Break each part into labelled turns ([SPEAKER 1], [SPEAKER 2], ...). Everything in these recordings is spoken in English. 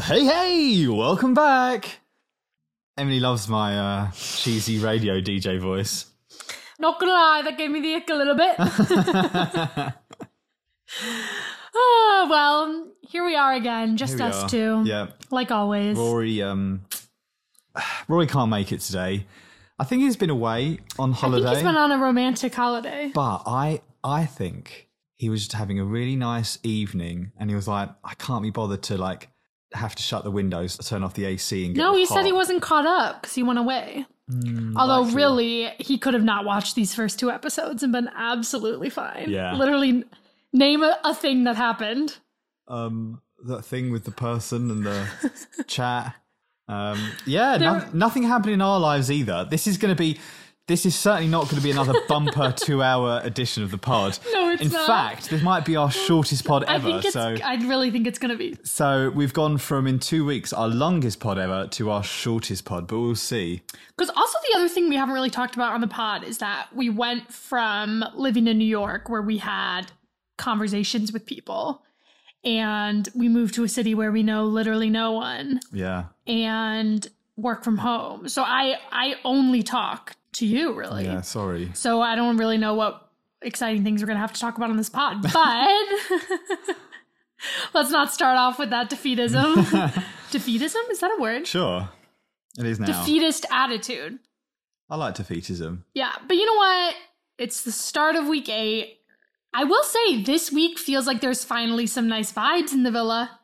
[SPEAKER 1] Hey, hey, welcome back. Emily loves my uh, cheesy radio DJ voice.
[SPEAKER 2] Not gonna lie, that gave me the ick a little bit. oh, well, here we are again, just
[SPEAKER 1] Here we
[SPEAKER 2] us
[SPEAKER 1] are.
[SPEAKER 2] two.
[SPEAKER 1] Yeah.
[SPEAKER 2] Like always.
[SPEAKER 1] Rory, um, Rory can't make it today. I think he's been away on
[SPEAKER 2] I
[SPEAKER 1] holiday,
[SPEAKER 2] think he's been on a romantic holiday.
[SPEAKER 1] but I, I think he was just having a really nice evening, and he was like, I can't be bothered to like have to shut the windows, turn off the AC, and get
[SPEAKER 2] No, he
[SPEAKER 1] hot. Mm,
[SPEAKER 2] said he wasn't caught up because he went away. Although,
[SPEAKER 1] likely.
[SPEAKER 2] really, he could have not watched these first two episodes and been absolutely fine.
[SPEAKER 1] Yeah.
[SPEAKER 2] Literally, name a, a thing that happened.
[SPEAKER 1] um that thing with the person and the chat um yeah no-
[SPEAKER 2] There-
[SPEAKER 1] nothing happened in our lives either this is going to be this is certainly not going to be another bumper two hour edition of the pod
[SPEAKER 2] No, it's
[SPEAKER 1] in
[SPEAKER 2] not.
[SPEAKER 1] fact this might be our shortest pod
[SPEAKER 2] I
[SPEAKER 1] ever
[SPEAKER 2] think it's,
[SPEAKER 1] so
[SPEAKER 2] I really think it's going to be.
[SPEAKER 1] so we've gone from in two weeks our longest pod ever to our shortest pod but we'll see
[SPEAKER 2] Because also, the other thing we haven't really talked about on the pod is that we went from living in New York, where we had conversations with people, and we moved to a city where we know literally no one
[SPEAKER 1] yeah
[SPEAKER 2] and work from home. So I, I only talk to you, really.
[SPEAKER 1] yeah sorry
[SPEAKER 2] So I don't really know what exciting things we're going to have to talk about on this pod, but let's not start off with that defeatism. defeatism? Is that a word?
[SPEAKER 1] sure it is now
[SPEAKER 2] Defeatist attitude.
[SPEAKER 1] i like defeatism
[SPEAKER 2] Yeah, but you know what? It's the start of week eight. I will say this week feels like there's finally some nice vibes in the villa.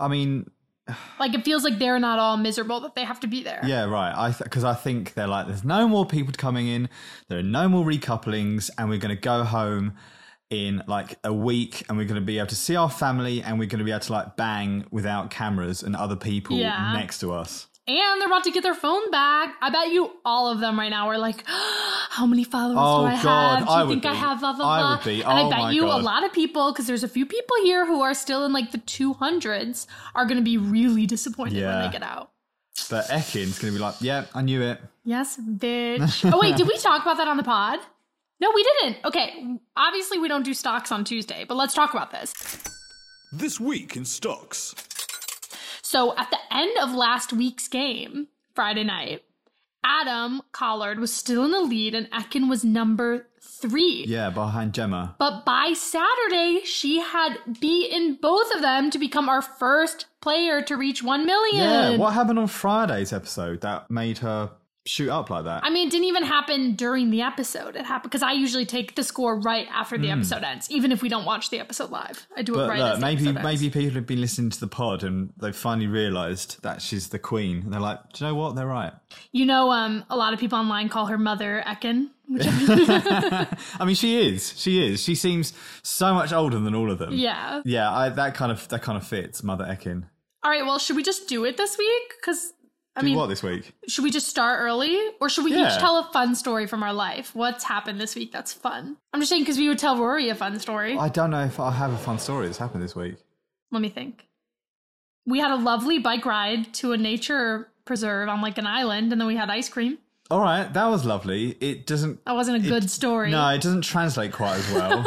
[SPEAKER 1] i mean
[SPEAKER 2] Like it feels like they're not all miserable that they have to be there.
[SPEAKER 1] Yeah, right. I because I think they're like, there's no more people coming in. There are no more recouplings, and we're going to go home in like a week, and we're going to be able to see our family, and we're going to be able to like bang without cameras and other people
[SPEAKER 2] Yeah.
[SPEAKER 1] next to us.
[SPEAKER 2] And they're about to get their phone back. I bet you all of them right now are like, how many followers
[SPEAKER 1] Oh,
[SPEAKER 2] do I
[SPEAKER 1] God,
[SPEAKER 2] have? Do you
[SPEAKER 1] I would
[SPEAKER 2] think I
[SPEAKER 1] be.
[SPEAKER 2] have blah blah
[SPEAKER 1] I
[SPEAKER 2] blah?
[SPEAKER 1] would be.
[SPEAKER 2] and
[SPEAKER 1] Oh,
[SPEAKER 2] I bet
[SPEAKER 1] my
[SPEAKER 2] you
[SPEAKER 1] God.
[SPEAKER 2] a lot of people, because there's a few people here who are still in like the two hundreds, are gonna be really disappointed when
[SPEAKER 1] Yeah.
[SPEAKER 2] they get out.
[SPEAKER 1] But Ekin's going to be like, yeah, I knew it.
[SPEAKER 2] Yes, bitch. oh wait, did we talk about that on the pod? No, we didn't. Okay, obviously we don't do stocks on Tuesday, but let's talk about this.
[SPEAKER 3] This week in stocks.
[SPEAKER 2] So at the end of last week's game, Friday night, Adam Collard was still in the lead and Ekin was number three.
[SPEAKER 1] Yeah, behind Gemma.
[SPEAKER 2] But by Saturday, she had beaten both of them to become our first player to reach 1 million.
[SPEAKER 1] Yeah, what happened on Friday's episode that made her shoot up like that?
[SPEAKER 2] I mean, it didn't even happen during the episode. It happened because I usually take the score right after the episode ends, even if we don't watch the episode live. I do it
[SPEAKER 1] Hmm. but
[SPEAKER 2] right.
[SPEAKER 1] look,
[SPEAKER 2] as the
[SPEAKER 1] maybe
[SPEAKER 2] episode ends.
[SPEAKER 1] maybe people have been listening to the pod and they've finally realised that she's the queen. And they're like, do you know what? They're right.
[SPEAKER 2] you know, um, a lot of people online call her Mother Ekin. Which
[SPEAKER 1] I mean, she is. She is. She seems so much older than all of them.
[SPEAKER 2] yeah.
[SPEAKER 1] Yeah. I, that kind of that kind of fits Mother Ekin.
[SPEAKER 2] All right. Well, should we just do it this week? Because I
[SPEAKER 1] Do
[SPEAKER 2] mean,
[SPEAKER 1] what this week?
[SPEAKER 2] should we just start early, or should we
[SPEAKER 1] Yeah.
[SPEAKER 2] each tell a fun story from our life? What's happened this week that's fun? I'm just saying because we would tell Rory a fun story.
[SPEAKER 1] I don't know if I have a fun story that's happened this week.
[SPEAKER 2] Let me think. We had a lovely bike ride to a nature preserve on like an island, and then we had ice cream.
[SPEAKER 1] All right, that was lovely. It doesn't.
[SPEAKER 2] That wasn't a good story.
[SPEAKER 1] No, it doesn't translate quite as well.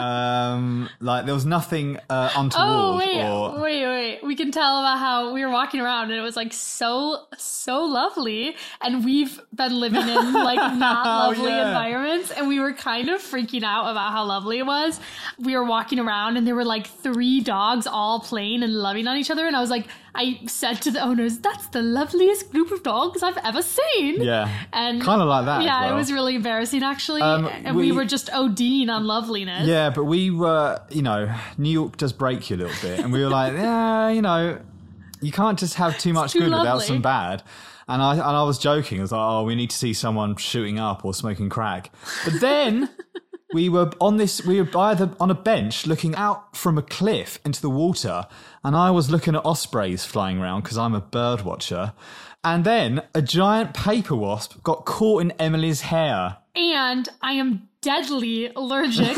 [SPEAKER 1] um, like there was nothing uh, untoward.
[SPEAKER 2] Oh wait,
[SPEAKER 1] or,
[SPEAKER 2] wait, wait! We can tell about how we were walking around and it was like so, so lovely, and we've been living in like not
[SPEAKER 1] Oh,
[SPEAKER 2] lovely
[SPEAKER 1] yeah.
[SPEAKER 2] environments, and we were kind of freaking out about how lovely it was. We were walking around and there were like three dogs all playing and loving on each other, and I was like, I said to the owners, "That's the loveliest group of dogs I've ever seen."
[SPEAKER 1] yeah.
[SPEAKER 2] and
[SPEAKER 1] Kind of like that. as
[SPEAKER 2] Yeah, it
[SPEAKER 1] well.
[SPEAKER 2] was really embarrassing actually,
[SPEAKER 1] Um,
[SPEAKER 2] and we,
[SPEAKER 1] we-
[SPEAKER 2] were just ODing on loveliness.
[SPEAKER 1] Yeah, but we were, you know, New York does break you a little bit, and we were like, yeah, you know, you can't just have too much
[SPEAKER 2] too
[SPEAKER 1] good without
[SPEAKER 2] lovely.
[SPEAKER 1] some bad. And I and I was joking, I was like, oh, we need to see someone shooting up or smoking crack. But then we were on this we were by the on a bench looking out from a cliff into the water and i was looking at ospreys flying around because i'm a bird watcher and then a giant paper wasp got caught in emily's hair
[SPEAKER 2] And I am deadly allergic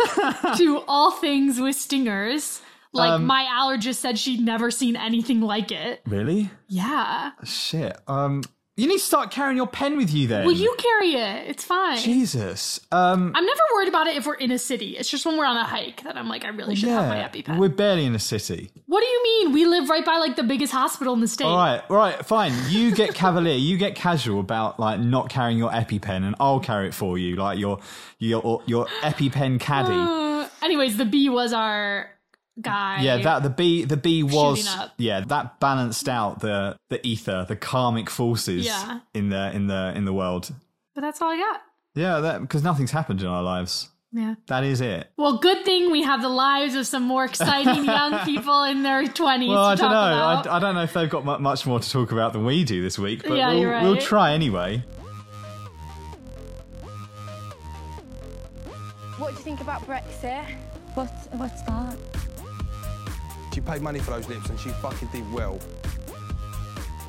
[SPEAKER 2] to all things with stingers. Like
[SPEAKER 1] Um,
[SPEAKER 2] my allergist said she'd never seen anything like it.
[SPEAKER 1] really
[SPEAKER 2] Yeah.
[SPEAKER 1] shit um you need to start carrying your pen with you then
[SPEAKER 2] Well, you carry it. It's fine.
[SPEAKER 1] jesus um
[SPEAKER 2] I'm never worried about it if we're in a city. It's just when we're on a hike that I'm like, I really should have my
[SPEAKER 1] yeah
[SPEAKER 2] EpiPen.
[SPEAKER 1] we're barely in a city
[SPEAKER 2] what do you mean? We live right by like the biggest hospital in the state.
[SPEAKER 1] All right, all right, fine. You get cavalier, you get casual about like not carrying your EpiPen, and I'll carry it for you, like your your your EpiPen caddy.
[SPEAKER 2] Uh, anyways, the bee was our guy.
[SPEAKER 1] Yeah, that the bee the bee was
[SPEAKER 2] Shooting up.
[SPEAKER 1] yeah that balanced out the the ether, the karmic forces
[SPEAKER 2] Yeah.
[SPEAKER 1] in the in the in the world.
[SPEAKER 2] But that's all I got.
[SPEAKER 1] Yeah, that because nothing's happened in our lives.
[SPEAKER 2] Yeah.
[SPEAKER 1] That is it.
[SPEAKER 2] Well, good thing we have the lives of some more exciting young people in their 20s
[SPEAKER 1] Well,
[SPEAKER 2] to
[SPEAKER 1] I
[SPEAKER 2] talk
[SPEAKER 1] don't know. I,
[SPEAKER 2] about.
[SPEAKER 1] I don't know if they've got mu- much more to talk about than we do this week, but
[SPEAKER 2] Yeah,
[SPEAKER 1] we'll,
[SPEAKER 2] you're
[SPEAKER 1] we'll
[SPEAKER 2] right.
[SPEAKER 1] try anyway.
[SPEAKER 4] What do you think about Brexit?
[SPEAKER 5] What, what's that?
[SPEAKER 6] She paid money for those lips and she fucking did well.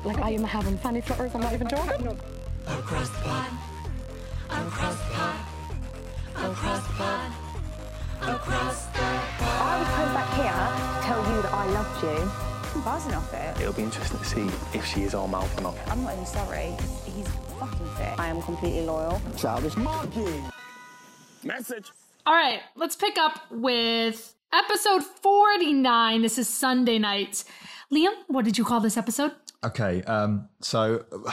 [SPEAKER 4] Like, I am having fanny flutters, I'm not even joking. I would come back here to tell you that I loved you. I'm buzzing off it.
[SPEAKER 7] It'll be interesting to see if she is our mouth or not.
[SPEAKER 5] I'm not even sorry. He's fucking fit. I am completely loyal.
[SPEAKER 2] All right, let's pick up with episode 49. This is Sunday night. Liam, what did you call this episode?
[SPEAKER 1] Okay, um, so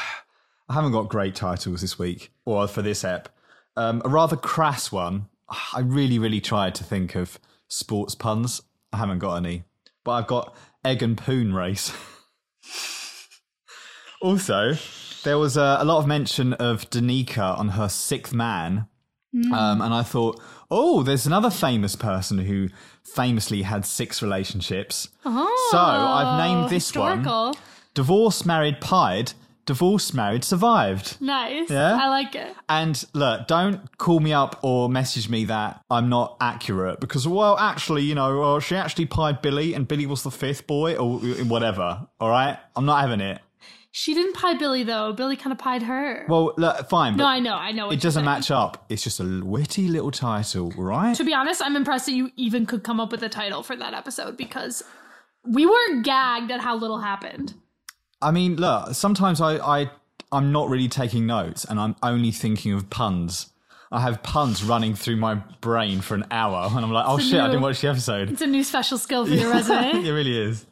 [SPEAKER 1] I haven't got great titles this week or for this ep. Um, a rather crass one. I really, really tried to think of sports puns. I haven't got any, but I've got egg and poon race. also, there was a, a lot of mention of Danica on her sixth man. Um, and I thought, oh, there's another famous person who famously had six relationships. so I've named this one
[SPEAKER 2] Oh, Historical.
[SPEAKER 1] Divorce, married, pied. Divorce, married, survived.
[SPEAKER 2] Nice.
[SPEAKER 1] Yeah?
[SPEAKER 2] I like it.
[SPEAKER 1] And look, don't call me up or message me that I'm not accurate because, well, actually, you know, well, she actually pied Billy and Billy was the fifth boy or whatever. All right? I'm not having it.
[SPEAKER 2] She didn't pie Billy, though. Billy kind of pied her.
[SPEAKER 1] Well, look, fine.
[SPEAKER 2] no,
[SPEAKER 1] but
[SPEAKER 2] I know. I know. what
[SPEAKER 1] It
[SPEAKER 2] you're
[SPEAKER 1] doesn't
[SPEAKER 2] saying.
[SPEAKER 1] match up. It's just a witty little title, right?
[SPEAKER 2] To be honest, I'm impressed that you even could come up with a title for that episode because we were gagged at how little happened.
[SPEAKER 1] I mean, look, sometimes I, I I'm not really taking notes and I'm only thinking of puns. I have puns running through my brain for an hour and I'm like, oh
[SPEAKER 2] It's a
[SPEAKER 1] shit, I didn't
[SPEAKER 2] new-
[SPEAKER 1] watch the episode.
[SPEAKER 2] It's a new special skill for your resume.
[SPEAKER 1] it really is.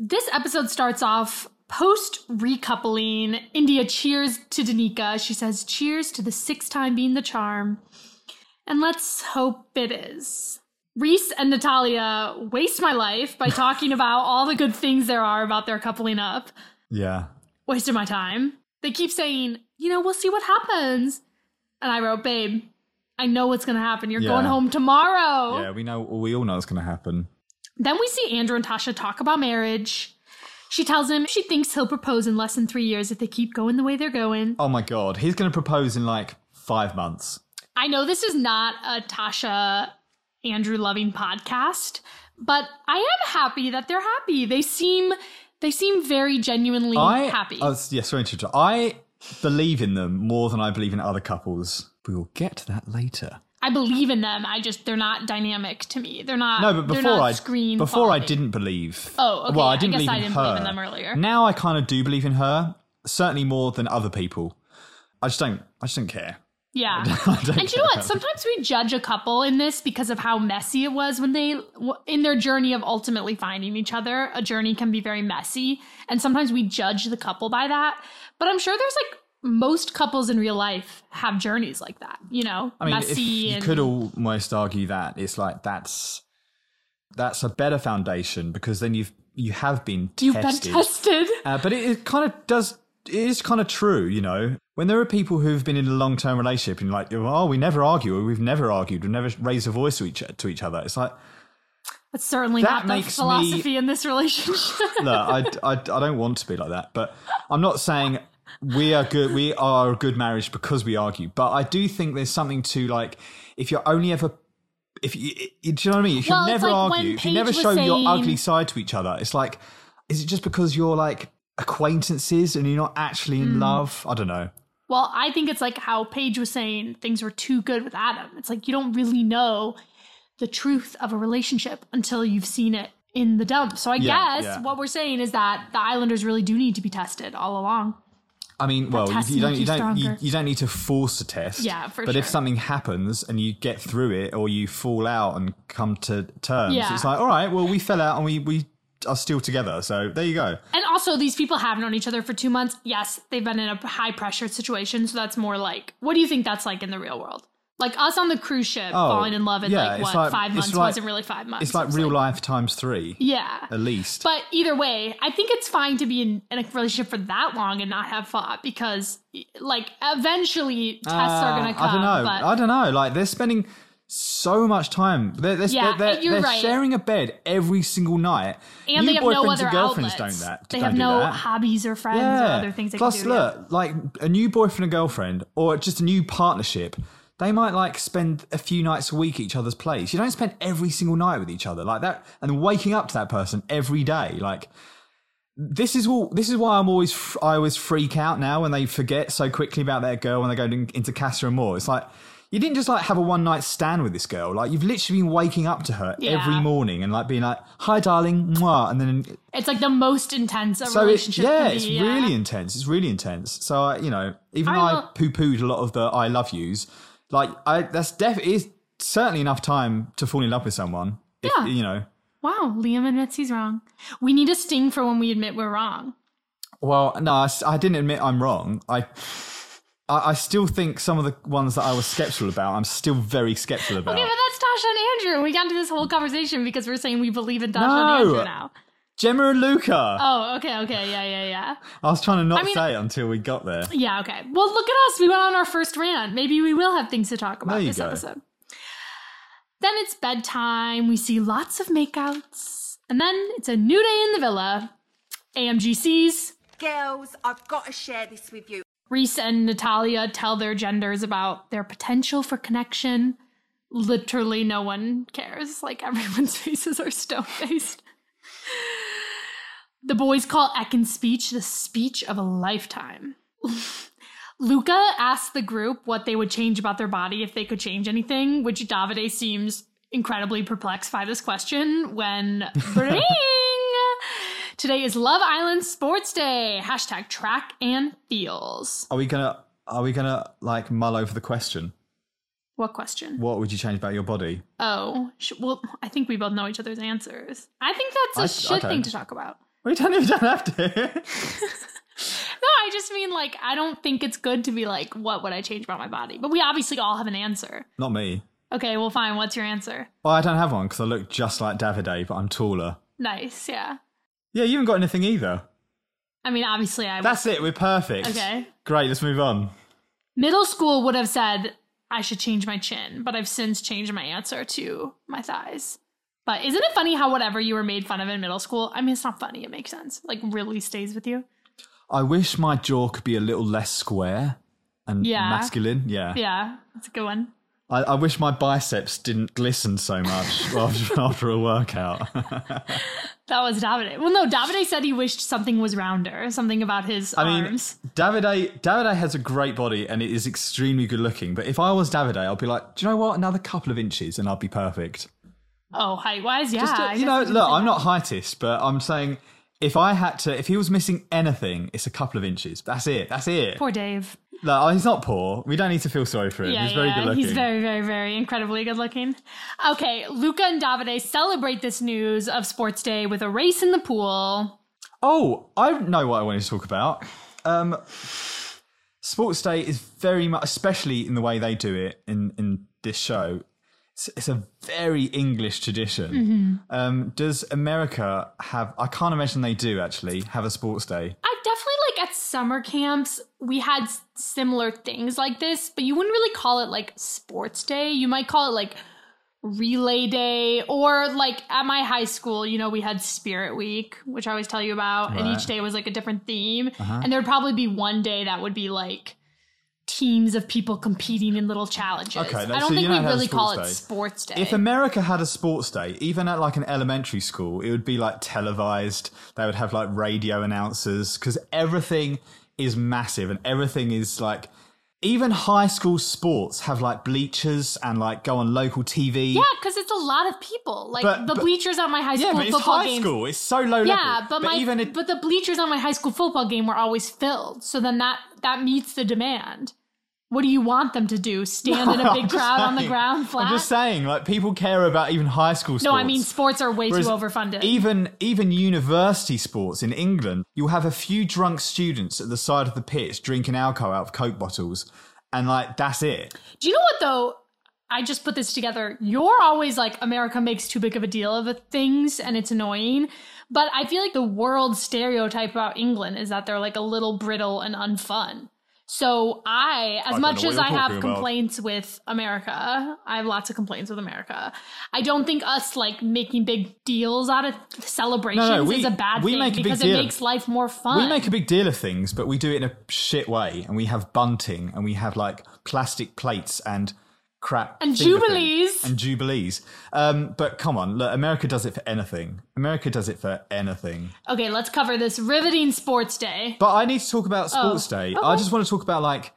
[SPEAKER 2] This episode starts off post recoupling. India cheers to Danica. She says, Cheers to the sixth time being the charm. And let's hope it is. Reese and Natalia waste my life by talking about all the good things there are about their coupling up.
[SPEAKER 1] Yeah.
[SPEAKER 2] Wasted my time. They keep saying, You know, we'll see what happens. And I wrote, Babe, I know what's going to happen. You're
[SPEAKER 1] Yeah.
[SPEAKER 2] going home tomorrow.
[SPEAKER 1] Yeah, we know we all know it's gonna happen.
[SPEAKER 2] Then we see Andrew and Tasha talk about marriage. She tells him she thinks he'll propose in less than three years if they keep going the way they're going.
[SPEAKER 1] Oh my god, he's gonna propose in like five months.
[SPEAKER 2] I know this is not a Tasha Andrew loving podcast, but I am happy that they're happy. They seem they seem very genuinely
[SPEAKER 1] I
[SPEAKER 2] happy.
[SPEAKER 1] Oh, s- yeah, sorry to interrupt. I believe in them more than I believe in other couples. We will get to that later.
[SPEAKER 2] I believe in them. I just they're not dynamic to me. They're not.
[SPEAKER 1] No, but
[SPEAKER 2] they're
[SPEAKER 1] before
[SPEAKER 2] not
[SPEAKER 1] I
[SPEAKER 2] screen
[SPEAKER 1] before I
[SPEAKER 2] quality.
[SPEAKER 1] didn't believe.
[SPEAKER 2] Oh, okay,
[SPEAKER 1] Well,
[SPEAKER 2] I
[SPEAKER 1] I didn't,
[SPEAKER 2] guess
[SPEAKER 1] believe,
[SPEAKER 2] I
[SPEAKER 1] in
[SPEAKER 2] didn't
[SPEAKER 1] her.
[SPEAKER 2] believe in them earlier.
[SPEAKER 1] Now I kind of do believe in her, certainly more than other people. I just don't. I just don't care.
[SPEAKER 2] Yeah.
[SPEAKER 1] I don't
[SPEAKER 2] and you
[SPEAKER 1] care
[SPEAKER 2] know what?
[SPEAKER 1] about
[SPEAKER 2] Sometimes we judge a couple in this because of how messy it was when they, in their journey of ultimately finding each other, a journey can be very messy. And sometimes we judge the couple by that. But I'm sure there's like most couples in real life have journeys like that, you know?
[SPEAKER 1] I mean, if
[SPEAKER 2] messy
[SPEAKER 1] you
[SPEAKER 2] and.
[SPEAKER 1] could almost argue that it's like that's that's a better foundation because then you've you have been tested.
[SPEAKER 2] You've been tested.
[SPEAKER 1] Uh, but it, it kind of does. It is kind of true, you know. When there are people who've been in a long-term relationship and like, oh, we never argue, or we've never argued, we've never raised a voice to each to each other. It's like,
[SPEAKER 2] That's certainly
[SPEAKER 1] That
[SPEAKER 2] not the
[SPEAKER 1] makes me-
[SPEAKER 2] philosophy in this relationship.
[SPEAKER 1] look, I, I, I don't want to be like that, but I'm not saying we are good. We are a good marriage because we argue, but I do think there's something to like if you're only ever If you, you do you know what I mean? If you
[SPEAKER 2] Well, it's
[SPEAKER 1] never
[SPEAKER 2] like when
[SPEAKER 1] argue, if you
[SPEAKER 2] Paige
[SPEAKER 1] never
[SPEAKER 2] was
[SPEAKER 1] show
[SPEAKER 2] saying-
[SPEAKER 1] your ugly side to each other, it's like, is it just because you're like acquaintances and you're not actually
[SPEAKER 2] Hmm.
[SPEAKER 1] in love? I don't know.
[SPEAKER 2] Well, I think it's like how Paige was saying things were too good with Adam. It's like you don't really know the truth of a relationship until you've seen it in the dump. So I
[SPEAKER 1] Yeah,
[SPEAKER 2] guess
[SPEAKER 1] yeah.
[SPEAKER 2] what we're saying is that the Islanders really do need to be tested all along.
[SPEAKER 1] I mean, well, you,
[SPEAKER 2] test
[SPEAKER 1] you don't you
[SPEAKER 2] makes you
[SPEAKER 1] don't you,
[SPEAKER 2] stronger.
[SPEAKER 1] you don't need to force a test.
[SPEAKER 2] Yeah, for
[SPEAKER 1] But if
[SPEAKER 2] sure.
[SPEAKER 1] something happens and you get through it, or you fall out and come to terms,
[SPEAKER 2] Yeah.
[SPEAKER 1] it's like, all right, well, we fell out and we we are still together. So there you go.
[SPEAKER 2] And also, these people have known each other for two months. Yes, they've been in a high pressure situation. So that's more like, what do you think that's like in the real world? Like us on the cruise ship
[SPEAKER 1] Oh,
[SPEAKER 2] falling in love in
[SPEAKER 1] yeah,
[SPEAKER 2] like
[SPEAKER 1] it's
[SPEAKER 2] what
[SPEAKER 1] like-
[SPEAKER 2] five
[SPEAKER 1] it's
[SPEAKER 2] months
[SPEAKER 1] like-
[SPEAKER 2] wasn't really five months.
[SPEAKER 1] It's like
[SPEAKER 2] It was
[SPEAKER 1] real life times three,
[SPEAKER 2] Yeah.
[SPEAKER 1] at least.
[SPEAKER 2] But either way, I think it's fine to be in, in a relationship for that long and not have fought because, like, eventually tests are
[SPEAKER 1] Uh,
[SPEAKER 2] going to come.
[SPEAKER 1] I don't know.
[SPEAKER 2] But
[SPEAKER 1] I don't know. Like they're spending so much time. They're, they're,
[SPEAKER 2] Yeah,
[SPEAKER 1] they're,
[SPEAKER 2] you're
[SPEAKER 1] they're
[SPEAKER 2] right.
[SPEAKER 1] sharing a bed every single night.
[SPEAKER 2] and
[SPEAKER 1] New
[SPEAKER 2] they have no
[SPEAKER 1] boyfriends
[SPEAKER 2] other
[SPEAKER 1] and girlfririends
[SPEAKER 2] outlets.
[SPEAKER 1] Don't that?
[SPEAKER 2] they
[SPEAKER 1] don't
[SPEAKER 2] have
[SPEAKER 1] do
[SPEAKER 2] no
[SPEAKER 1] that.
[SPEAKER 2] hobbies or friends or other things. They
[SPEAKER 1] Plus,
[SPEAKER 2] can do
[SPEAKER 1] look, like a new boyfriend and girlfriend, or just a new partnership. They might like spend a few nights a week at each other's place. You don't spend every single night with each other like that, and waking up to that person every day. Like this is all. This is why I'm always. fr- I always freak out now when they forget so quickly about their girl when they go in- into Casa and more. It's like. You didn't just like have a one night stand with this girl. Like you've literally been waking up to her
[SPEAKER 2] Yeah.
[SPEAKER 1] every morning and like being like, "Hi, darling," mwah, and then
[SPEAKER 2] It's like the most intense a
[SPEAKER 1] so it's
[SPEAKER 2] relationship
[SPEAKER 1] yeah,
[SPEAKER 2] can be.
[SPEAKER 1] it's
[SPEAKER 2] yeah.
[SPEAKER 1] really intense. It's really intense. So I, you know, even
[SPEAKER 2] I
[SPEAKER 1] though I
[SPEAKER 2] will-
[SPEAKER 1] poo pooed a lot of the "I love yous," like I that's def it is certainly enough time to fall in love with someone. If,
[SPEAKER 2] Yeah.
[SPEAKER 1] you know.
[SPEAKER 2] Wow, Liam admits he's wrong. We need a sting for when we admit we're wrong.
[SPEAKER 1] Well, no, I, s- I didn't admit I'm wrong. I, I I still think some of the ones that I was skeptical about, I'm still very skeptical about.
[SPEAKER 2] Okay, but that's Tasha and Andrew. We got into this whole conversation because we're saying we believe in Tasha and
[SPEAKER 1] No.
[SPEAKER 2] Andrew now.
[SPEAKER 1] Gemma and Luca.
[SPEAKER 2] Oh, okay, okay, yeah, yeah, yeah.
[SPEAKER 1] I was trying to not
[SPEAKER 2] I mean-
[SPEAKER 1] say it until we got there.
[SPEAKER 2] Yeah, okay. Well, look at us. We went on our first rant. Maybe we will have things to talk about
[SPEAKER 1] There you
[SPEAKER 2] this
[SPEAKER 1] go.
[SPEAKER 2] episode. Then it's bedtime. We see lots of makeouts. And then it's a new day in the villa. AMG sees
[SPEAKER 8] Girls, I've got to share this with you.
[SPEAKER 2] Reese and Natalia tell their genders about their potential for connection. Literally, no one cares. Like, everyone's faces are stone faced. The boys call Ekin's speech the speech of a lifetime. Luca asked the group what they would change about their body if they could change anything, which Davide seems incredibly perplexed by this question when bring today is Love Island Sports Day. Hashtag track and feels.
[SPEAKER 1] Are we gonna? Are we gonna like mull over the question?
[SPEAKER 2] What question?
[SPEAKER 1] What would you change about your body?
[SPEAKER 2] Oh, sh- well, I think we both know each other's answers. I think that's a
[SPEAKER 1] I- I
[SPEAKER 2] shit thing
[SPEAKER 1] don't.
[SPEAKER 2] to talk about.
[SPEAKER 1] We don't even don't have to.
[SPEAKER 2] No, I just mean like I don't think it's good to be like, what would I change about my body? But we obviously all have an answer.
[SPEAKER 1] Not me.
[SPEAKER 2] Okay, well, fine. What's your answer?
[SPEAKER 1] Well, I don't have one because I look just like Davide, but I'm taller.
[SPEAKER 2] Nice, yeah.
[SPEAKER 1] Yeah, you haven't got anything either.
[SPEAKER 2] I mean, obviously, I
[SPEAKER 1] That's it. We're perfect.
[SPEAKER 2] Okay.
[SPEAKER 1] Great. Let's move on.
[SPEAKER 2] middle school would have said I should change my chin, but I've since changed my answer to my thighs. But isn't it funny how whatever you were made fun of in middle school? I mean, it's not funny. It makes sense. Like, really stays with you.
[SPEAKER 1] I wish my jaw could be a little less square and
[SPEAKER 2] Yeah.
[SPEAKER 1] masculine. Yeah.
[SPEAKER 2] Yeah, that's a good one.
[SPEAKER 1] I, I wish my biceps didn't glisten so much after, after a workout.
[SPEAKER 2] That was Davide. Well, no, Davide said he wished something was rounder, something about his
[SPEAKER 1] I mean,
[SPEAKER 2] arms.
[SPEAKER 1] Davide Davide has a great body and it is extremely good looking. But if I was Davide, I'd be like, do you know what? Another couple of inches and I'd be perfect.
[SPEAKER 2] oh, height wise, yeah.
[SPEAKER 1] Just, uh,
[SPEAKER 2] I
[SPEAKER 1] you
[SPEAKER 2] guess
[SPEAKER 1] know,
[SPEAKER 2] we can
[SPEAKER 1] look,
[SPEAKER 2] say
[SPEAKER 1] I'm
[SPEAKER 2] that.
[SPEAKER 1] not heightist, but I'm saying if I had to, if he was missing anything, it's a couple of inches. That's it. That's it.
[SPEAKER 2] Poor Dave.
[SPEAKER 1] Look, oh, he's not poor. We don't need to feel sorry for him.
[SPEAKER 2] Yeah,
[SPEAKER 1] he's very
[SPEAKER 2] yeah,
[SPEAKER 1] good looking.
[SPEAKER 2] He's very, very, very incredibly good looking. Okay, Luca and Davide celebrate this news of Sports Day with a race in the pool.
[SPEAKER 1] oh, I know what I wanted to talk about. Um, Sports Day is very much, especially in the way they do it in in this show. It's, it's a very English tradition.
[SPEAKER 2] Mm-hmm.
[SPEAKER 1] Um, does America have? I can't imagine they do actually have a sports day.
[SPEAKER 2] I definitely like at summer camps, we had s- similar things like this, but you wouldn't really call it like sports day. You might call it like relay day or like at my high school, you know, we had spirit week, which I always tell you about, and
[SPEAKER 1] Right. Uh-huh.
[SPEAKER 2] each day was like a different theme. And there'd probably be one day that would be like teams of people competing in little challenges.
[SPEAKER 1] Okay,
[SPEAKER 2] I
[SPEAKER 1] now,
[SPEAKER 2] don't
[SPEAKER 1] so
[SPEAKER 2] think
[SPEAKER 1] you
[SPEAKER 2] we
[SPEAKER 1] don't have a
[SPEAKER 2] really call it
[SPEAKER 1] sports day.
[SPEAKER 2] sports day.
[SPEAKER 1] If America had a sports day, even at like an elementary school, it would be like televised. They would have like radio announcers because everything is massive and everything is like. Even high school sports have like bleachers and like go on local TV.
[SPEAKER 2] yeah, because it's a lot of people. Like
[SPEAKER 1] But-
[SPEAKER 2] the
[SPEAKER 1] but-
[SPEAKER 2] bleachers on my high school
[SPEAKER 1] yeah, but it's
[SPEAKER 2] football
[SPEAKER 1] high
[SPEAKER 2] games.
[SPEAKER 1] school. It's so low level.
[SPEAKER 2] Yeah, but, my
[SPEAKER 1] even it,
[SPEAKER 2] but the bleachers on my high school football game were always filled. So then that that meets the demand. What do you want them to do? Stand in a
[SPEAKER 1] I'm
[SPEAKER 2] big
[SPEAKER 1] just
[SPEAKER 2] crowd on the
[SPEAKER 1] saying-
[SPEAKER 2] ground flat?
[SPEAKER 1] I'm just saying, like people care about even high school. sports.
[SPEAKER 2] no, I mean sports are way
[SPEAKER 1] Whereas
[SPEAKER 2] too overfunded.
[SPEAKER 1] Even even university sports in England, you'll have a few drunk students at the side of the pitch drinking alcohol out of coke bottles, and like that's it.
[SPEAKER 2] Do you know what though? I just put this together. You're always like America makes too big of a deal of things and it's annoying. But I feel like the world stereotype about England is that they're like a little brittle and unfun. So I, as
[SPEAKER 1] don't
[SPEAKER 2] much
[SPEAKER 1] know what
[SPEAKER 2] as
[SPEAKER 1] you're
[SPEAKER 2] I have
[SPEAKER 1] talking about.
[SPEAKER 2] complaints with America, I have lots of complaints with America. I don't think us like making big deals out of celebrations
[SPEAKER 1] we-
[SPEAKER 2] is a bad
[SPEAKER 1] we
[SPEAKER 2] thing
[SPEAKER 1] make a big
[SPEAKER 2] because
[SPEAKER 1] deal
[SPEAKER 2] it
[SPEAKER 1] of-
[SPEAKER 2] makes life more fun.
[SPEAKER 1] We make a big deal of things, but we do it in a shit way, and we have bunting, and we have like plastic plates and crap
[SPEAKER 2] And
[SPEAKER 1] finger things.
[SPEAKER 2] jubilees.
[SPEAKER 1] and jubilees. Um, but come on, look, America does it for anything. America does it for anything.
[SPEAKER 2] okay, let's cover this riveting sports day.
[SPEAKER 1] But I need to talk about sports day. I
[SPEAKER 2] Oh, okay.
[SPEAKER 1] just want to talk about like,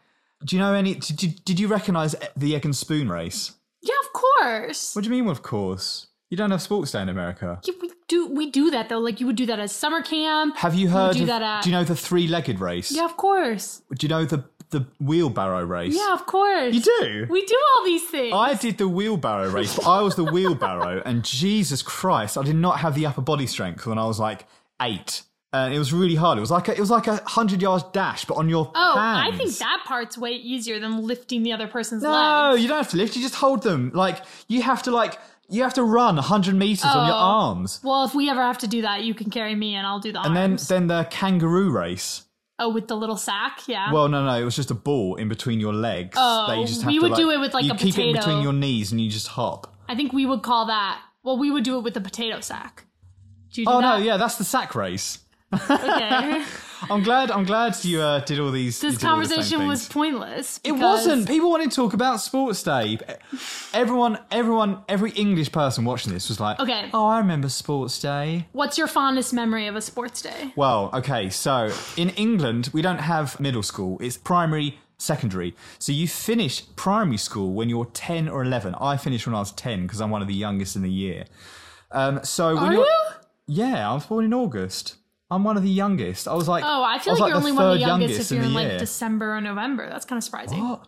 [SPEAKER 1] do you know any? Did, did, did you recognise the egg and spoon race?
[SPEAKER 2] Yeah, of course.
[SPEAKER 1] What do you mean? Of course, you don't have sports day in America.
[SPEAKER 2] Yeah, we do we do that though. Like you would do that at summer camp.
[SPEAKER 1] Have you heard?
[SPEAKER 2] do
[SPEAKER 1] of,
[SPEAKER 2] that at-
[SPEAKER 1] do you know the three-legged race?
[SPEAKER 2] yeah, of course.
[SPEAKER 1] Do you know the the wheelbarrow race?
[SPEAKER 2] Yeah, of course.
[SPEAKER 1] You do. Oh,
[SPEAKER 2] We do all these things.
[SPEAKER 1] I did the wheelbarrow race. but I was the wheelbarrow, and Jesus Christ, I did not have the upper body strength when I was like eight, and it was really hard. It was like a, it was like a hundred yard dash, but on your
[SPEAKER 2] oh,
[SPEAKER 1] hands.
[SPEAKER 2] I think that part's way easier than lifting the other person's
[SPEAKER 1] No,
[SPEAKER 2] legs.
[SPEAKER 1] you don't have to lift. You just hold them. Like you have to like you have to run hundred meters on your
[SPEAKER 2] Oh.
[SPEAKER 1] arms,
[SPEAKER 2] Well, if we ever have to do that, you can carry me and I'll do the
[SPEAKER 1] and then
[SPEAKER 2] arms.
[SPEAKER 1] then the kangaroo race.
[SPEAKER 2] oh, with the little sack, yeah.
[SPEAKER 1] Well, no, no, it was just a ball in between your legs.
[SPEAKER 2] Uh, Oh,
[SPEAKER 1] that you just have
[SPEAKER 2] we
[SPEAKER 1] to,
[SPEAKER 2] would
[SPEAKER 1] like,
[SPEAKER 2] do it with, like,
[SPEAKER 1] you
[SPEAKER 2] a
[SPEAKER 1] keep it in
[SPEAKER 2] potato.
[SPEAKER 1] between your knees and you just hop.
[SPEAKER 2] I think we would call that. Well, we would do it with the potato sack. Do you do
[SPEAKER 1] Oh
[SPEAKER 2] that?
[SPEAKER 1] no, yeah, that's the sack race.
[SPEAKER 2] Okay.
[SPEAKER 1] I'm glad. I'm glad you uh, did all these. you
[SPEAKER 2] this
[SPEAKER 1] did all the same
[SPEAKER 2] conversation was
[SPEAKER 1] things.
[SPEAKER 2] pointless.
[SPEAKER 1] It
[SPEAKER 2] because-
[SPEAKER 1] wasn't. People wanted to talk about sports day. Everyone, everyone, every English person watching this was like,
[SPEAKER 2] Okay.
[SPEAKER 1] oh, I remember sports day."
[SPEAKER 2] What's your fondest memory of a sports day?
[SPEAKER 1] Well, okay, so in England, we don't have middle school, it's primary, secondary. So you finish primary school when you're 10 or 11. I finished when I was 10 because I'm one of the youngest in the year. Um, so when
[SPEAKER 2] Are
[SPEAKER 1] you're-
[SPEAKER 2] you?
[SPEAKER 1] Yeah, I was born in August. I'm one of the youngest. I was like,
[SPEAKER 2] Oh, I feel
[SPEAKER 1] was
[SPEAKER 2] like you're
[SPEAKER 1] the
[SPEAKER 2] only one of the
[SPEAKER 1] third
[SPEAKER 2] youngest, if
[SPEAKER 1] in
[SPEAKER 2] you're
[SPEAKER 1] the
[SPEAKER 2] in like
[SPEAKER 1] year.
[SPEAKER 2] December or November. That's kind of surprising.
[SPEAKER 1] What?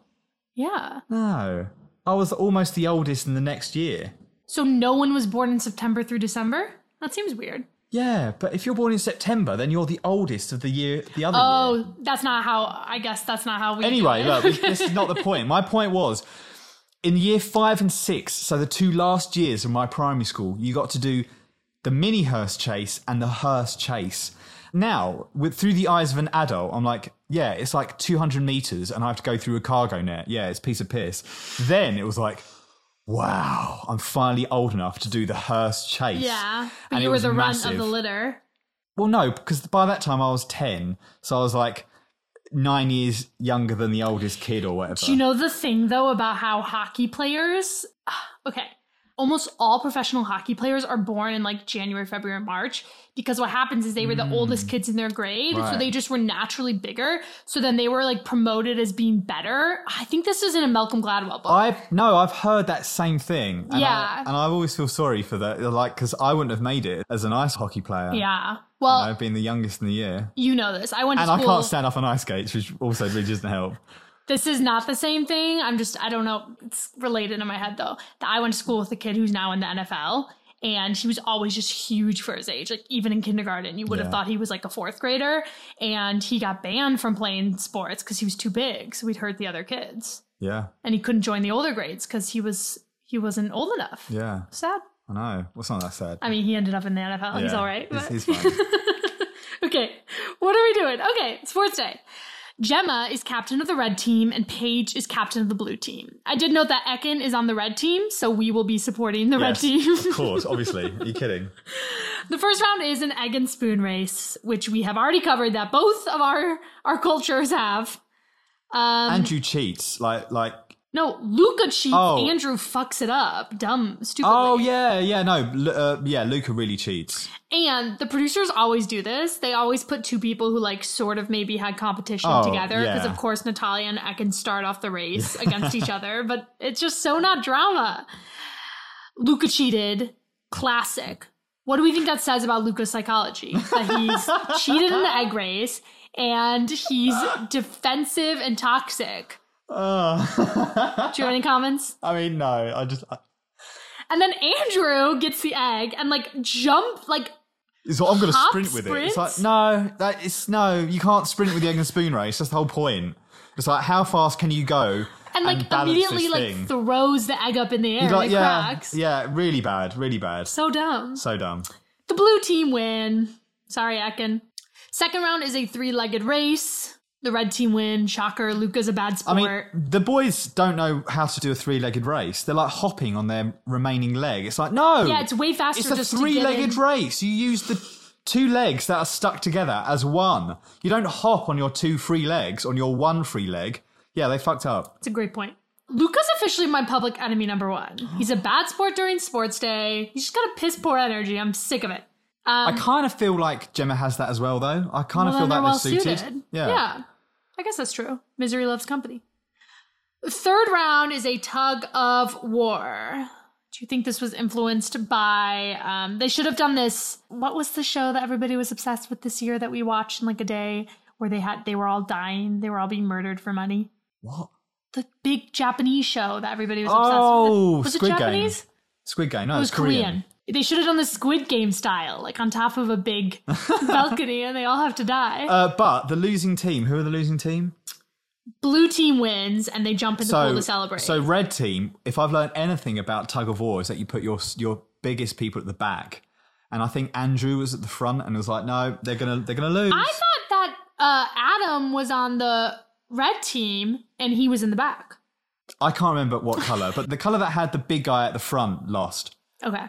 [SPEAKER 2] Yeah.
[SPEAKER 1] No, I was almost the oldest in the next year.
[SPEAKER 2] So no one was born in September through December? That seems weird.
[SPEAKER 1] Yeah, but if you're born in September, then you're the oldest of the year, the other year.
[SPEAKER 2] Oh, that's not how I guess that's not how we
[SPEAKER 1] Anyway, look, we- this is not the point. My point was in year five and six, so the two last years of my primary school, you got to do the mini hearse chase and the hearse chase. Now, with through the eyes of an adult, I'm like, yeah, it's like 200 meters, and I have to go through a cargo net. Yeah, it's a piece of piss. Then it was like, wow, I'm finally old enough to do the hearse chase.
[SPEAKER 2] Yeah. But
[SPEAKER 1] And it
[SPEAKER 2] you were
[SPEAKER 1] was
[SPEAKER 2] the runt
[SPEAKER 1] massive.
[SPEAKER 2] of the litter.
[SPEAKER 1] Well, no, because by that time I was 10. So I was like nine years younger than the oldest kid or whatever.
[SPEAKER 2] Do you know the thing though about how hockey players okay. Almost all professional hockey players are born in like January, February, and March because what happens is they were the oldest kids in their grade. So
[SPEAKER 1] Mm. Right.
[SPEAKER 2] they just were naturally bigger. So then they were like promoted as being better. I think this is in a Malcolm Gladwell book.
[SPEAKER 1] I've no, I've heard that same thing. And I,
[SPEAKER 2] Yeah.
[SPEAKER 1] and I always feel sorry for that, like because I wouldn't have made it as an ice hockey player.
[SPEAKER 2] yeah. Well,
[SPEAKER 1] I've been the youngest in the year,
[SPEAKER 2] you know this. I went to
[SPEAKER 1] and I
[SPEAKER 2] school.
[SPEAKER 1] can't stand up on ice skates, which also really doesn't help.
[SPEAKER 2] this is not the same thing. I'm just I don't know. It's related in my head though. That I went to school with a kid who's now in the NFL, and he was always just huge for his age. Like even in kindergarten, you would
[SPEAKER 1] Yeah.
[SPEAKER 2] have thought he was like a fourth grader, and he got banned from playing sports because he was too big. So we'd hurt the other kids,
[SPEAKER 1] Yeah,
[SPEAKER 2] and he couldn't join the older grades because he was he wasn't old enough.
[SPEAKER 1] yeah,
[SPEAKER 2] Sad.
[SPEAKER 1] I know. What's not that sad?
[SPEAKER 2] I mean, he ended up in the NFL. He's
[SPEAKER 1] Yeah,
[SPEAKER 2] all right. but-
[SPEAKER 1] He's, he's fine.
[SPEAKER 2] okay, what are we doing? Okay, sports day. Gemma is captain of the red team and Paige is captain of the blue team. I did note that Ekin is on the red team, so we will be supporting the
[SPEAKER 1] Yes,
[SPEAKER 2] red team.
[SPEAKER 1] of course, obviously. Are you kidding?
[SPEAKER 2] the first round is an egg and spoon race, which we have already covered that both of our our cultures have. Um,
[SPEAKER 1] Andrew cheats. Like like
[SPEAKER 2] no, Luca cheats.
[SPEAKER 1] Oh.
[SPEAKER 2] Andrew fucks it up. Dumb, stupid.
[SPEAKER 1] oh yeah yeah no Lu- uh, yeah Luca really cheats.
[SPEAKER 2] And the producers always do this. They always put two people who like sort of maybe had competition
[SPEAKER 1] Oh,
[SPEAKER 2] together because
[SPEAKER 1] yeah.
[SPEAKER 2] of course Natalia and Ekin start off the race against each other, but it's just so not drama. Luca cheated. Classic. What do we think that says about Luca's psychology? That he's cheated in the egg race and he's defensive and toxic.
[SPEAKER 1] Uh,
[SPEAKER 2] Do you have any comments?
[SPEAKER 1] I mean no I just I,
[SPEAKER 2] And then Andrew gets the egg and like jump like
[SPEAKER 1] it's what I'm gonna
[SPEAKER 2] Hop
[SPEAKER 1] sprint with it. It's like
[SPEAKER 2] sprints?
[SPEAKER 1] no that is no you can't sprint with the egg and spoon race. That's the whole point. It's like how fast can you go
[SPEAKER 2] and like
[SPEAKER 1] balance this
[SPEAKER 2] immediately like
[SPEAKER 1] thing?
[SPEAKER 2] throws the egg up in the air
[SPEAKER 1] He's like,
[SPEAKER 2] and it
[SPEAKER 1] yeah,
[SPEAKER 2] cracks.
[SPEAKER 1] yeah, really bad, really bad.
[SPEAKER 2] So dumb.
[SPEAKER 1] So dumb.
[SPEAKER 2] The blue team win. Sorry, Ekin. Second round is a three-legged race. The red team win. Shocker. Luca's a bad
[SPEAKER 1] I
[SPEAKER 2] sport.
[SPEAKER 1] mean, the boys don't know how to do a three-legged race. They're like hopping on their remaining leg. It's like no,
[SPEAKER 2] yeah, it's way faster.
[SPEAKER 1] it's a
[SPEAKER 2] just
[SPEAKER 1] three-legged
[SPEAKER 2] to get in.
[SPEAKER 1] race. You use the two legs that are stuck together as one. You don't hop on your two free legs on your one free leg. Yeah, they fucked up.
[SPEAKER 2] It's a great point. Luca's officially my public enemy number one. He's a bad sport during sports day. He's just got a piss poor energy. I'm sick of it.
[SPEAKER 1] I kind of feel like Gemma has that as well, though. I kind of
[SPEAKER 2] Well,
[SPEAKER 1] feel
[SPEAKER 2] then
[SPEAKER 1] that
[SPEAKER 2] they're
[SPEAKER 1] was suited. Yeah.
[SPEAKER 2] yeah. I guess that's true. Misery loves company. Third round is a tug of war. Do you think this was influenced by? Um, they should have done this. What was the show that everybody was obsessed with this year that we watched in like a day where they had they were all dying, they were all being murdered for money.
[SPEAKER 1] What?
[SPEAKER 2] The big Japanese show that everybody was obsessed
[SPEAKER 1] Oh,
[SPEAKER 2] with. Was
[SPEAKER 1] Squid
[SPEAKER 2] it Japanese?
[SPEAKER 1] Game. Squid Game. No,
[SPEAKER 2] It
[SPEAKER 1] it's
[SPEAKER 2] was Korean. They should have done the Squid Game style, like on top of a big balcony, and they all have to die.
[SPEAKER 1] Uh, but the losing team. Who are the losing team?
[SPEAKER 2] blue team wins and they jump in the pool to celebrate.
[SPEAKER 1] So red team, if I've learned anything about tug of war, is that you put your your biggest people at the back. And I think Andrew was at the front and was like, no, they're gonna they're gonna lose.
[SPEAKER 2] I thought that uh, Adam was on the red team and he was in the back.
[SPEAKER 1] I can't remember what color, but the color that had the big guy at the front lost.
[SPEAKER 2] Okay.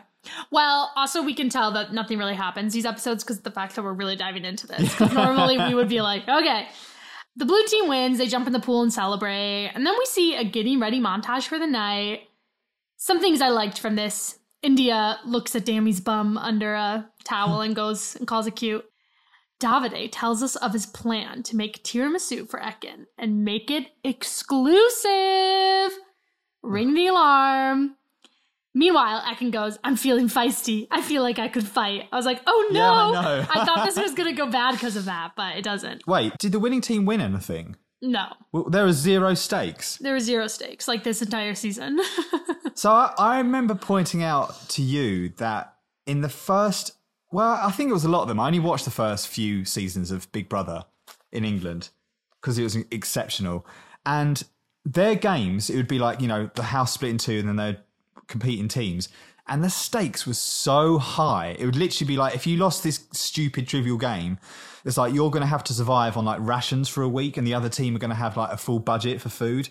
[SPEAKER 2] Well, also we can tell that nothing really happens these episodes because of the fact that we're really diving into this. 'Cause normally we would be like, okay, the blue team wins. They jump in the pool and celebrate, and then we see a getting ready montage for the night. Some things I liked from this: India looks at Dammy's bum under a towel and goes and calls it cute. Davide tells us of his plan to make tiramisu for Ekin and make it exclusive. Ring the alarm. Meanwhile, Ekin goes, I'm feeling feisty. I feel like I could fight. I was like, oh no.
[SPEAKER 1] Yeah, I know.
[SPEAKER 2] I thought this was going to go bad because of that, but it doesn't.
[SPEAKER 1] Wait, did the winning team win anything?
[SPEAKER 2] No,
[SPEAKER 1] Well, there are zero stakes.
[SPEAKER 2] there were zero stakes like this entire season.
[SPEAKER 1] So I, I remember pointing out to you that in the first, well, I think it was a lot of them. I only watched the first few seasons of Big Brother in England because it was exceptional. And their games, it would be like, you know, the house split in two and then they'd compete in teams. And the stakes were so high. It would literally be like, if you lost this stupid trivial game, it's like you're going to have to survive on like rations for a week and the other team are going to have like a full budget for food.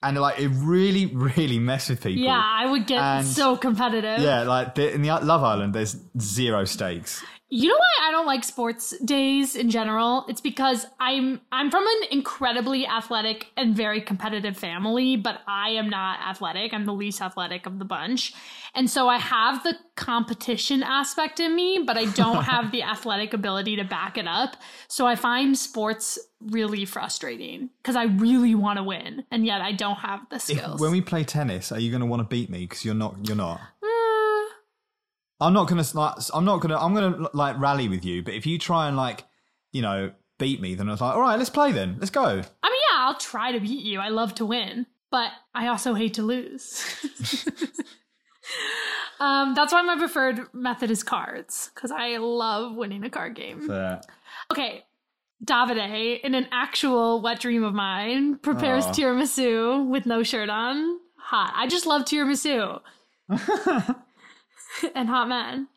[SPEAKER 1] And like, it really, really messed with people.
[SPEAKER 2] yeah, I would get
[SPEAKER 1] And-
[SPEAKER 2] so competitive.
[SPEAKER 1] Yeah, like the, in the Love Island, there's zero stakes.
[SPEAKER 2] You know why I don't like sports days in general? It's because I'm I'm from an incredibly athletic and very competitive family, but I am not athletic. I'm the least athletic of the bunch. And so I have the competition aspect in me, but I don't have the athletic ability to back it up. So I find sports really frustrating because I really want to win and yet I don't have the
[SPEAKER 1] If-
[SPEAKER 2] skills.
[SPEAKER 1] when we play tennis, are you going to want to beat me? Because you're not. You're not.
[SPEAKER 2] Mm,
[SPEAKER 1] I'm not going to. Like, I'm not going to. I'm going to like rally with you. But if you try and like, you know, beat me, then I was like, all right, let's play then. Let's go.
[SPEAKER 2] I mean, yeah, I'll try to beat you. I love to win, but I also hate to lose. um, that's why my preferred method is cards, because I love winning a card game.
[SPEAKER 1] Uh,
[SPEAKER 2] Okay, Davide, in an actual wet dream of mine, prepares
[SPEAKER 1] Aw.
[SPEAKER 2] tiramisu with no shirt on. Hot. I just love tiramisu and hot men.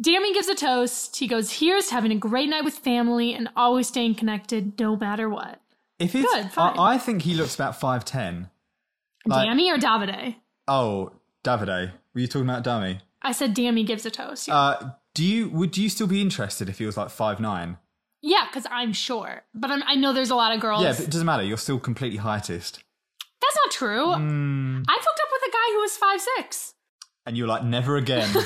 [SPEAKER 2] Dammy gives a toast. He goes, Here's to having a great night with family and always staying connected no matter what.
[SPEAKER 1] if it's,
[SPEAKER 2] Good, fine.
[SPEAKER 1] I, I think he looks about five ten. Like-
[SPEAKER 2] Dammy or Davide?
[SPEAKER 1] Oh, Davide, were you talking about Dummy?
[SPEAKER 2] I said Dammy gives a toast.
[SPEAKER 1] Uh, do you would you still be interested if he was like five nine?
[SPEAKER 2] Yeah, because I'm short, but I'm, I know there's a lot of girls.
[SPEAKER 1] Yeah, but it doesn't matter. You're still completely heightist.
[SPEAKER 2] That's not true.
[SPEAKER 1] Hmm.
[SPEAKER 2] I hooked up with a guy who was five six.
[SPEAKER 1] And you're like, never again.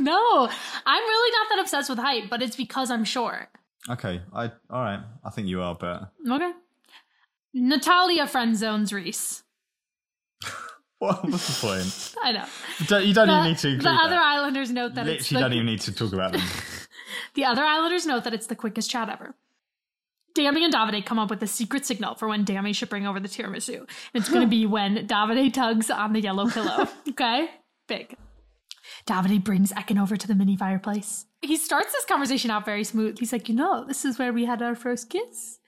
[SPEAKER 2] No, I'm really not that obsessed with height, but it's because I'm short.
[SPEAKER 1] okay, I all right. I think you are, but
[SPEAKER 2] Okay. Natalia friend zones Reese.
[SPEAKER 1] what was the point?
[SPEAKER 2] I know.
[SPEAKER 1] Don't- you don't
[SPEAKER 2] The,
[SPEAKER 1] even need to.
[SPEAKER 2] the
[SPEAKER 1] Include
[SPEAKER 2] other
[SPEAKER 1] that.
[SPEAKER 2] Islanders note that it's
[SPEAKER 1] Literally,
[SPEAKER 2] the,
[SPEAKER 1] don't even need to talk about them.
[SPEAKER 2] the other Islanders note that it's the quickest chat ever. Dammy and Davide come up with a secret signal for when Dammy should bring over the tiramisu. And it's going to be when Davide tugs on the yellow pillow. Okay? Big. Davide brings Ekin over to the mini fireplace. He starts this conversation out very smooth. He's like, You know, this is where we had our first kiss.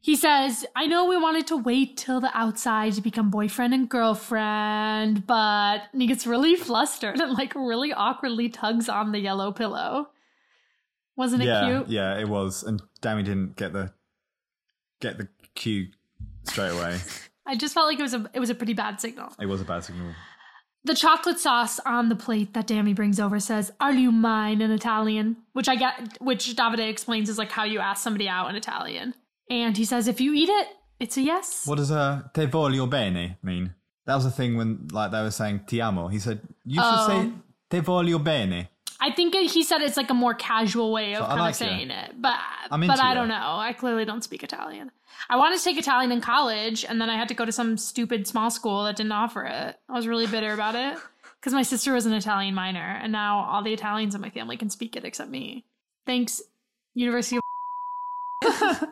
[SPEAKER 2] He says, I know we wanted to wait till the outside to become boyfriend and girlfriend, but and he gets really flustered and like really awkwardly tugs on the yellow pillow. Wasn't it
[SPEAKER 1] yeah,
[SPEAKER 2] cute?
[SPEAKER 1] yeah, it was. And Dammy didn't get the get the cue straight away.
[SPEAKER 2] I just felt like it was a it was a pretty bad signal.
[SPEAKER 1] it was a bad signal.
[SPEAKER 2] The chocolate sauce on the plate that Dammy brings over says, "Are you mine?" in Italian, which I get, which Davide explains is like how you ask somebody out in Italian. And he says, "If you eat it, it's a yes."
[SPEAKER 1] What does uh, te voglio bene mean? That was the thing when like they were saying ti amo. He said you should
[SPEAKER 2] Oh.
[SPEAKER 1] say te voglio bene.
[SPEAKER 2] I think he said it's like a more casual way of
[SPEAKER 1] I
[SPEAKER 2] kind
[SPEAKER 1] like
[SPEAKER 2] of
[SPEAKER 1] it.
[SPEAKER 2] saying it, but
[SPEAKER 1] I'm
[SPEAKER 2] but
[SPEAKER 1] into
[SPEAKER 2] I don't
[SPEAKER 1] it.
[SPEAKER 2] know. I clearly don't speak Italian. I wanted to take Italian in college, and then I had to go to some stupid small school that didn't offer it. I was really bitter about it because my sister was an Italian minor, and now all the Italians in my family can speak it except me. Thanks, University of. I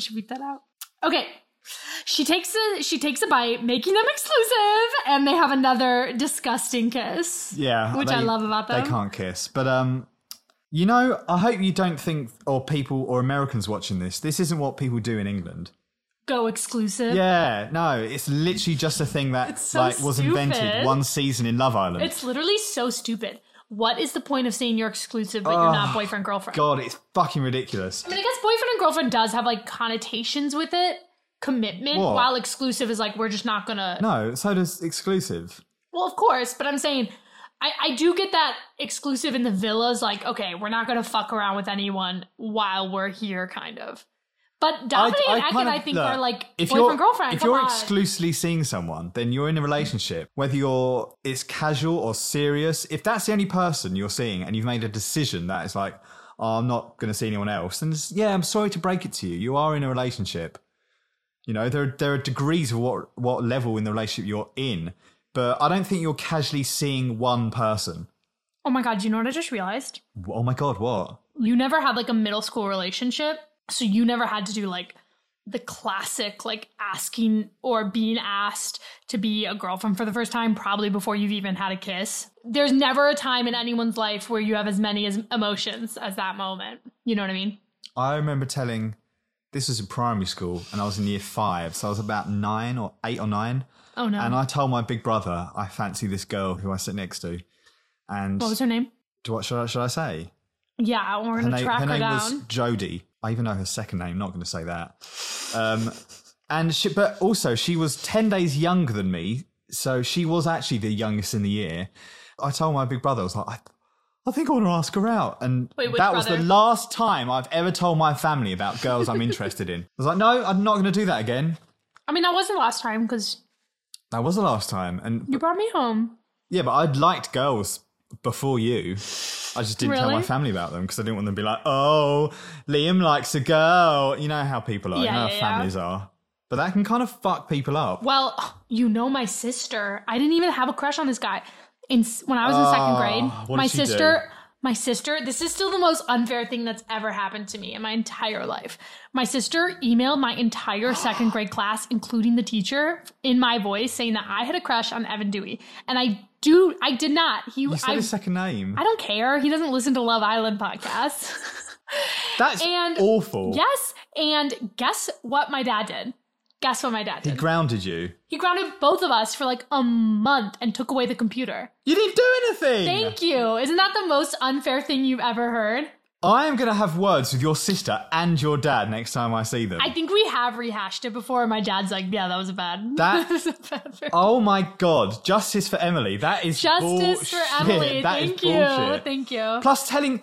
[SPEAKER 2] should beat that out. Okay. She takes a she takes a bite, making them exclusive, and they have another disgusting kiss.
[SPEAKER 1] Yeah,
[SPEAKER 2] Which I love about
[SPEAKER 1] They
[SPEAKER 2] them.
[SPEAKER 1] can't kiss, but um, you know, I hope you don't think or people or Americans watching this. This isn't what people do in England.
[SPEAKER 2] Go exclusive.
[SPEAKER 1] Yeah, no, it's literally just a thing that
[SPEAKER 2] so
[SPEAKER 1] like was invented
[SPEAKER 2] stupid.
[SPEAKER 1] one season in Love Island.
[SPEAKER 2] It's literally so stupid. What is the point of saying you're exclusive but you're not boyfriend girlfriend?
[SPEAKER 1] God, it's fucking ridiculous.
[SPEAKER 2] I mean, I guess boyfriend and girlfriend does have like connotations with it, commitment,
[SPEAKER 1] What?
[SPEAKER 2] while exclusive is like we're just not gonna.
[SPEAKER 1] No, so does exclusive.
[SPEAKER 2] Well, of course, but I'm saying I, I do get that exclusive in the villas. Like, okay, we're not gonna fuck around with anyone while we're here, kind of. But Dominic and Ekin,
[SPEAKER 1] kind of-
[SPEAKER 2] I think,
[SPEAKER 1] look,
[SPEAKER 2] are like
[SPEAKER 1] if
[SPEAKER 2] boyfriend
[SPEAKER 1] you're,
[SPEAKER 2] girlfriend.
[SPEAKER 1] If
[SPEAKER 2] come
[SPEAKER 1] you're
[SPEAKER 2] on.
[SPEAKER 1] exclusively seeing someone, then you're in a relationship. Whether you're it's casual or serious, if that's the only person you're seeing, and you've made a decision that is like, oh, I'm not going to see anyone else, then it's- yeah, I'm sorry to break it to you, you are in a relationship. You know, there there are degrees of what what level in the relationship you're in, but I don't think you're casually seeing one person.
[SPEAKER 2] oh my god, you know what I just realized?
[SPEAKER 1] Oh my god, what?
[SPEAKER 2] you never had like a middle school relationship so you never had to do like the classic like asking or being asked to be a girlfriend for the first time probably before you've even had a kiss there's never a time in anyone's life where you have as many as emotions as that moment you know what i mean
[SPEAKER 1] I remember telling this was in primary school and I was in year five, so I was about nine or eight or nine.
[SPEAKER 2] oh no
[SPEAKER 1] And I told my big brother I fancy this girl who I sit next to. And
[SPEAKER 2] what was her name
[SPEAKER 1] do- what should I, should I say?
[SPEAKER 2] yeah we're
[SPEAKER 1] Her
[SPEAKER 2] gonna
[SPEAKER 1] name,
[SPEAKER 2] track
[SPEAKER 1] her
[SPEAKER 2] her,
[SPEAKER 1] name was
[SPEAKER 2] down
[SPEAKER 1] Jodie. I even know her second name. Not going to say that. Um, and she, but also she was ten days younger than me, so she was actually the youngest in the year. I told my big brother, I was like, I, I think I want to ask her out, and
[SPEAKER 2] Wait, which
[SPEAKER 1] that was the
[SPEAKER 2] brother?
[SPEAKER 1] last time I've ever told my family about girls I'm interested in. I was like, no, I'm not going to do that again.
[SPEAKER 2] i mean that wasn't last time because
[SPEAKER 1] That was the last time, and
[SPEAKER 2] you brought me home
[SPEAKER 1] Yeah, but I'd liked girls before you. I just didn't tell
[SPEAKER 2] Really?
[SPEAKER 1] my family about them because I didn't want them to be like, "Oh, Liam likes a girl." You know how people are.
[SPEAKER 2] Yeah,
[SPEAKER 1] you know how
[SPEAKER 2] yeah, yeah.
[SPEAKER 1] families are. But that can kind of fuck people up.
[SPEAKER 2] well you know my sister i didn't even have a crush on this guy in when I was in second
[SPEAKER 1] Oh,
[SPEAKER 2] grade,
[SPEAKER 1] what did
[SPEAKER 2] my
[SPEAKER 1] she do?
[SPEAKER 2] sister, my sister, this is still the most unfair thing that's ever happened to me in my entire life. My sister emailed my entire second grade class, including the teacher, in my voice saying that I had a crush on Evan Dewey, and I do, I did not. He,
[SPEAKER 1] You said
[SPEAKER 2] I,
[SPEAKER 1] his second name.
[SPEAKER 2] I don't care. He doesn't listen to Love Island podcasts.
[SPEAKER 1] That's
[SPEAKER 2] and-
[SPEAKER 1] awful.
[SPEAKER 2] yes, and guess what my dad did. Guess what my dad
[SPEAKER 1] He
[SPEAKER 2] did?
[SPEAKER 1] grounded you.
[SPEAKER 2] He grounded both of us for like a month and took away the computer.
[SPEAKER 1] You didn't do anything.
[SPEAKER 2] Thank you. Isn't that the most unfair thing you've ever heard?
[SPEAKER 1] I am gonna have words with your sister and your dad next time I see them.
[SPEAKER 2] I think we have rehashed it before. and My dad's like, yeah, that was a bad.
[SPEAKER 1] That-
[SPEAKER 2] was a bad version."
[SPEAKER 1] oh my god! Justice for Emily. That is
[SPEAKER 2] Justice
[SPEAKER 1] bullshit.
[SPEAKER 2] for Emily.
[SPEAKER 1] That is
[SPEAKER 2] Thank you.
[SPEAKER 1] bullshit.
[SPEAKER 2] Thank you.
[SPEAKER 1] Plus, telling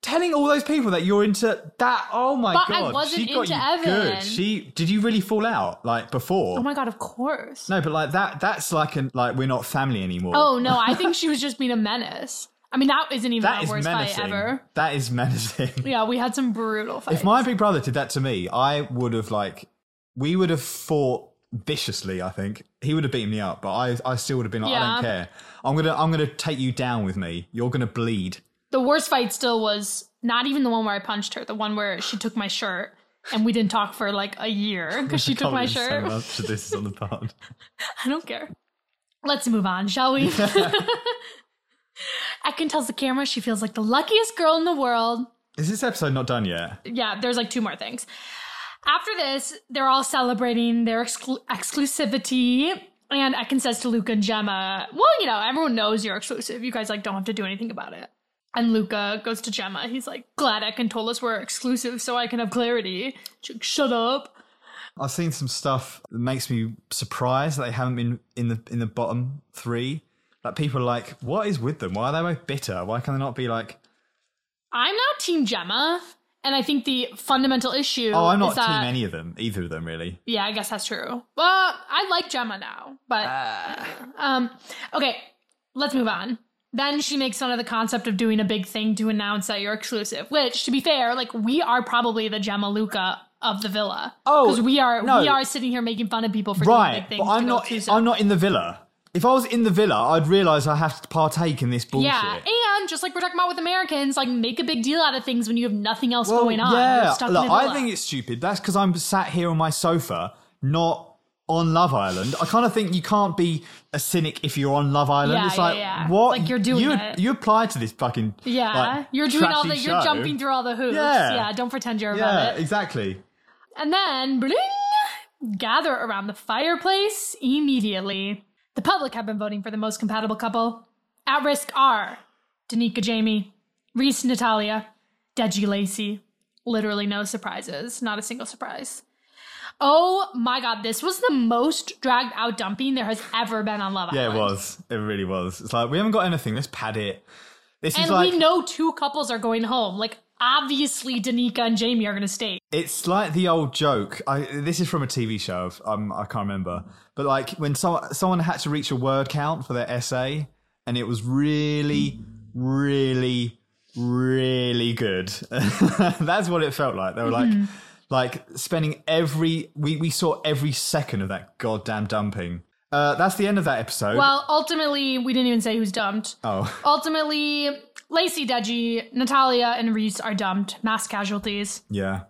[SPEAKER 1] telling all those people that you're into that. Oh my
[SPEAKER 2] But I
[SPEAKER 1] god,
[SPEAKER 2] wasn't
[SPEAKER 1] she got
[SPEAKER 2] into
[SPEAKER 1] you
[SPEAKER 2] Evan.
[SPEAKER 1] good. She did you really fall out like before?
[SPEAKER 2] Oh my god, of course.
[SPEAKER 1] no, but like that. That's like an like we're not family anymore.
[SPEAKER 2] Oh no, I think she was just being a menace. I mean, that isn't even
[SPEAKER 1] that
[SPEAKER 2] our
[SPEAKER 1] is
[SPEAKER 2] worst
[SPEAKER 1] menacing.
[SPEAKER 2] fight ever.
[SPEAKER 1] That is menacing.
[SPEAKER 2] Yeah, we had some brutal fights.
[SPEAKER 1] If my big brother did that to me, I would have like we would have fought viciously. I think he would have beaten me up, but I I still would have been like, I
[SPEAKER 2] Yeah.
[SPEAKER 1] don't care. I'm gonna I'm gonna take you down with me. You're gonna bleed.
[SPEAKER 2] the worst fight still was not even the one where I punched her, the one where she took my shirt and we didn't talk for like a year because she took my
[SPEAKER 1] Can't believe
[SPEAKER 2] shirt.
[SPEAKER 1] So much of this is on the pod.
[SPEAKER 2] I don't care. Let's move on, shall we? Ekin tells the camera she feels like the luckiest girl in the world.
[SPEAKER 1] is this episode not done yet?
[SPEAKER 2] Yeah, there's like two more things. After this, they're all celebrating their exclu- exclusivity. And Ekin says to Luca and Gemma, Well, you know, everyone knows you're exclusive. You guys like don't have to do anything about it. And Luca goes to Gemma. He's like, Glad Ekin told us we're exclusive so I can have clarity. She's like, Shut up.
[SPEAKER 1] I've seen some stuff that makes me surprised that they haven't been in the in the bottom three. Like people are like, what is with them? Why are they both bitter? Why can they not be like,
[SPEAKER 2] I'm now Team Gemma. And I think the fundamental issue
[SPEAKER 1] oh, I'm not
[SPEAKER 2] is that
[SPEAKER 1] team any of them, either of them really.
[SPEAKER 2] Yeah, I guess that's true. Well, I like Gemma now, but
[SPEAKER 1] Ah.
[SPEAKER 2] um, okay, let's move on. Then she makes fun of the concept of doing a big thing to announce that you're exclusive. Which, to be fair, like we are probably the Gemma Luca of the villa.
[SPEAKER 1] Oh,
[SPEAKER 2] because we are
[SPEAKER 1] no.
[SPEAKER 2] we are sitting here making fun of people for doing
[SPEAKER 1] Right,
[SPEAKER 2] big things.
[SPEAKER 1] but
[SPEAKER 2] to
[SPEAKER 1] I'm
[SPEAKER 2] go
[SPEAKER 1] not.
[SPEAKER 2] exclusive.
[SPEAKER 1] I'm not in the villa. If I was in the villa, I'd realise I have to partake in this bullshit.
[SPEAKER 2] Yeah, and just like we're talking about with Americans, like make a big deal out of things when you have nothing else going on. You're
[SPEAKER 1] Yeah,
[SPEAKER 2] stuck in
[SPEAKER 1] look,
[SPEAKER 2] a
[SPEAKER 1] I
[SPEAKER 2] villa.
[SPEAKER 1] think it's stupid. That's because I'm sat here on my sofa, not on Love Island. I kind of think you can't be a cynic if you're on Love Island.
[SPEAKER 2] Yeah,
[SPEAKER 1] it's
[SPEAKER 2] yeah,
[SPEAKER 1] like
[SPEAKER 2] yeah.
[SPEAKER 1] what
[SPEAKER 2] Like, you're doing
[SPEAKER 1] you,
[SPEAKER 2] it.
[SPEAKER 1] You applied to this fucking
[SPEAKER 2] yeah,
[SPEAKER 1] like,
[SPEAKER 2] you're doing all the
[SPEAKER 1] trashy
[SPEAKER 2] you're
[SPEAKER 1] show.
[SPEAKER 2] jumping through all the hoops.
[SPEAKER 1] Yeah.
[SPEAKER 2] don't pretend you're above
[SPEAKER 1] Yeah,
[SPEAKER 2] it.
[SPEAKER 1] exactly.
[SPEAKER 2] And then, bling, gather around the fireplace immediately. The public have been voting for the most compatible couple. At risk are Danica Jamie, Reese Natalia, Deji Lacey. Literally no surprises, not a single surprise. Oh my god, this was the most dragged out dumping there has ever been on Love
[SPEAKER 1] Yeah,
[SPEAKER 2] Island.
[SPEAKER 1] it was. It really was. It's like we haven't got anything. Let's pad it. This
[SPEAKER 2] And
[SPEAKER 1] is like
[SPEAKER 2] we know two couples are going home. Like, obviously, Danica and Jamie are going to stay.
[SPEAKER 1] It's like the old joke. I, this is from a TV show. I've- Um, I can't remember, but like when so, someone had to reach a word count for their essay, and it was really, really, really good. That's what it felt like. They were like, like spending every. We we saw every second of that goddamn dumping. Uh, that's the end of that episode.
[SPEAKER 2] Well, ultimately, we didn't even say who's dumped.
[SPEAKER 1] oh,
[SPEAKER 2] Ultimately, Lacey, Deji, Natalia, and Reese are dumped. Mass casualties.
[SPEAKER 1] yeah,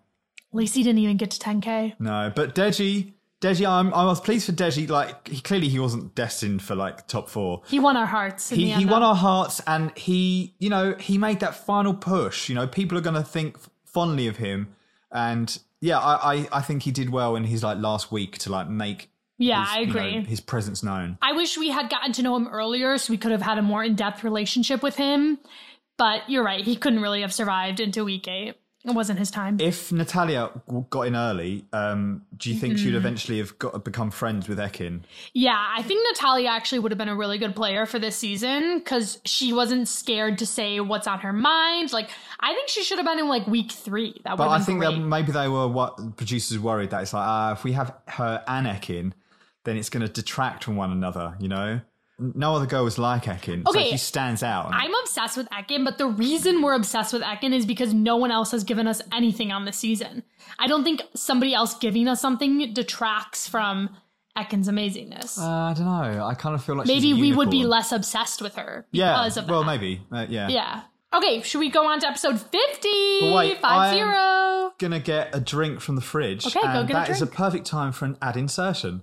[SPEAKER 2] Lacey didn't even get to 10K.
[SPEAKER 1] no, but Deji. Deji, I'm, I was pleased for Deji. Like, he, clearly he wasn't destined for like top four.
[SPEAKER 2] He won our hearts. In
[SPEAKER 1] he,
[SPEAKER 2] the end,
[SPEAKER 1] he won
[SPEAKER 2] though.
[SPEAKER 1] our hearts and he you know he made that final push you know people are going to think fondly of him and yeah I, I i think he did well in his like last week to like make
[SPEAKER 2] Yeah,
[SPEAKER 1] his,
[SPEAKER 2] I
[SPEAKER 1] you know,
[SPEAKER 2] agree.
[SPEAKER 1] his presence known
[SPEAKER 2] I wish we had gotten to know him earlier so we could have had a more in depth relationship with him. But you're right. He couldn't really have survived into week eight. It wasn't his time.
[SPEAKER 1] if natalia w- got in early um do you think
[SPEAKER 2] Mm-hmm.
[SPEAKER 1] she'd eventually have got become friends with ekin
[SPEAKER 2] yeah, I think Natalia actually would have been a really good player for this season because she wasn't scared to say what's on her mind. Like, I think she should have been in like week three. That would
[SPEAKER 1] but
[SPEAKER 2] have
[SPEAKER 1] i
[SPEAKER 2] been
[SPEAKER 1] think
[SPEAKER 2] great.
[SPEAKER 1] that maybe they were what producers worried that it's like ah if we have her and ekin then it's going to detract from one another you know no other girl is like ekin
[SPEAKER 2] Okay.
[SPEAKER 1] so she stands out
[SPEAKER 2] I'm obsessed with Ekin, but the reason we're obsessed with Ekin is because no one else has given us anything on this season. I don't think somebody else giving us something detracts from Ekin's amazingness.
[SPEAKER 1] Uh, I don't know. I kind of feel like
[SPEAKER 2] Maybe
[SPEAKER 1] she's a
[SPEAKER 2] we would be
[SPEAKER 1] unicorn.
[SPEAKER 2] less obsessed with her
[SPEAKER 1] Yeah.
[SPEAKER 2] because of that.
[SPEAKER 1] well, maybe. Uh, yeah.
[SPEAKER 2] Yeah. Okay, should we go on to episode 50?
[SPEAKER 1] But wait,
[SPEAKER 2] 5
[SPEAKER 1] I'm-
[SPEAKER 2] 0.
[SPEAKER 1] Gonna get a drink from the fridge.
[SPEAKER 2] Okay, go
[SPEAKER 1] and
[SPEAKER 2] get a
[SPEAKER 1] that is
[SPEAKER 2] drink.
[SPEAKER 1] a perfect time for an ad insertion.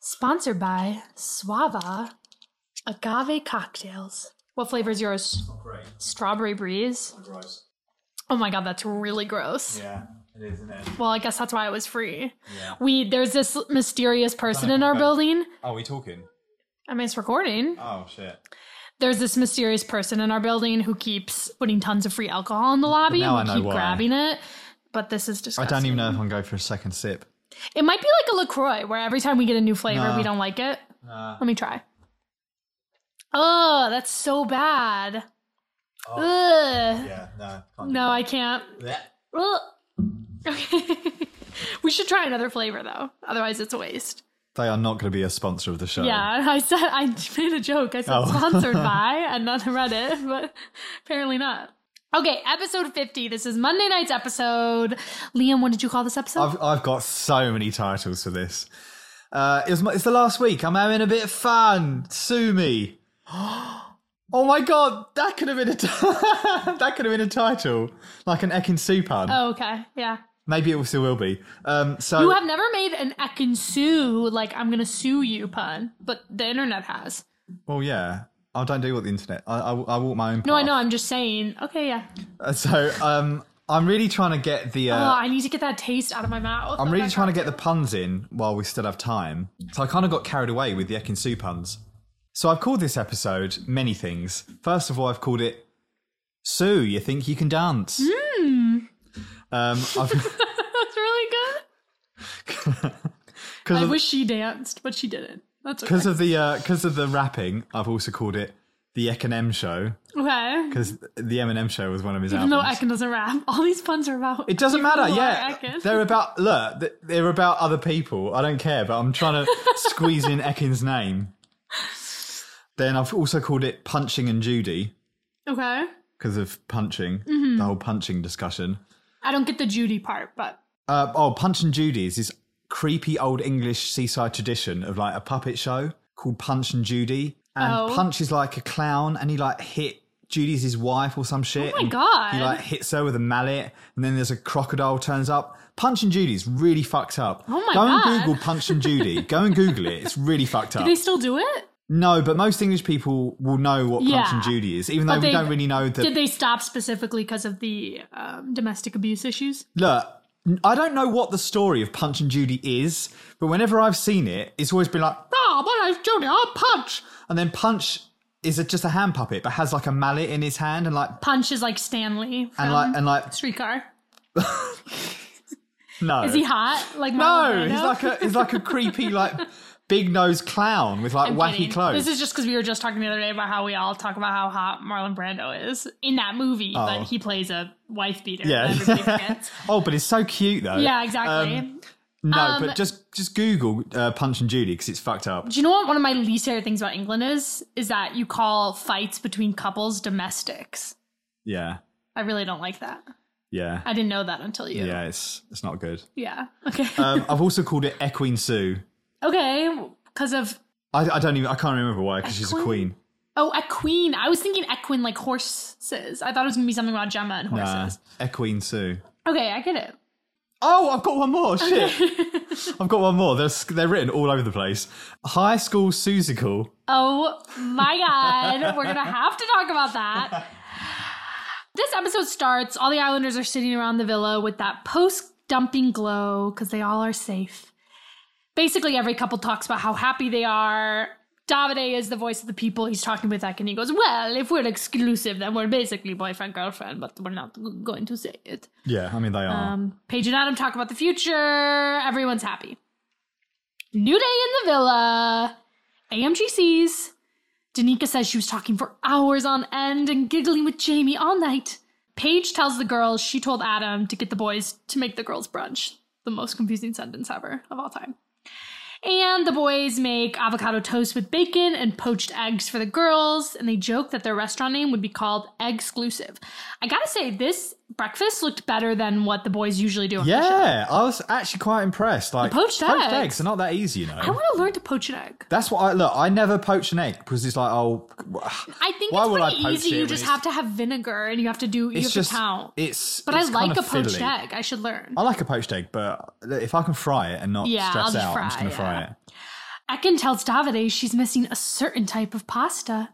[SPEAKER 2] Sponsored by Suava Agave Cocktails. What flavor is yours? Strawberry breeze. Oh my god, that's really gross.
[SPEAKER 1] Yeah, it is, isn't it?
[SPEAKER 2] Well, I guess that's why it was free. We there's this mysterious person
[SPEAKER 1] know,
[SPEAKER 2] in our
[SPEAKER 1] but-
[SPEAKER 2] building.
[SPEAKER 1] Are we talking?
[SPEAKER 2] I mean, it's recording.
[SPEAKER 1] Oh shit!
[SPEAKER 2] There's this mysterious person in our building who keeps putting tons of free alcohol in the lobby,
[SPEAKER 1] Now I
[SPEAKER 2] and we
[SPEAKER 1] know
[SPEAKER 2] keep
[SPEAKER 1] why.
[SPEAKER 2] grabbing it. But this is
[SPEAKER 1] I
[SPEAKER 2] disgusting.
[SPEAKER 1] don't even know if I'm going for a second sip.
[SPEAKER 2] It might be like a LaCroix where every time we get a new flavor, we don't like it. Let me try. Oh, that's so bad. Ugh.
[SPEAKER 1] Oh. Yeah, no.
[SPEAKER 2] No, I can't. Ugh. Okay. we should try another flavor though. Otherwise, it's a waste.
[SPEAKER 1] They are not going to be a sponsor of the show.
[SPEAKER 2] Yeah, I said I made a joke. I said
[SPEAKER 1] Oh.
[SPEAKER 2] sponsored by and not read it, but apparently not. Okay, episode 50. This is Monday night's episode. Liam, what did you call this episode?
[SPEAKER 1] I've, I've got so many titles for this. Uh, it was my, it's the last week. I'm having a bit of fun. Sue me. Oh my god, that could have been a t- that could have been a title, like an Ekin Sue pun.
[SPEAKER 2] oh, okay. Yeah.
[SPEAKER 1] Maybe it will- still will be. Um, so
[SPEAKER 2] You have never made an I can sue, like I'm gonna sue you pun, but the internet has.
[SPEAKER 1] well, yeah. I don't do what the internet. I, I, I walk my own.
[SPEAKER 2] No, I know. I'm just saying. Okay, yeah.
[SPEAKER 1] know. So um, I'm really trying to get the. Uh,
[SPEAKER 2] oh, I need to get that taste out of my mouth.
[SPEAKER 1] I'm
[SPEAKER 2] of
[SPEAKER 1] really
[SPEAKER 2] that
[SPEAKER 1] trying to get the
[SPEAKER 2] cocktail.
[SPEAKER 1] puns in while we still have time. So I kind of got carried away with the Ekin Sue puns. So I've called this episode many things. First of all, I've called it Sue, You Think You Can Dance?
[SPEAKER 2] Hmm.
[SPEAKER 1] Um, I've,
[SPEAKER 2] That's really good.
[SPEAKER 1] cause
[SPEAKER 2] I
[SPEAKER 1] of,
[SPEAKER 2] wish she danced, but she didn't. That's okay.
[SPEAKER 1] 'cause of the uh, cause of the rapping, I've also called it the Eminem Show
[SPEAKER 2] Okay.
[SPEAKER 1] because the Eminem Show was one of his
[SPEAKER 2] Even though
[SPEAKER 1] albums.
[SPEAKER 2] Ekin doesn't rap, all these puns are about.
[SPEAKER 1] it doesn't matter.
[SPEAKER 2] people who are
[SPEAKER 1] Yeah,
[SPEAKER 2] Ekin.
[SPEAKER 1] they're about look. th- They're about other people. I don't care, but I'm trying to squeeze in Ekin's name. Then I've also called it punching and Judy.
[SPEAKER 2] okay.
[SPEAKER 1] because of punching, the whole punching discussion.
[SPEAKER 2] I don't get the Judy part, but
[SPEAKER 1] Uh, oh, Punch and Judy is this creepy old English seaside tradition of like a puppet show called Punch and Judy. And
[SPEAKER 2] Oh.
[SPEAKER 1] Punch is like a clown and he like hit Judy's his wife or some shit.
[SPEAKER 2] Oh my
[SPEAKER 1] and
[SPEAKER 2] God.
[SPEAKER 1] He like hits her with a mallet and then there's a crocodile turns up. Punch and Judy's really fucked up.
[SPEAKER 2] Oh my
[SPEAKER 1] Go and
[SPEAKER 2] God.
[SPEAKER 1] Google Punch and Judy. Go and Google it. It's really fucked up.
[SPEAKER 2] do they still do it?
[SPEAKER 1] no, but most English people will know what Punch
[SPEAKER 2] Yeah.
[SPEAKER 1] and Judy is, even
[SPEAKER 2] But
[SPEAKER 1] though we
[SPEAKER 2] they-
[SPEAKER 1] don't really know the
[SPEAKER 2] Did they stop specifically because of the um, domestic abuse issues?
[SPEAKER 1] Look, I don't know what the story of Punch and Judy is, but whenever I've seen it, it's always been like, ah, my name's Judy, I'll punch. And then Punch is a, just a hand puppet, but has like a mallet in his hand and like,
[SPEAKER 2] Punch is like Stanley from
[SPEAKER 1] and like, and like,
[SPEAKER 2] Streetcar.
[SPEAKER 1] no.
[SPEAKER 2] Is he hot? Like
[SPEAKER 1] no,
[SPEAKER 2] Marlon
[SPEAKER 1] he's
[SPEAKER 2] Brando?
[SPEAKER 1] like a, he's like a creepy, like, big nosed clown with like
[SPEAKER 2] I'm
[SPEAKER 1] wacky
[SPEAKER 2] kidding.
[SPEAKER 1] clothes.
[SPEAKER 2] This is just because we were just talking the other day about how we all talk about how hot Marlon Brando is in that movie, but he plays a wife beater.
[SPEAKER 1] Oh. Yeah.
[SPEAKER 2] that everybody forgets.
[SPEAKER 1] oh, but it's so cute though.
[SPEAKER 2] yeah, exactly.
[SPEAKER 1] Um, no,
[SPEAKER 2] Um,
[SPEAKER 1] but just just Google uh, Punch and Judy because it's fucked up.
[SPEAKER 2] Do you know what one of my least favorite things about England is? Is that you call fights between couples domestics.
[SPEAKER 1] Yeah,
[SPEAKER 2] I really don't like that.
[SPEAKER 1] yeah,
[SPEAKER 2] I didn't know that until you.
[SPEAKER 1] yeah. It's it's not good.
[SPEAKER 2] Yeah. Okay.
[SPEAKER 1] Um, I've also called it Equine Sue.
[SPEAKER 2] okay. Because of
[SPEAKER 1] I, I don't even. I can't remember why because she's a
[SPEAKER 2] Equine?
[SPEAKER 1] queen.
[SPEAKER 2] oh, equine. I was thinking equine like horses. I thought it was gonna be something about Gemma and
[SPEAKER 1] Nah,
[SPEAKER 2] horses.
[SPEAKER 1] Equine Sue.
[SPEAKER 2] Okay, I get it.
[SPEAKER 1] Oh, I've got one more. Shit, I've got one more. They're s- they're written all over the place. High school Susical.
[SPEAKER 2] Oh my god, we're gonna have to talk about that. This episode starts. All the Islanders are sitting around the villa with that post dumping glow because they all are safe. Basically, every couple talks about how happy they are. Davide is the voice of the people. He's talking with Ekin. He goes, Well, if we're exclusive, then we're basically boyfriend, girlfriend, but we're not g- going to say it.
[SPEAKER 1] Yeah, I mean they are.
[SPEAKER 2] Paige and Adam talk about the future. Everyone's happy. New day in the villa. AMG sees. Danica says she was talking for hours on end and giggling with Jamie all night. Paige tells the girls she told Adam to get the boys to make the girls brunch. The most confusing sentence ever of all time. And the boys make avocado toast with bacon and poached eggs for the girls, and they joke that their restaurant name would be called Exclusive. I gotta say, this breakfast looked better than what the boys usually do. On the show.
[SPEAKER 1] yeah, I was actually quite impressed. Like
[SPEAKER 2] poached eggs.
[SPEAKER 1] are not that easy, you know.
[SPEAKER 2] I want to learn to poach an egg.
[SPEAKER 1] That's what I look. I never poach an egg because it's like oh,
[SPEAKER 2] I think
[SPEAKER 1] Why
[SPEAKER 2] it's
[SPEAKER 1] would I
[SPEAKER 2] pretty
[SPEAKER 1] poach
[SPEAKER 2] easy.
[SPEAKER 1] it
[SPEAKER 2] You
[SPEAKER 1] when
[SPEAKER 2] just
[SPEAKER 1] it's-
[SPEAKER 2] have to have vinegar, and you have to do. You
[SPEAKER 1] it's
[SPEAKER 2] have
[SPEAKER 1] just
[SPEAKER 2] to count.
[SPEAKER 1] it's.
[SPEAKER 2] but
[SPEAKER 1] it's
[SPEAKER 2] I like
[SPEAKER 1] kind
[SPEAKER 2] a
[SPEAKER 1] of
[SPEAKER 2] poached
[SPEAKER 1] fiddly. Oh.
[SPEAKER 2] egg. I should learn.
[SPEAKER 1] I like a poached egg, but if I can fry it and not
[SPEAKER 2] Yeah,
[SPEAKER 1] stress
[SPEAKER 2] I'll just
[SPEAKER 1] out, I'm just
[SPEAKER 2] fry,
[SPEAKER 1] gonna fry
[SPEAKER 2] yeah.
[SPEAKER 1] it.
[SPEAKER 2] Ekin tells Davide she's missing a certain type of pasta.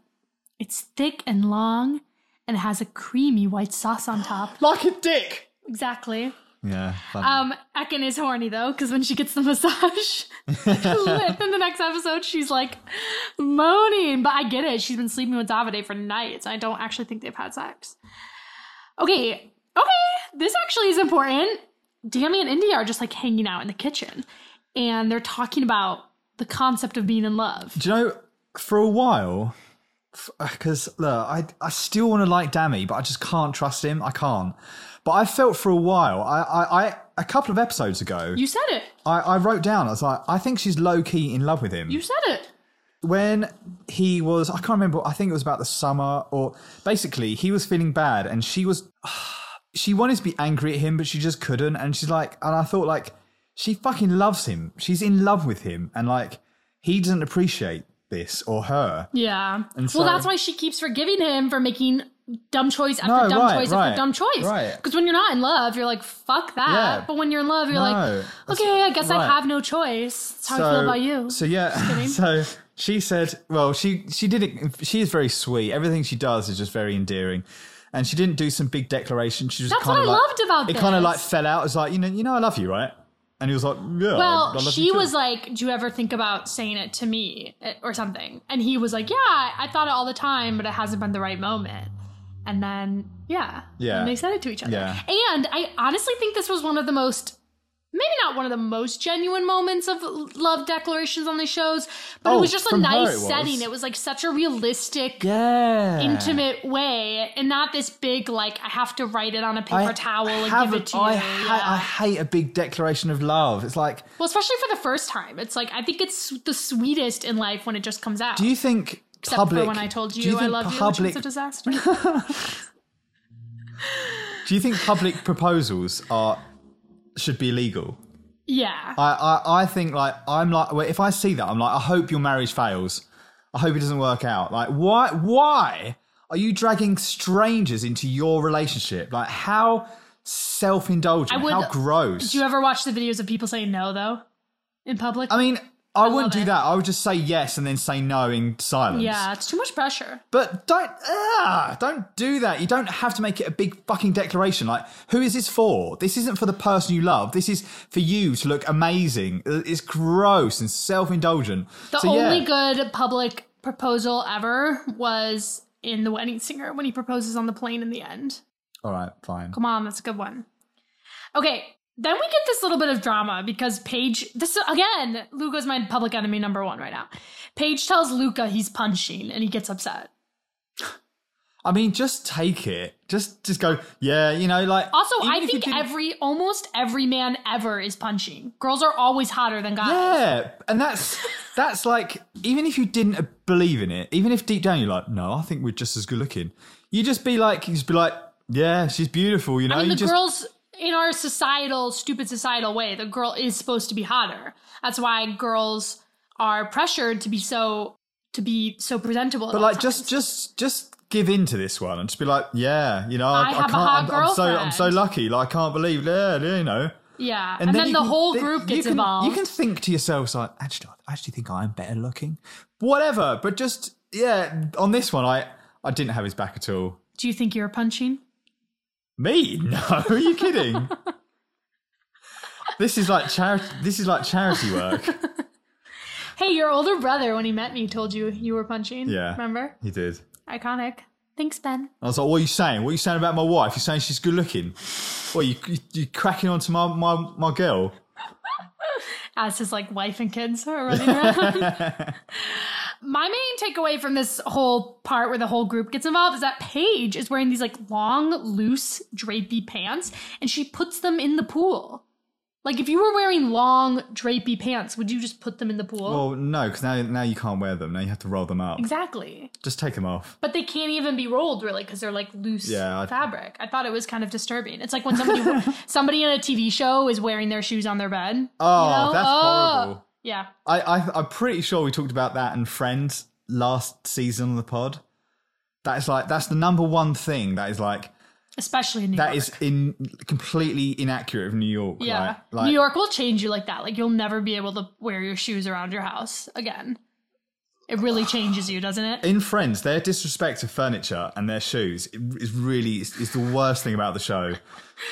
[SPEAKER 2] It's thick and long and it has a creamy white sauce on top.
[SPEAKER 9] Like a dick.
[SPEAKER 2] exactly.
[SPEAKER 1] Yeah. fun.
[SPEAKER 2] Um, Ekin is horny though, because when she gets the massage lip in the next episode, she's like moaning. But I get it; she's been sleeping with Davide for nights. I don't actually think they've had sex. Okay, okay, this actually is important. Dami and India are just like hanging out in the kitchen, and they're talking about the concept of being in love.
[SPEAKER 1] Do you know, for a while, because look, I, I still want to like Dammy, but I just can't trust him. I can't. But I felt for a while, I, I, I a couple of episodes ago,
[SPEAKER 2] You said it.
[SPEAKER 1] I, I wrote down, I was like, I think she's low key in love with him.
[SPEAKER 2] You said it.
[SPEAKER 1] when he was, I can't remember, I think it was about the summer, or basically, he was feeling bad and she was, she wanted to be angry at him, but she just couldn't. And she's like, and I thought, like, she fucking loves him. She's in love with him. And like, he doesn't appreciate this or her.
[SPEAKER 2] Yeah. well,
[SPEAKER 1] so-
[SPEAKER 2] that's why she keeps forgiving him for making dumb choice after
[SPEAKER 1] No,
[SPEAKER 2] dumb
[SPEAKER 1] right,
[SPEAKER 2] choice
[SPEAKER 1] right,
[SPEAKER 2] after dumb choice.
[SPEAKER 1] right.
[SPEAKER 2] Because when you're not in love, you're like, fuck that.
[SPEAKER 1] Yeah.
[SPEAKER 2] But when you're in love, you're
[SPEAKER 1] No,
[SPEAKER 2] like,
[SPEAKER 1] that's-
[SPEAKER 2] okay, I guess I
[SPEAKER 1] right.
[SPEAKER 2] have no choice. That's how I feel about you.
[SPEAKER 1] So yeah, so she said, well, she she did it. She is very sweet. Everything she does is just very endearing. And she didn't do some big declaration. She just
[SPEAKER 2] That's
[SPEAKER 1] kind
[SPEAKER 2] what
[SPEAKER 1] of
[SPEAKER 2] I
[SPEAKER 1] like,
[SPEAKER 2] loved about
[SPEAKER 1] it. Kind of
[SPEAKER 2] this.
[SPEAKER 1] like fell out. It was like you know, you know, I love you, right? And he was like, yeah. I- I
[SPEAKER 2] well,
[SPEAKER 1] love you
[SPEAKER 2] she
[SPEAKER 1] too."
[SPEAKER 2] was like, do you ever think about saying it to me eh, or something? And he was like, yeah, I thought it all the time, but it hasn't been the right moment. And then, yeah.
[SPEAKER 1] Yeah.
[SPEAKER 2] And they said it to each other.
[SPEAKER 1] Yeah.
[SPEAKER 2] And I honestly think this was one of the most, maybe not one of the most genuine moments of love declarations on the shows, but it
[SPEAKER 1] Oh,
[SPEAKER 2] was just a
[SPEAKER 1] from her
[SPEAKER 2] nice
[SPEAKER 1] it was.
[SPEAKER 2] setting. It was like such a realistic,
[SPEAKER 1] yeah,
[SPEAKER 2] intimate way and not this big, like, I have to write it on a paper
[SPEAKER 1] I
[SPEAKER 2] towel and
[SPEAKER 1] haven't-
[SPEAKER 2] give it to
[SPEAKER 1] I,
[SPEAKER 2] you.
[SPEAKER 1] ha-
[SPEAKER 2] Yeah.
[SPEAKER 1] I hate a big declaration of love. It's like,
[SPEAKER 2] Well, especially for the first time. It's like I think it's the sweetest in life when it just comes out.
[SPEAKER 1] do you think
[SPEAKER 2] Except
[SPEAKER 1] public?
[SPEAKER 2] for when I told
[SPEAKER 1] do
[SPEAKER 2] you,
[SPEAKER 1] think
[SPEAKER 2] I love you, which
[SPEAKER 1] public,
[SPEAKER 2] was a disaster.
[SPEAKER 1] Do you think public proposals are should be illegal?
[SPEAKER 2] yeah.
[SPEAKER 1] I, I, I think like I'm like well, if I see that I'm like I hope your marriage fails. I hope it doesn't work out. Like why why are you dragging strangers into your relationship? Like how self indulgent,
[SPEAKER 2] I would-
[SPEAKER 1] how gross.
[SPEAKER 2] do you ever watch the videos of people saying no though in public?
[SPEAKER 1] I mean, I,
[SPEAKER 2] love
[SPEAKER 1] wouldn't do
[SPEAKER 2] it.
[SPEAKER 1] that. I would just say yes and then say no in silence.
[SPEAKER 2] yeah, it's too much pressure.
[SPEAKER 1] But don't ah, don't do that. You don't have to make it a big fucking declaration. Like, who is this for? This isn't for the person you love. This is for you to look amazing. It's gross and self-indulgent.
[SPEAKER 2] The
[SPEAKER 1] So, yeah.
[SPEAKER 2] only good public proposal ever was in The Wedding Singer when he proposes on the plane in the end.
[SPEAKER 1] All right, fine.
[SPEAKER 2] Come on, that's a good one. Okay, then we get this little bit of drama because Paige, this is, again, Luca's my public enemy number one right now. Paige tells Luca he's punching and he gets upset.
[SPEAKER 1] I mean, just take it. Just just go. Yeah, you know, like.
[SPEAKER 2] Also,
[SPEAKER 1] even
[SPEAKER 2] I
[SPEAKER 1] if you
[SPEAKER 2] think
[SPEAKER 1] didn't-
[SPEAKER 2] every, almost every man ever is punching. Girls are always hotter than guys.
[SPEAKER 1] Yeah, and that's that's like even if you didn't believe in it, even if deep down you're like, no, I think we're just as good looking. You just be like, you just be like, yeah, she's beautiful. You know,
[SPEAKER 2] I mean,
[SPEAKER 1] you
[SPEAKER 2] the
[SPEAKER 1] just
[SPEAKER 2] girls in our societal, stupid societal way, the girl is supposed to be hotter. That's why girls are pressured to be so to be so presentable. at
[SPEAKER 1] But
[SPEAKER 2] all
[SPEAKER 1] like,
[SPEAKER 2] times.
[SPEAKER 1] just just just give in to this one and just be like, yeah, you know, I,
[SPEAKER 2] I
[SPEAKER 1] I,
[SPEAKER 2] have a
[SPEAKER 1] can't.
[SPEAKER 2] hot
[SPEAKER 1] I'm, I'm so I'm so
[SPEAKER 2] girlfriend.
[SPEAKER 1] lucky. Like, I can't believe. Yeah, yeah, you know.
[SPEAKER 2] yeah, and, then,
[SPEAKER 1] you
[SPEAKER 2] the
[SPEAKER 1] can-
[SPEAKER 2] whole
[SPEAKER 1] th-
[SPEAKER 2] group
[SPEAKER 1] you
[SPEAKER 2] gets
[SPEAKER 1] can-
[SPEAKER 2] involved.
[SPEAKER 1] You can think to yourself, it's like, actually, I actually think I'm better looking. Whatever, but just yeah. On this one, I I didn't have his back at all.
[SPEAKER 2] Do you think you're punching?
[SPEAKER 1] Me? No, are you kidding? this is like charity. This is like charity work.
[SPEAKER 2] Hey, your older brother, when he met me, told you you were punching.
[SPEAKER 1] Yeah.
[SPEAKER 2] remember?
[SPEAKER 1] He did.
[SPEAKER 2] Iconic. Thanks, Ben.
[SPEAKER 1] I was like, "What are you saying? What are you saying about my wife? You're saying she's good looking? What you you, you cracking onto my my my girl?"
[SPEAKER 2] as his like wife and kids are running around. My main takeaway from this whole part where the whole group gets involved is that Paige is wearing these like long, loose, drapey pants, and she puts them in the pool. Like if you were wearing long, drapey pants, would you just put them in the pool?
[SPEAKER 1] Well, no, because now now you can't wear them. Now you have to roll them up.
[SPEAKER 2] exactly.
[SPEAKER 1] Just take them off.
[SPEAKER 2] But they can't even be rolled really because they're like loose
[SPEAKER 1] Yeah, I-
[SPEAKER 2] fabric. I thought it was kind of disturbing. It's like when somebody somebody in a TV show is wearing their shoes on their bed.
[SPEAKER 1] Oh,
[SPEAKER 2] you know?
[SPEAKER 1] that's
[SPEAKER 2] Oh.
[SPEAKER 1] horrible.
[SPEAKER 2] Yeah.
[SPEAKER 1] I, I I'm pretty sure we talked about that and Friends last season on the pod. That is like that's the number one thing that is like
[SPEAKER 2] Especially in New
[SPEAKER 1] that
[SPEAKER 2] York.
[SPEAKER 1] is in completely inaccurate of New York.
[SPEAKER 2] Yeah.
[SPEAKER 1] like, like,
[SPEAKER 2] New York will change you like that. Like you'll never be able to wear your shoes around your house again. It really changes you, doesn't it?
[SPEAKER 1] In Friends, their disrespect to furniture and their shoes is really is the worst thing about the show.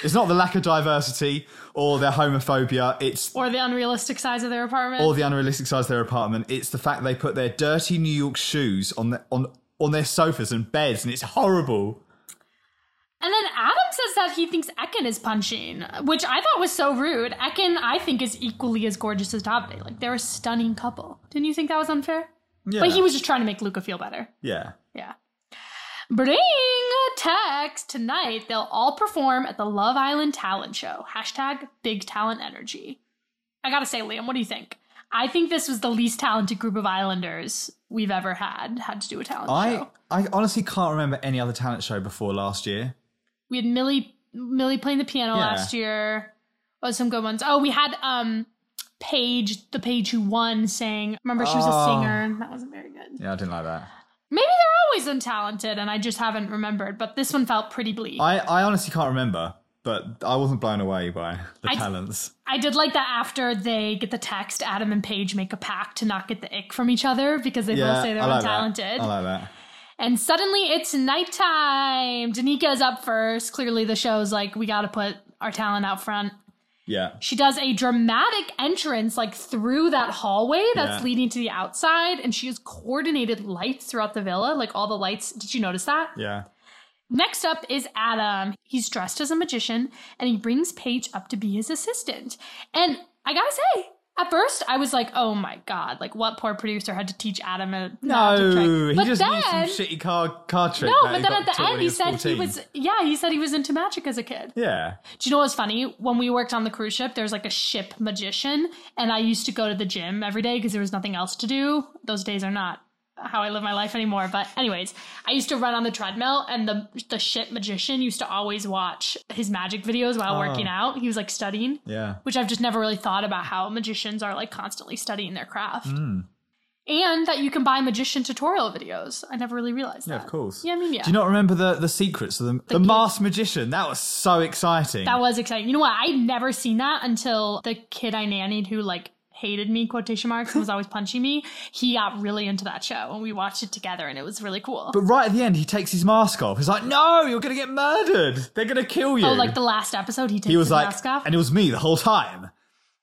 [SPEAKER 1] It's not the lack of diversity or their homophobia. It's
[SPEAKER 2] Or the unrealistic size of their apartment.
[SPEAKER 1] or the unrealistic size of their apartment. It's the fact they put their dirty New York shoes on the, on on their sofas and beds, and it's horrible.
[SPEAKER 2] and then Adam says that he thinks Ekin is punching, which I thought was so rude. Ekin, I think, is equally as gorgeous as Davide. Like, they're a stunning couple. Didn't you think that was unfair?
[SPEAKER 1] Yeah.
[SPEAKER 2] But he was just trying to make Luca feel better.
[SPEAKER 1] yeah.
[SPEAKER 2] Yeah. Bring a text tonight. They'll all perform at the Love Island talent show. Hashtag big talent energy. I gotta say, Liam, what do you think? I think this was the least talented group of Islanders we've ever had had to do a talent
[SPEAKER 1] I
[SPEAKER 2] show.
[SPEAKER 1] I honestly can't remember any other talent show before last year.
[SPEAKER 2] We had Millie Millie playing the piano
[SPEAKER 1] Yeah.
[SPEAKER 2] last year. Oh, some good ones. Oh, we had um Paige, the Paige who won, sang. Remember, she was a
[SPEAKER 1] Oh.
[SPEAKER 2] singer. That wasn't very good.
[SPEAKER 1] Yeah, I didn't like that.
[SPEAKER 2] Maybe they're always untalented, and I just haven't remembered. But this one felt pretty bleak.
[SPEAKER 1] I, I honestly can't remember, but I wasn't blown away by the
[SPEAKER 2] I-
[SPEAKER 1] talents.
[SPEAKER 2] I did like that after they get the text, Adam and Paige make a pact to not get the ick from each other because they both say they're
[SPEAKER 1] I like
[SPEAKER 2] untalented.
[SPEAKER 1] That. I like that.
[SPEAKER 2] and suddenly it's nighttime. Danica is up first. Clearly, the show's like, we got to put our talent out front.
[SPEAKER 1] Yeah.
[SPEAKER 2] She does a dramatic entrance, like through that hallway that's
[SPEAKER 1] Yeah.
[SPEAKER 2] leading to the outside, and she has coordinated lights throughout the villa, like all the lights. Did you notice that?
[SPEAKER 1] Yeah.
[SPEAKER 2] Next up is Adam. He's dressed as a magician and he brings Paige up to be his assistant. And I gotta say, at first I was like, oh my god, like what poor producer had to teach Adam a magic trick.
[SPEAKER 1] No, he
[SPEAKER 2] But
[SPEAKER 1] just
[SPEAKER 2] then,
[SPEAKER 1] used some shitty card card trick.
[SPEAKER 2] No,
[SPEAKER 1] that
[SPEAKER 2] but
[SPEAKER 1] he
[SPEAKER 2] then
[SPEAKER 1] got
[SPEAKER 2] at the
[SPEAKER 1] taught when
[SPEAKER 2] end he said
[SPEAKER 1] 14.
[SPEAKER 2] he was yeah, he said he was into magic as a kid.
[SPEAKER 1] Yeah.
[SPEAKER 2] Do you know what's funny? When we worked on the cruise ship, there's like a ship magician, and I used to go to the gym every day because there was nothing else to do. Those days are not how I live my life anymore. But anyways, I used to run on the treadmill, and the the ship magician used to always watch his magic videos while working out. He was like studying,
[SPEAKER 1] Ah. Yeah.
[SPEAKER 2] which I've just never really thought about how magicians are like constantly studying their craft.
[SPEAKER 1] Mm.
[SPEAKER 2] And that you can buy magician tutorial videos. I never really realized
[SPEAKER 1] Yeah,
[SPEAKER 2] that.
[SPEAKER 1] of course.
[SPEAKER 2] Yeah, I mean, yeah.
[SPEAKER 1] Do you not remember the, the secrets of the, the, masked magician? That was so exciting.
[SPEAKER 2] That was exciting. You know what? I'd never seen that until the kid I nannied who like hated me quotation marks and was always punching me. He got really into that show and we watched it together and it was really cool.
[SPEAKER 1] but right at the end, he takes his mask off. He's like, "No, you're gonna get murdered. They're gonna kill you."
[SPEAKER 2] oh, like the last episode, he takes
[SPEAKER 1] he was
[SPEAKER 2] his
[SPEAKER 1] like,
[SPEAKER 2] mask off.
[SPEAKER 1] and it was me the whole time.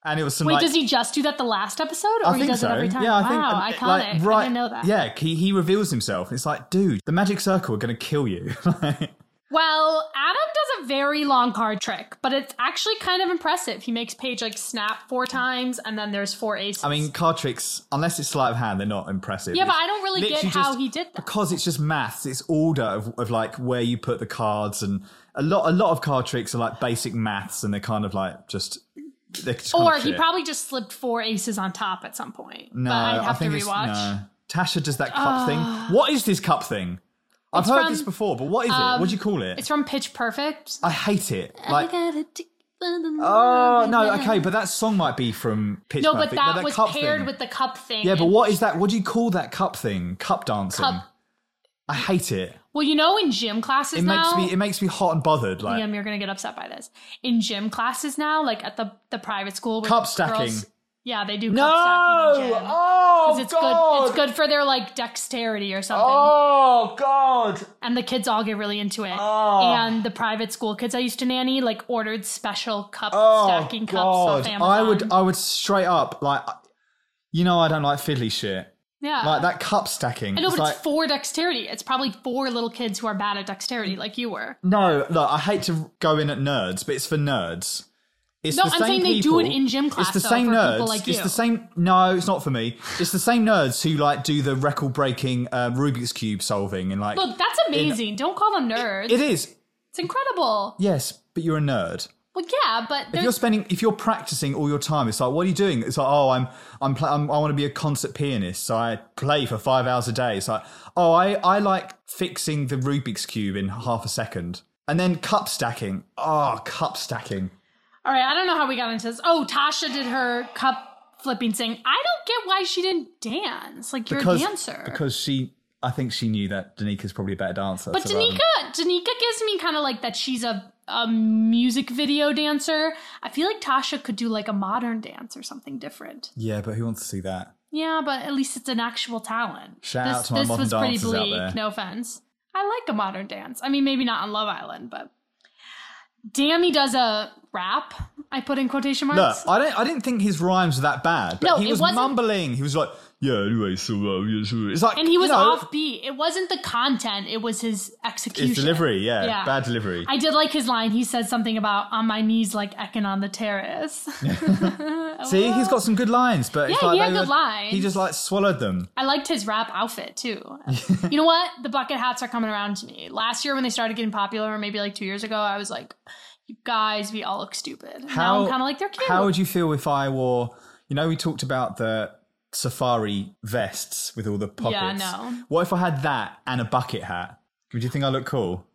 [SPEAKER 1] And it was some
[SPEAKER 2] Wait,
[SPEAKER 1] like,
[SPEAKER 2] does he just do that the last episode, or
[SPEAKER 1] I
[SPEAKER 2] he
[SPEAKER 1] think
[SPEAKER 2] does
[SPEAKER 1] so.
[SPEAKER 2] it every time?
[SPEAKER 1] Yeah, I
[SPEAKER 2] wow,
[SPEAKER 1] think
[SPEAKER 2] iconic.
[SPEAKER 1] Like, right,
[SPEAKER 2] I didn't know that.
[SPEAKER 1] Yeah, he, he reveals himself. It's like, dude, the magic circle are going to kill you.
[SPEAKER 2] Well, Adam does a very long card trick, but it's actually kind of impressive. He makes Paige like snap four times, and then there's four aces.
[SPEAKER 1] I mean, card tricks, unless it's sleight of hand, they're not impressive.
[SPEAKER 2] yeah, but
[SPEAKER 1] It's
[SPEAKER 2] I don't really get
[SPEAKER 1] literally
[SPEAKER 2] how
[SPEAKER 1] just-
[SPEAKER 2] he did that.
[SPEAKER 1] because it's just maths. It's order of, of like where you put the cards, and a lot a lot of card tricks are like basic maths, and they're kind of like just. They're just kind
[SPEAKER 2] Or
[SPEAKER 1] of
[SPEAKER 2] he
[SPEAKER 1] oh, shit.
[SPEAKER 2] probably just slipped four aces on top at some point.
[SPEAKER 1] No,
[SPEAKER 2] but I'd
[SPEAKER 1] I
[SPEAKER 2] have
[SPEAKER 1] think
[SPEAKER 2] to
[SPEAKER 1] it's-
[SPEAKER 2] rewatch. Ah.
[SPEAKER 1] no. Tasha does that cup thing. What is this cup thing? I've
[SPEAKER 2] It's
[SPEAKER 1] heard
[SPEAKER 2] from, um,
[SPEAKER 1] this before, but what is it? What do you call it?
[SPEAKER 2] It's from Pitch Perfect.
[SPEAKER 1] I hate it. Like,
[SPEAKER 2] gotta do-
[SPEAKER 1] Oh no, okay, but that song might be from Pitch
[SPEAKER 2] no, but
[SPEAKER 1] Perfect.
[SPEAKER 2] that, was
[SPEAKER 1] cup
[SPEAKER 2] paired
[SPEAKER 1] thing-
[SPEAKER 2] with the cup thing.
[SPEAKER 1] Yeah, but
[SPEAKER 2] and-
[SPEAKER 1] what is that? What do you call that cup thing? Cup dancing.
[SPEAKER 2] Cup-
[SPEAKER 1] I hate it.
[SPEAKER 2] Well, you know, in gym classes
[SPEAKER 1] It
[SPEAKER 2] now,
[SPEAKER 1] makes me it makes me hot and bothered. Like
[SPEAKER 2] Liam, you're gonna get upset by this. In gym classes now, like at the the private school, where
[SPEAKER 1] cup
[SPEAKER 2] girls-
[SPEAKER 1] stacking.
[SPEAKER 2] yeah, they do
[SPEAKER 1] no.
[SPEAKER 2] cup stacking in gym.
[SPEAKER 1] Oh
[SPEAKER 2] 'Cause it's
[SPEAKER 1] god.
[SPEAKER 2] good. It's good for their like dexterity or something.
[SPEAKER 1] Oh god.
[SPEAKER 2] and the kids all get really into it.
[SPEAKER 1] Oh!
[SPEAKER 2] And the private school kids I used to nanny like ordered special cup
[SPEAKER 1] Oh
[SPEAKER 2] stacking cups
[SPEAKER 1] god.
[SPEAKER 2] off Amazon.
[SPEAKER 1] I would uh, I would straight up like you know I don't like fiddly shit.
[SPEAKER 2] yeah.
[SPEAKER 1] Like that cup stacking.
[SPEAKER 2] I know,
[SPEAKER 1] it's
[SPEAKER 2] but
[SPEAKER 1] like,
[SPEAKER 2] it's for dexterity. It's probably for little kids who are bad at dexterity, like you were.
[SPEAKER 1] No, look, I hate to go in at nerds, but it's for nerds. It's
[SPEAKER 2] No,
[SPEAKER 1] the
[SPEAKER 2] I'm
[SPEAKER 1] same
[SPEAKER 2] saying they do it
[SPEAKER 1] people-
[SPEAKER 2] in gym class,
[SPEAKER 1] It's the
[SPEAKER 2] though,
[SPEAKER 1] same
[SPEAKER 2] for people
[SPEAKER 1] nerds.
[SPEAKER 2] like
[SPEAKER 1] it's
[SPEAKER 2] you.
[SPEAKER 1] the same. No, it's not for me. It's the same nerds who like do the record-breaking uh, Rubik's cube solving and like.
[SPEAKER 2] Look, that's amazing. Don't call them nerds.
[SPEAKER 1] it is
[SPEAKER 2] it's incredible.
[SPEAKER 1] yes, but you're a nerd.
[SPEAKER 2] Well, yeah, but
[SPEAKER 1] If
[SPEAKER 2] there's
[SPEAKER 1] you're spending, if you're practicing all your time, it's like, what are you doing? It's like, oh, I'm, I'm, pl- I'm I want to be a concert pianist, so I play for five hours a day. It's like, oh, I, I like fixing the Rubik's cube in half a second, and then cup stacking. Oh, cup stacking.
[SPEAKER 2] all right. I don't know how we got into this. Oh, Tasha did her cup flipping thing. I don't get why she didn't dance. Like you're a dancer.
[SPEAKER 1] Because she, I think she knew that Danika's probably a better dancer.
[SPEAKER 2] But
[SPEAKER 1] so um, rather
[SPEAKER 2] Danica,
[SPEAKER 1] than-
[SPEAKER 2] Danica gives me kind of like that she's a, a music video dancer. I feel like Tasha could do like a modern dance or something different.
[SPEAKER 1] yeah, but who wants to see that?
[SPEAKER 2] Yeah, but at least it's an actual talent.
[SPEAKER 1] Shout
[SPEAKER 2] this,
[SPEAKER 1] out to my
[SPEAKER 2] this
[SPEAKER 1] modern
[SPEAKER 2] was pretty
[SPEAKER 1] dancers out
[SPEAKER 2] bleak.
[SPEAKER 1] there.
[SPEAKER 2] No offense. I like a modern dance. I mean, maybe not on Love Island, but Dammy does a rap. I put in quotation
[SPEAKER 1] Look,
[SPEAKER 2] marks.
[SPEAKER 1] I don't. I didn't think his rhymes were that bad, but
[SPEAKER 2] No,
[SPEAKER 1] he
[SPEAKER 2] it
[SPEAKER 1] was
[SPEAKER 2] wasn't-
[SPEAKER 1] mumbling. He was like, "Yeah, anyway, so uh, yeah, so it's like."
[SPEAKER 2] and he was
[SPEAKER 1] you know,
[SPEAKER 2] offbeat. It wasn't the content; it was his execution.
[SPEAKER 1] His delivery, yeah, bad delivery.
[SPEAKER 2] I did like his line. He said something about "on my knees like Ekin on the terrace."
[SPEAKER 1] See, he's got some good lines, but it's
[SPEAKER 2] Oh. Yeah,
[SPEAKER 1] like
[SPEAKER 2] he
[SPEAKER 1] they
[SPEAKER 2] had good
[SPEAKER 1] were-
[SPEAKER 2] lines.
[SPEAKER 1] He just like swallowed them.
[SPEAKER 2] I liked his rap outfit too. you know what? The bucket hats are coming around to me. Last year when they started getting popular, or maybe like two years ago, I was like, "You guys, we all look stupid." now I'm kind of like, "They're cute."
[SPEAKER 1] How would you feel if I wore? You know, we talked about the safari vests with all the pockets.
[SPEAKER 2] Yeah, I know.
[SPEAKER 1] What if I had that and a bucket hat? Would you think I look cool?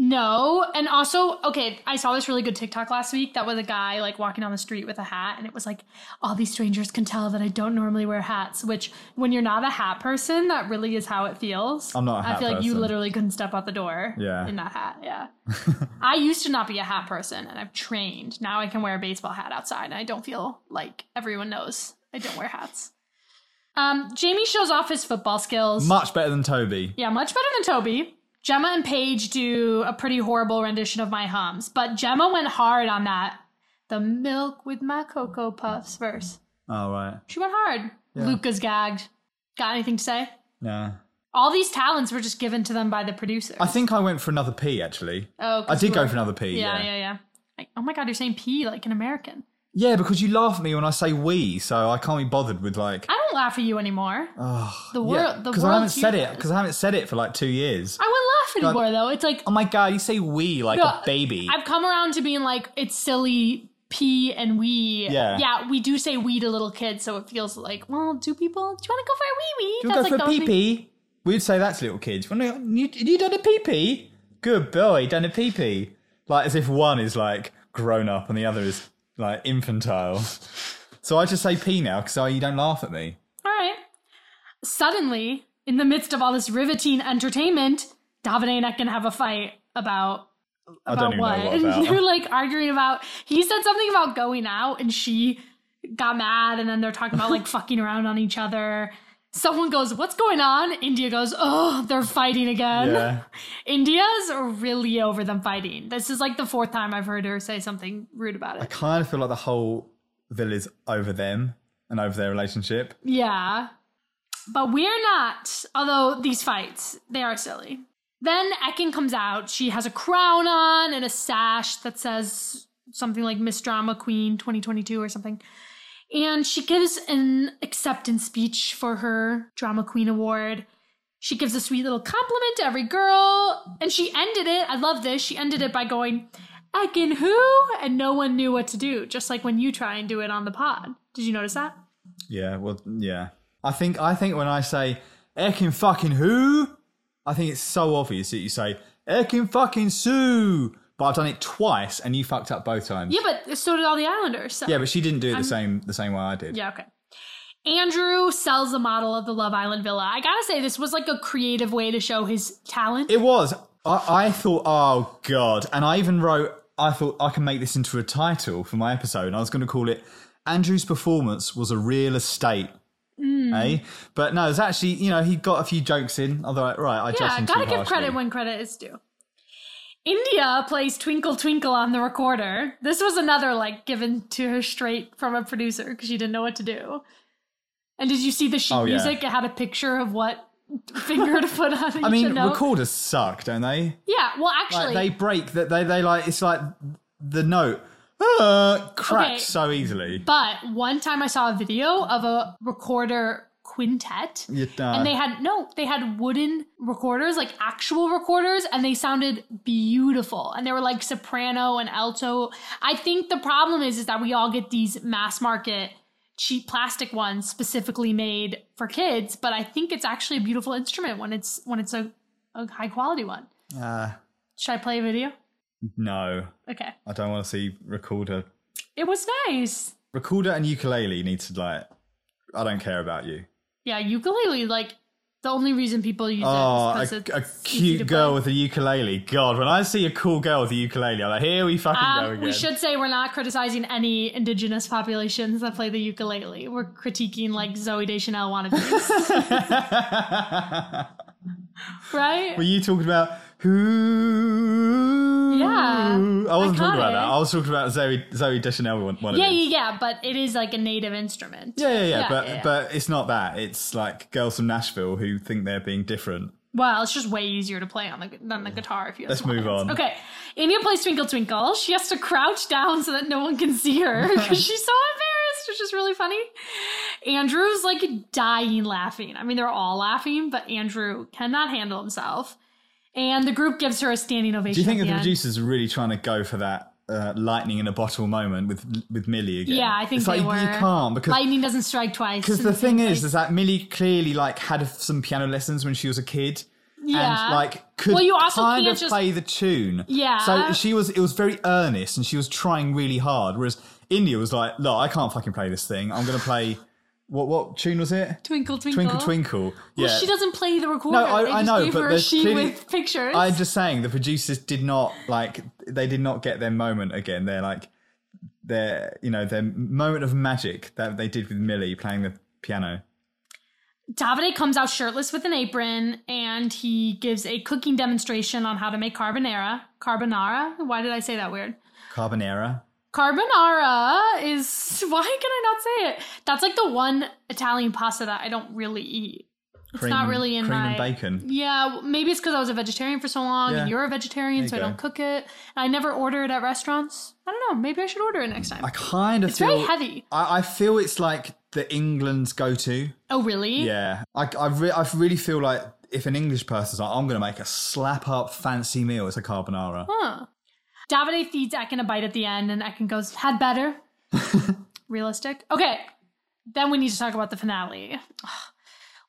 [SPEAKER 2] No, and also, okay, I saw this really good TikTok last week that was a guy like walking down the street with a hat, and it was like, all these strangers can tell that I don't normally wear hats, which when you're not a hat person, that really is how it feels.
[SPEAKER 1] I'm not a
[SPEAKER 2] I
[SPEAKER 1] hat
[SPEAKER 2] feel like you
[SPEAKER 1] person.
[SPEAKER 2] literally couldn't step out the door
[SPEAKER 1] Yeah.
[SPEAKER 2] in that hat. Yeah. I used to not be a hat person, and I've trained. Now I can wear a baseball hat outside, and I don't feel like everyone knows I don't wear hats. Um, Jamie shows off his football skills.
[SPEAKER 1] Much better than Toby.
[SPEAKER 2] Yeah, much better than Toby. Gemma and Paige do a pretty horrible rendition of My Hums, but Gemma went hard on that. The milk with my Cocoa Puffs verse.
[SPEAKER 1] All right.
[SPEAKER 2] She went hard. Luca's gagged. Got anything to say?
[SPEAKER 1] Yeah.
[SPEAKER 2] All these talents were just given to them by the producer.
[SPEAKER 1] I think I went for another P actually.
[SPEAKER 2] Oh, 'cause
[SPEAKER 1] I did
[SPEAKER 2] you
[SPEAKER 1] go
[SPEAKER 2] were-
[SPEAKER 1] for another P.
[SPEAKER 2] Yeah,
[SPEAKER 1] Yeah,
[SPEAKER 2] yeah, yeah. Like, oh my God, you're saying P like an American.
[SPEAKER 1] Yeah, because you laugh at me when I say we, so I can't be bothered with like.
[SPEAKER 2] I don't laugh at you anymore. the world,
[SPEAKER 1] Yeah,
[SPEAKER 2] the
[SPEAKER 1] I
[SPEAKER 2] world.
[SPEAKER 1] haven't said it because I haven't said it for like two years.
[SPEAKER 2] I wouldn't laugh
[SPEAKER 1] God.
[SPEAKER 2] anymore though. It's like
[SPEAKER 1] Oh my god, you say we like
[SPEAKER 2] No,
[SPEAKER 1] a baby.
[SPEAKER 2] I've come around to being like, it's silly. P and we.
[SPEAKER 1] Yeah.
[SPEAKER 2] Yeah, we do say we to little kids, so it feels like, well, do people, do you want to go for a wee wee?
[SPEAKER 1] you go
[SPEAKER 2] like
[SPEAKER 1] for
[SPEAKER 2] the
[SPEAKER 1] a
[SPEAKER 2] only-
[SPEAKER 1] pee pee. We'd say that to little kids. Well, no, You, you done a pee pee? Good boy, done a pee pee. Like as if one is like grown up and the other is like infantile. So I just say pee now because you don't laugh at me.
[SPEAKER 2] All right. Suddenly, in the midst of all this riveting entertainment, Davide and Ekin have a fight about
[SPEAKER 1] I
[SPEAKER 2] about
[SPEAKER 1] don't even
[SPEAKER 2] what?
[SPEAKER 1] know what
[SPEAKER 2] and they're
[SPEAKER 1] about.
[SPEAKER 2] like arguing about. He said something about going out, and she got mad, and then they're talking about like fucking around on each other. Someone goes, "What's going on?" India goes, "Oh, they're fighting again."
[SPEAKER 1] Yeah.
[SPEAKER 2] India's really over them fighting. This is like the fourth time I've heard her say something rude about
[SPEAKER 1] I
[SPEAKER 2] it.
[SPEAKER 1] kind of feel like the whole villa's over them and over their relationship.
[SPEAKER 2] Yeah. But we're not, although these fights, they are silly. Then Ekin comes out. She has a crown on and a sash that says something like Miss Drama Queen 2022 or something. And she gives an acceptance speech for her Drama Queen Award. She gives a sweet little compliment to every girl. And she ended it. I love this. She ended it by going, Ekin who? And no one knew what to do, just like when you try and do it on the pod. Did you notice that?
[SPEAKER 1] Yeah, well, yeah. I think I think when I say "Ekin fucking who," I think it's so obvious that you say "Ekin fucking Sue," but I've done it twice and you fucked up both times.
[SPEAKER 2] Yeah, but so did all the Islanders. So.
[SPEAKER 1] Yeah, but she didn't do it the same the same way I did.
[SPEAKER 2] Yeah, okay. Andrew sells a model of the Love Island villa. I gotta say, this was like a creative way to show his talent.
[SPEAKER 1] It was. I, I thought, oh god, and I even wrote. I thought I can make this into a title for my episode. And I was going to call it "Andrew's performance was a real estate."
[SPEAKER 2] Mm.
[SPEAKER 1] Eh? But no, it's actually you know he got a few jokes in. Although right, I judged
[SPEAKER 2] yeah,
[SPEAKER 1] him too
[SPEAKER 2] gotta give
[SPEAKER 1] harshly.
[SPEAKER 2] credit when credit is due. India plays Twinkle Twinkle on the recorder. This was another like given to her straight from a producer because she didn't know what to do. And did you see the sheet
[SPEAKER 1] Oh, yeah.
[SPEAKER 2] music? It had a picture of what finger to put on each
[SPEAKER 1] I mean,
[SPEAKER 2] note.
[SPEAKER 1] recorders suck, don't they?
[SPEAKER 2] yeah, well,
[SPEAKER 1] Like
[SPEAKER 2] actually,
[SPEAKER 1] they break that they they like it's like the note uh, cracks
[SPEAKER 2] Okay.
[SPEAKER 1] so easily.
[SPEAKER 2] But one time I saw a video of a recorder quintet.
[SPEAKER 1] You die.
[SPEAKER 2] And they had no, they had wooden recorders, like actual recorders, and they sounded beautiful. And they were like soprano and alto. I think the problem is is that we all get these mass market cheap plastic ones specifically made for kids, but I think it's actually a beautiful instrument when it's when it's a, a high quality one.
[SPEAKER 1] Uh,
[SPEAKER 2] Should I play a video?
[SPEAKER 1] no,
[SPEAKER 2] Okay.
[SPEAKER 1] I don't want to see recorder.
[SPEAKER 2] It was nice.
[SPEAKER 1] Recorder and ukulele need to like. I don't care about you.
[SPEAKER 2] Yeah, ukulele, like The only reason people use
[SPEAKER 1] Oh,
[SPEAKER 2] it
[SPEAKER 1] a,
[SPEAKER 2] is because
[SPEAKER 1] a
[SPEAKER 2] it's easy to
[SPEAKER 1] cute girl
[SPEAKER 2] play.
[SPEAKER 1] with a ukulele. God, when I see a cool girl with a ukulele, I'm like, here we fucking go
[SPEAKER 2] Um,
[SPEAKER 1] again.
[SPEAKER 2] we should say we're not criticizing any indigenous populations that play the ukulele. We're critiquing like Zoe Deschanel wannabes, right?
[SPEAKER 1] Were you talking about who?
[SPEAKER 2] Yeah,
[SPEAKER 1] I wasn't
[SPEAKER 2] iconic.
[SPEAKER 1] talking about that. I was talking about Zoe Zoe Deschanel. One, one of
[SPEAKER 2] yeah,
[SPEAKER 1] them.
[SPEAKER 2] yeah, yeah, but it is like a native instrument.
[SPEAKER 1] yeah, yeah, yeah. But
[SPEAKER 2] yeah.
[SPEAKER 1] but it's not that. It's like girls from Nashville who think they're being different.
[SPEAKER 2] Well, it's just way easier to play on the than the guitar if you. have
[SPEAKER 1] Let's
[SPEAKER 2] some
[SPEAKER 1] move on.
[SPEAKER 2] audience. Okay, India plays Twinkle Twinkle. She has to crouch down so that no one can see her because she's so embarrassed, which is really funny. Andrew's like dying laughing. I mean, they're all laughing, but Andrew cannot handle himself, and the group gives her a standing ovation.
[SPEAKER 1] Do you think
[SPEAKER 2] at
[SPEAKER 1] that the
[SPEAKER 2] end.
[SPEAKER 1] producers are really trying to go for that uh, lightning in a bottle moment with with Millie again?
[SPEAKER 2] Yeah, I think
[SPEAKER 1] it's
[SPEAKER 2] they
[SPEAKER 1] like
[SPEAKER 2] were.
[SPEAKER 1] you can't because
[SPEAKER 2] lightning doesn't strike twice.
[SPEAKER 1] Because
[SPEAKER 2] in
[SPEAKER 1] the thing
[SPEAKER 2] same
[SPEAKER 1] is,
[SPEAKER 2] place.
[SPEAKER 1] is that Millie clearly like had some piano lessons when she was a kid.
[SPEAKER 2] Yeah.
[SPEAKER 1] And like could
[SPEAKER 2] Well, you also
[SPEAKER 1] kind
[SPEAKER 2] can't
[SPEAKER 1] of
[SPEAKER 2] just-
[SPEAKER 1] play the tune.
[SPEAKER 2] Yeah.
[SPEAKER 1] So she was it was very earnest and she was trying really hard. Whereas India was like, look, I can't fucking play this thing. I'm gonna play what what tune was it?
[SPEAKER 2] Twinkle, twinkle,
[SPEAKER 1] Twinkle Twinkle. Yeah.
[SPEAKER 2] Well, she doesn't play the recorder.
[SPEAKER 1] No,
[SPEAKER 2] They
[SPEAKER 1] I, I
[SPEAKER 2] just
[SPEAKER 1] know,
[SPEAKER 2] gave
[SPEAKER 1] but
[SPEAKER 2] her a
[SPEAKER 1] there's
[SPEAKER 2] sheet
[SPEAKER 1] clearly-
[SPEAKER 2] with pictures.
[SPEAKER 1] I'm just saying the producers did not like they did not get their moment again. They're like their you know their moment of magic that they did with Millie playing the piano.
[SPEAKER 2] Davide comes out shirtless with an apron and he gives a cooking demonstration on how to make carbonara. Carbonara? Why did I say that weird?
[SPEAKER 1] Carbonara.
[SPEAKER 2] Carbonara is why can I not say it? That's like the one Italian pasta that I don't really eat. It's
[SPEAKER 1] cream,
[SPEAKER 2] not
[SPEAKER 1] and-
[SPEAKER 2] really in
[SPEAKER 1] cream
[SPEAKER 2] my
[SPEAKER 1] and bacon.
[SPEAKER 2] Yeah, w- maybe it's because I was a vegetarian for so long, and
[SPEAKER 1] Yeah.
[SPEAKER 2] you're a
[SPEAKER 1] There
[SPEAKER 2] vegetarian,
[SPEAKER 1] you
[SPEAKER 2] so I
[SPEAKER 1] go.
[SPEAKER 2] don't cook it. And I never order it at restaurants. I don't know. Maybe I should order it next time.
[SPEAKER 1] I kind of
[SPEAKER 2] It's
[SPEAKER 1] feel
[SPEAKER 2] very heavy.
[SPEAKER 1] I, I feel it's like the England's go-to.
[SPEAKER 2] oh, really?
[SPEAKER 1] Yeah, I I, re- I really feel like if an English person's like, I'm gonna make a slap-up fancy meal, it's a carbonara.
[SPEAKER 2] Huh. Davide feeds Ekin a bite at the end, and Ekin goes, had better. Realistic. Okay. Then we need to talk about the finale. Ugh.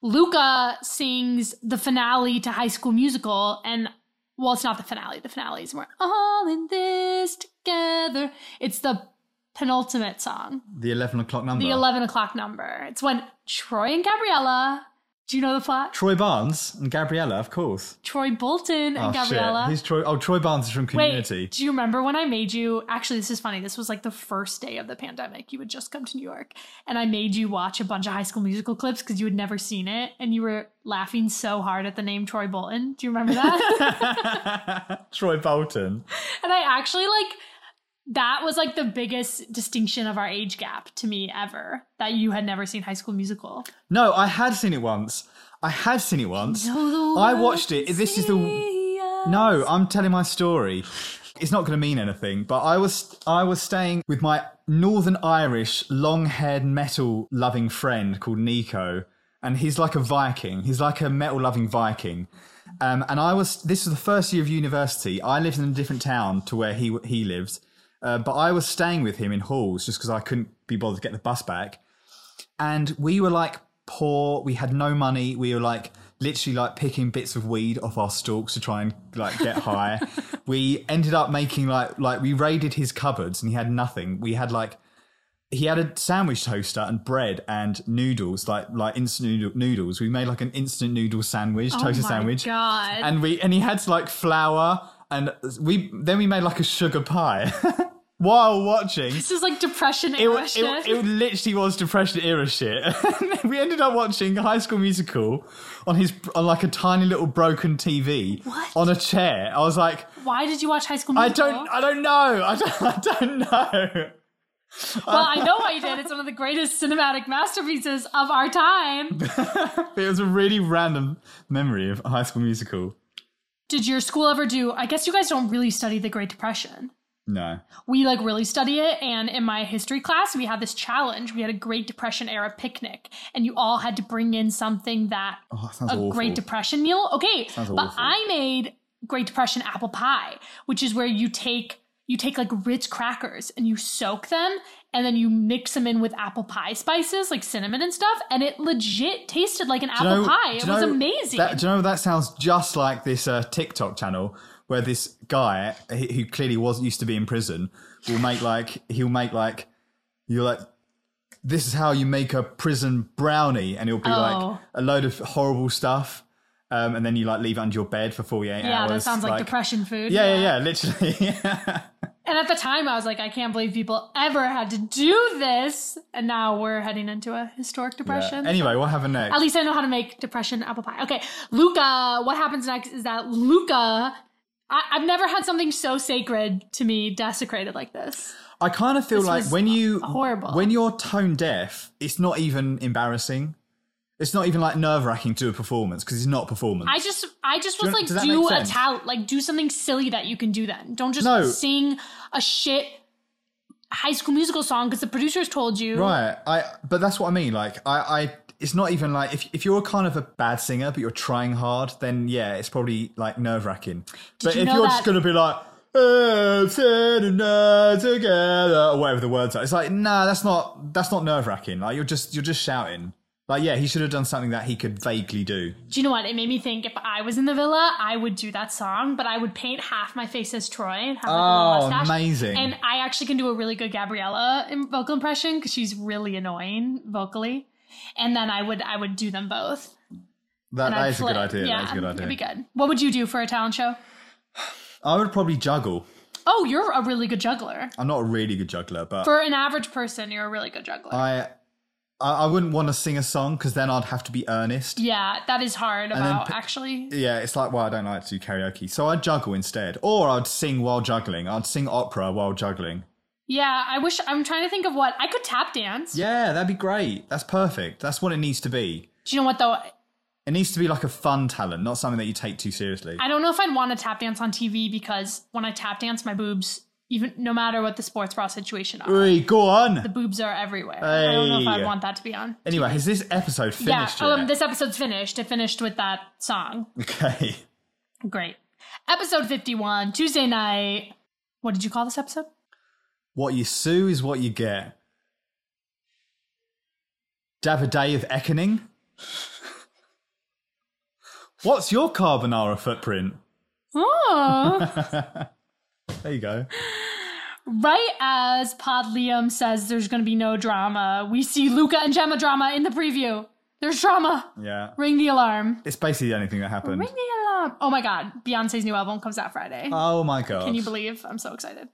[SPEAKER 2] Luca sings the finale to High School Musical, and well, it's not the finale. The finale is we're all in this together. It's the penultimate song,
[SPEAKER 1] The eleven o'clock number.
[SPEAKER 2] the 11 o'clock number. It's when Troy and Gabriella, do you know the plot?
[SPEAKER 1] Troy Barnes and Gabriella, of course.
[SPEAKER 2] Troy Bolton and
[SPEAKER 1] oh
[SPEAKER 2] Gabriella.
[SPEAKER 1] shit, he's Troy. Oh, Troy Barnes is from Community.
[SPEAKER 2] Wait, do you remember when I made you? Actually, this is funny. This was like the first day of the pandemic. You had just come to New York, and I made you watch a bunch of High School Musical clips because you had never seen it, and you were laughing so hard at the name Troy Bolton. Do you remember that?
[SPEAKER 1] Troy Bolton.
[SPEAKER 2] and I actually like that was like the biggest distinction of our age gap to me ever that you had never seen High School Musical.
[SPEAKER 1] No, I had seen it once. I had seen it once.
[SPEAKER 2] No, the
[SPEAKER 1] I
[SPEAKER 2] world
[SPEAKER 1] watched it. This is the
[SPEAKER 2] No,
[SPEAKER 1] No, I'm telling my story. It's not going to mean anything, but I was I was staying with my Northern Irish long-haired metal loving friend called Nico, and he's like a Viking. He's like a metal loving Viking. Um, and I was this was the first year of university. I lived in a different town to where he he lived, uh, but I was staying with him in halls just because I couldn't be bothered to get the bus back and we were like poor we had no money we were like literally like picking bits of weed off our stalks to try and like get high we ended up making like like we raided his cupboards and he had nothing we had like he had a sandwich toaster and bread and noodles like like instant noodle, noodles we made like an instant noodle sandwich
[SPEAKER 2] Oh
[SPEAKER 1] toaster
[SPEAKER 2] my
[SPEAKER 1] sandwich
[SPEAKER 2] God.
[SPEAKER 1] and we and he had like flour and we then we made like a sugar pie while watching
[SPEAKER 2] this is like depression
[SPEAKER 1] it,
[SPEAKER 2] era
[SPEAKER 1] was, it,
[SPEAKER 2] shit.
[SPEAKER 1] it literally was depression era shit. we ended up watching High School Musical on his on like a tiny little broken TV
[SPEAKER 2] What?
[SPEAKER 1] on a chair. I was like,
[SPEAKER 2] Why did you watch High School
[SPEAKER 1] I
[SPEAKER 2] Musical?
[SPEAKER 1] don't, I don't know, I don't, I don't know.
[SPEAKER 2] Well, I know why you did. It's one of the greatest cinematic masterpieces of our time.
[SPEAKER 1] It was a really random memory of High School Musical.
[SPEAKER 2] Did your school ever do? I guess you guys don't really study the Great Depression.
[SPEAKER 1] No,
[SPEAKER 2] We like really study it. And in my history class, we had this challenge. We had a Great Depression era picnic, and you all had to bring in something that
[SPEAKER 1] oh, that sounds
[SPEAKER 2] a
[SPEAKER 1] awful.
[SPEAKER 2] Great Depression meal. Okay,
[SPEAKER 1] Sounds
[SPEAKER 2] but
[SPEAKER 1] awful.
[SPEAKER 2] I made Great Depression apple pie, which is where you take you take like Ritz crackers and you soak them and then you mix them in with apple pie spices like cinnamon and stuff and it legit tasted like an
[SPEAKER 1] Do you
[SPEAKER 2] apple
[SPEAKER 1] know-
[SPEAKER 2] pie. It
[SPEAKER 1] do you
[SPEAKER 2] was
[SPEAKER 1] know-
[SPEAKER 2] amazing.
[SPEAKER 1] that- do you know that sounds just like this uh, TikTok channel where this guy h- who clearly was used to be in prison will make like he'll make like you're like this is how you make a prison brownie, and it'll be like
[SPEAKER 2] Oh.
[SPEAKER 1] a load of horrible stuff. Um, and then you like leave it under your bed for 48
[SPEAKER 2] Yeah,
[SPEAKER 1] hours.
[SPEAKER 2] that sounds like, depression food.
[SPEAKER 1] Yeah, yeah, yeah, literally.
[SPEAKER 2] And at the time, I was like, I can't believe people ever had to do this. And now we're heading into a historic depression.
[SPEAKER 1] Anyway, what happened next?
[SPEAKER 2] At least I know how to make depression apple pie. Okay, Luca. What happens next is that Luca. I, I've never had something so sacred to me desecrated like this.
[SPEAKER 1] I kind of feel
[SPEAKER 2] This
[SPEAKER 1] like
[SPEAKER 2] was
[SPEAKER 1] when you
[SPEAKER 2] horrible.
[SPEAKER 1] when you're tone deaf, it's not even embarrassing. It's not even like nerve wracking to a performance because it's not performance.
[SPEAKER 2] I just, I just
[SPEAKER 1] Do
[SPEAKER 2] was
[SPEAKER 1] you-
[SPEAKER 2] like,
[SPEAKER 1] does that
[SPEAKER 2] do
[SPEAKER 1] make
[SPEAKER 2] a
[SPEAKER 1] sense?
[SPEAKER 2] talent, like do something silly that you can do. Then don't just
[SPEAKER 1] No.
[SPEAKER 2] sing a shit High School Musical song because the producers told you.
[SPEAKER 1] right. I but that's what I mean. Like I, I it's not even like if if you're kind of a bad singer but you're trying hard, then yeah, it's probably like nerve wracking. But
[SPEAKER 2] you
[SPEAKER 1] if
[SPEAKER 2] know
[SPEAKER 1] you're just
[SPEAKER 2] that-
[SPEAKER 1] gonna be like. "Oh, tonight Together, or whatever the words are. It's like, nah, that's not that's not nerve wracking. Like you're just you're just shouting. Like, yeah, he should have done something that he could vaguely do.
[SPEAKER 2] Do you know what? It made me think if I was in the villa, I would do that song, but I would paint half my face as Troy and have like a
[SPEAKER 1] Oh,
[SPEAKER 2] little mustache.
[SPEAKER 1] amazing.
[SPEAKER 2] And I actually can do a really good Gabriella im- vocal impression because she's really annoying vocally. And then I would I would do them both.
[SPEAKER 1] That, that
[SPEAKER 2] And I'd
[SPEAKER 1] is a good
[SPEAKER 2] flip.
[SPEAKER 1] idea.
[SPEAKER 2] Yeah,
[SPEAKER 1] that is a good idea.
[SPEAKER 2] It'd be good. What would you do for a talent show?
[SPEAKER 1] I would probably juggle.
[SPEAKER 2] Oh, you're a really good juggler.
[SPEAKER 1] I'm not a really good juggler, but
[SPEAKER 2] For an average person, you're a really good juggler.
[SPEAKER 1] I, I I wouldn't want to sing a song because then I'd have to be earnest.
[SPEAKER 2] yeah, that is hard
[SPEAKER 1] then
[SPEAKER 2] about
[SPEAKER 1] p-
[SPEAKER 2] actually.
[SPEAKER 1] Yeah, it's like why I don't like to do karaoke. So I'd juggle instead, or I'd sing while juggling. I'd sing opera while juggling.
[SPEAKER 2] Yeah, I wish I'm trying to think of what I could tap dance.
[SPEAKER 1] Yeah, that'd be great. That's perfect. That's what it needs to be.
[SPEAKER 2] Do you know what though?
[SPEAKER 1] It needs to be like a fun talent, not something that you take too seriously.
[SPEAKER 2] I don't know if I'd want to tap dance on TV because when I tap dance, my boobs, even no matter what the sports bra situation are,
[SPEAKER 1] Oi, go
[SPEAKER 2] the
[SPEAKER 1] on.
[SPEAKER 2] boobs are everywhere. I don't know if
[SPEAKER 1] Hey.
[SPEAKER 2] I'd want that to be on.
[SPEAKER 1] Anyway, has this episode finished
[SPEAKER 2] yeah. Um,
[SPEAKER 1] yet?
[SPEAKER 2] this episode's finished. It finished with that song.
[SPEAKER 1] okay.
[SPEAKER 2] Great. Episode 51, Tuesday night. What did you call this episode?
[SPEAKER 1] What you sue is what you get. Dab a day of Eckening. What's your carbonara footprint?
[SPEAKER 2] Oh.
[SPEAKER 1] There you go.
[SPEAKER 2] right as Pod Liam says there's going to be no drama, we see Luca and Gemma drama in the preview. There's drama.
[SPEAKER 1] Yeah.
[SPEAKER 2] Ring the alarm.
[SPEAKER 1] It's basically the only thing that happened.
[SPEAKER 2] Ring the alarm. Oh my God. Beyonce's new album comes out Friday.
[SPEAKER 1] Oh my god.
[SPEAKER 2] Can you believe? I'm so excited.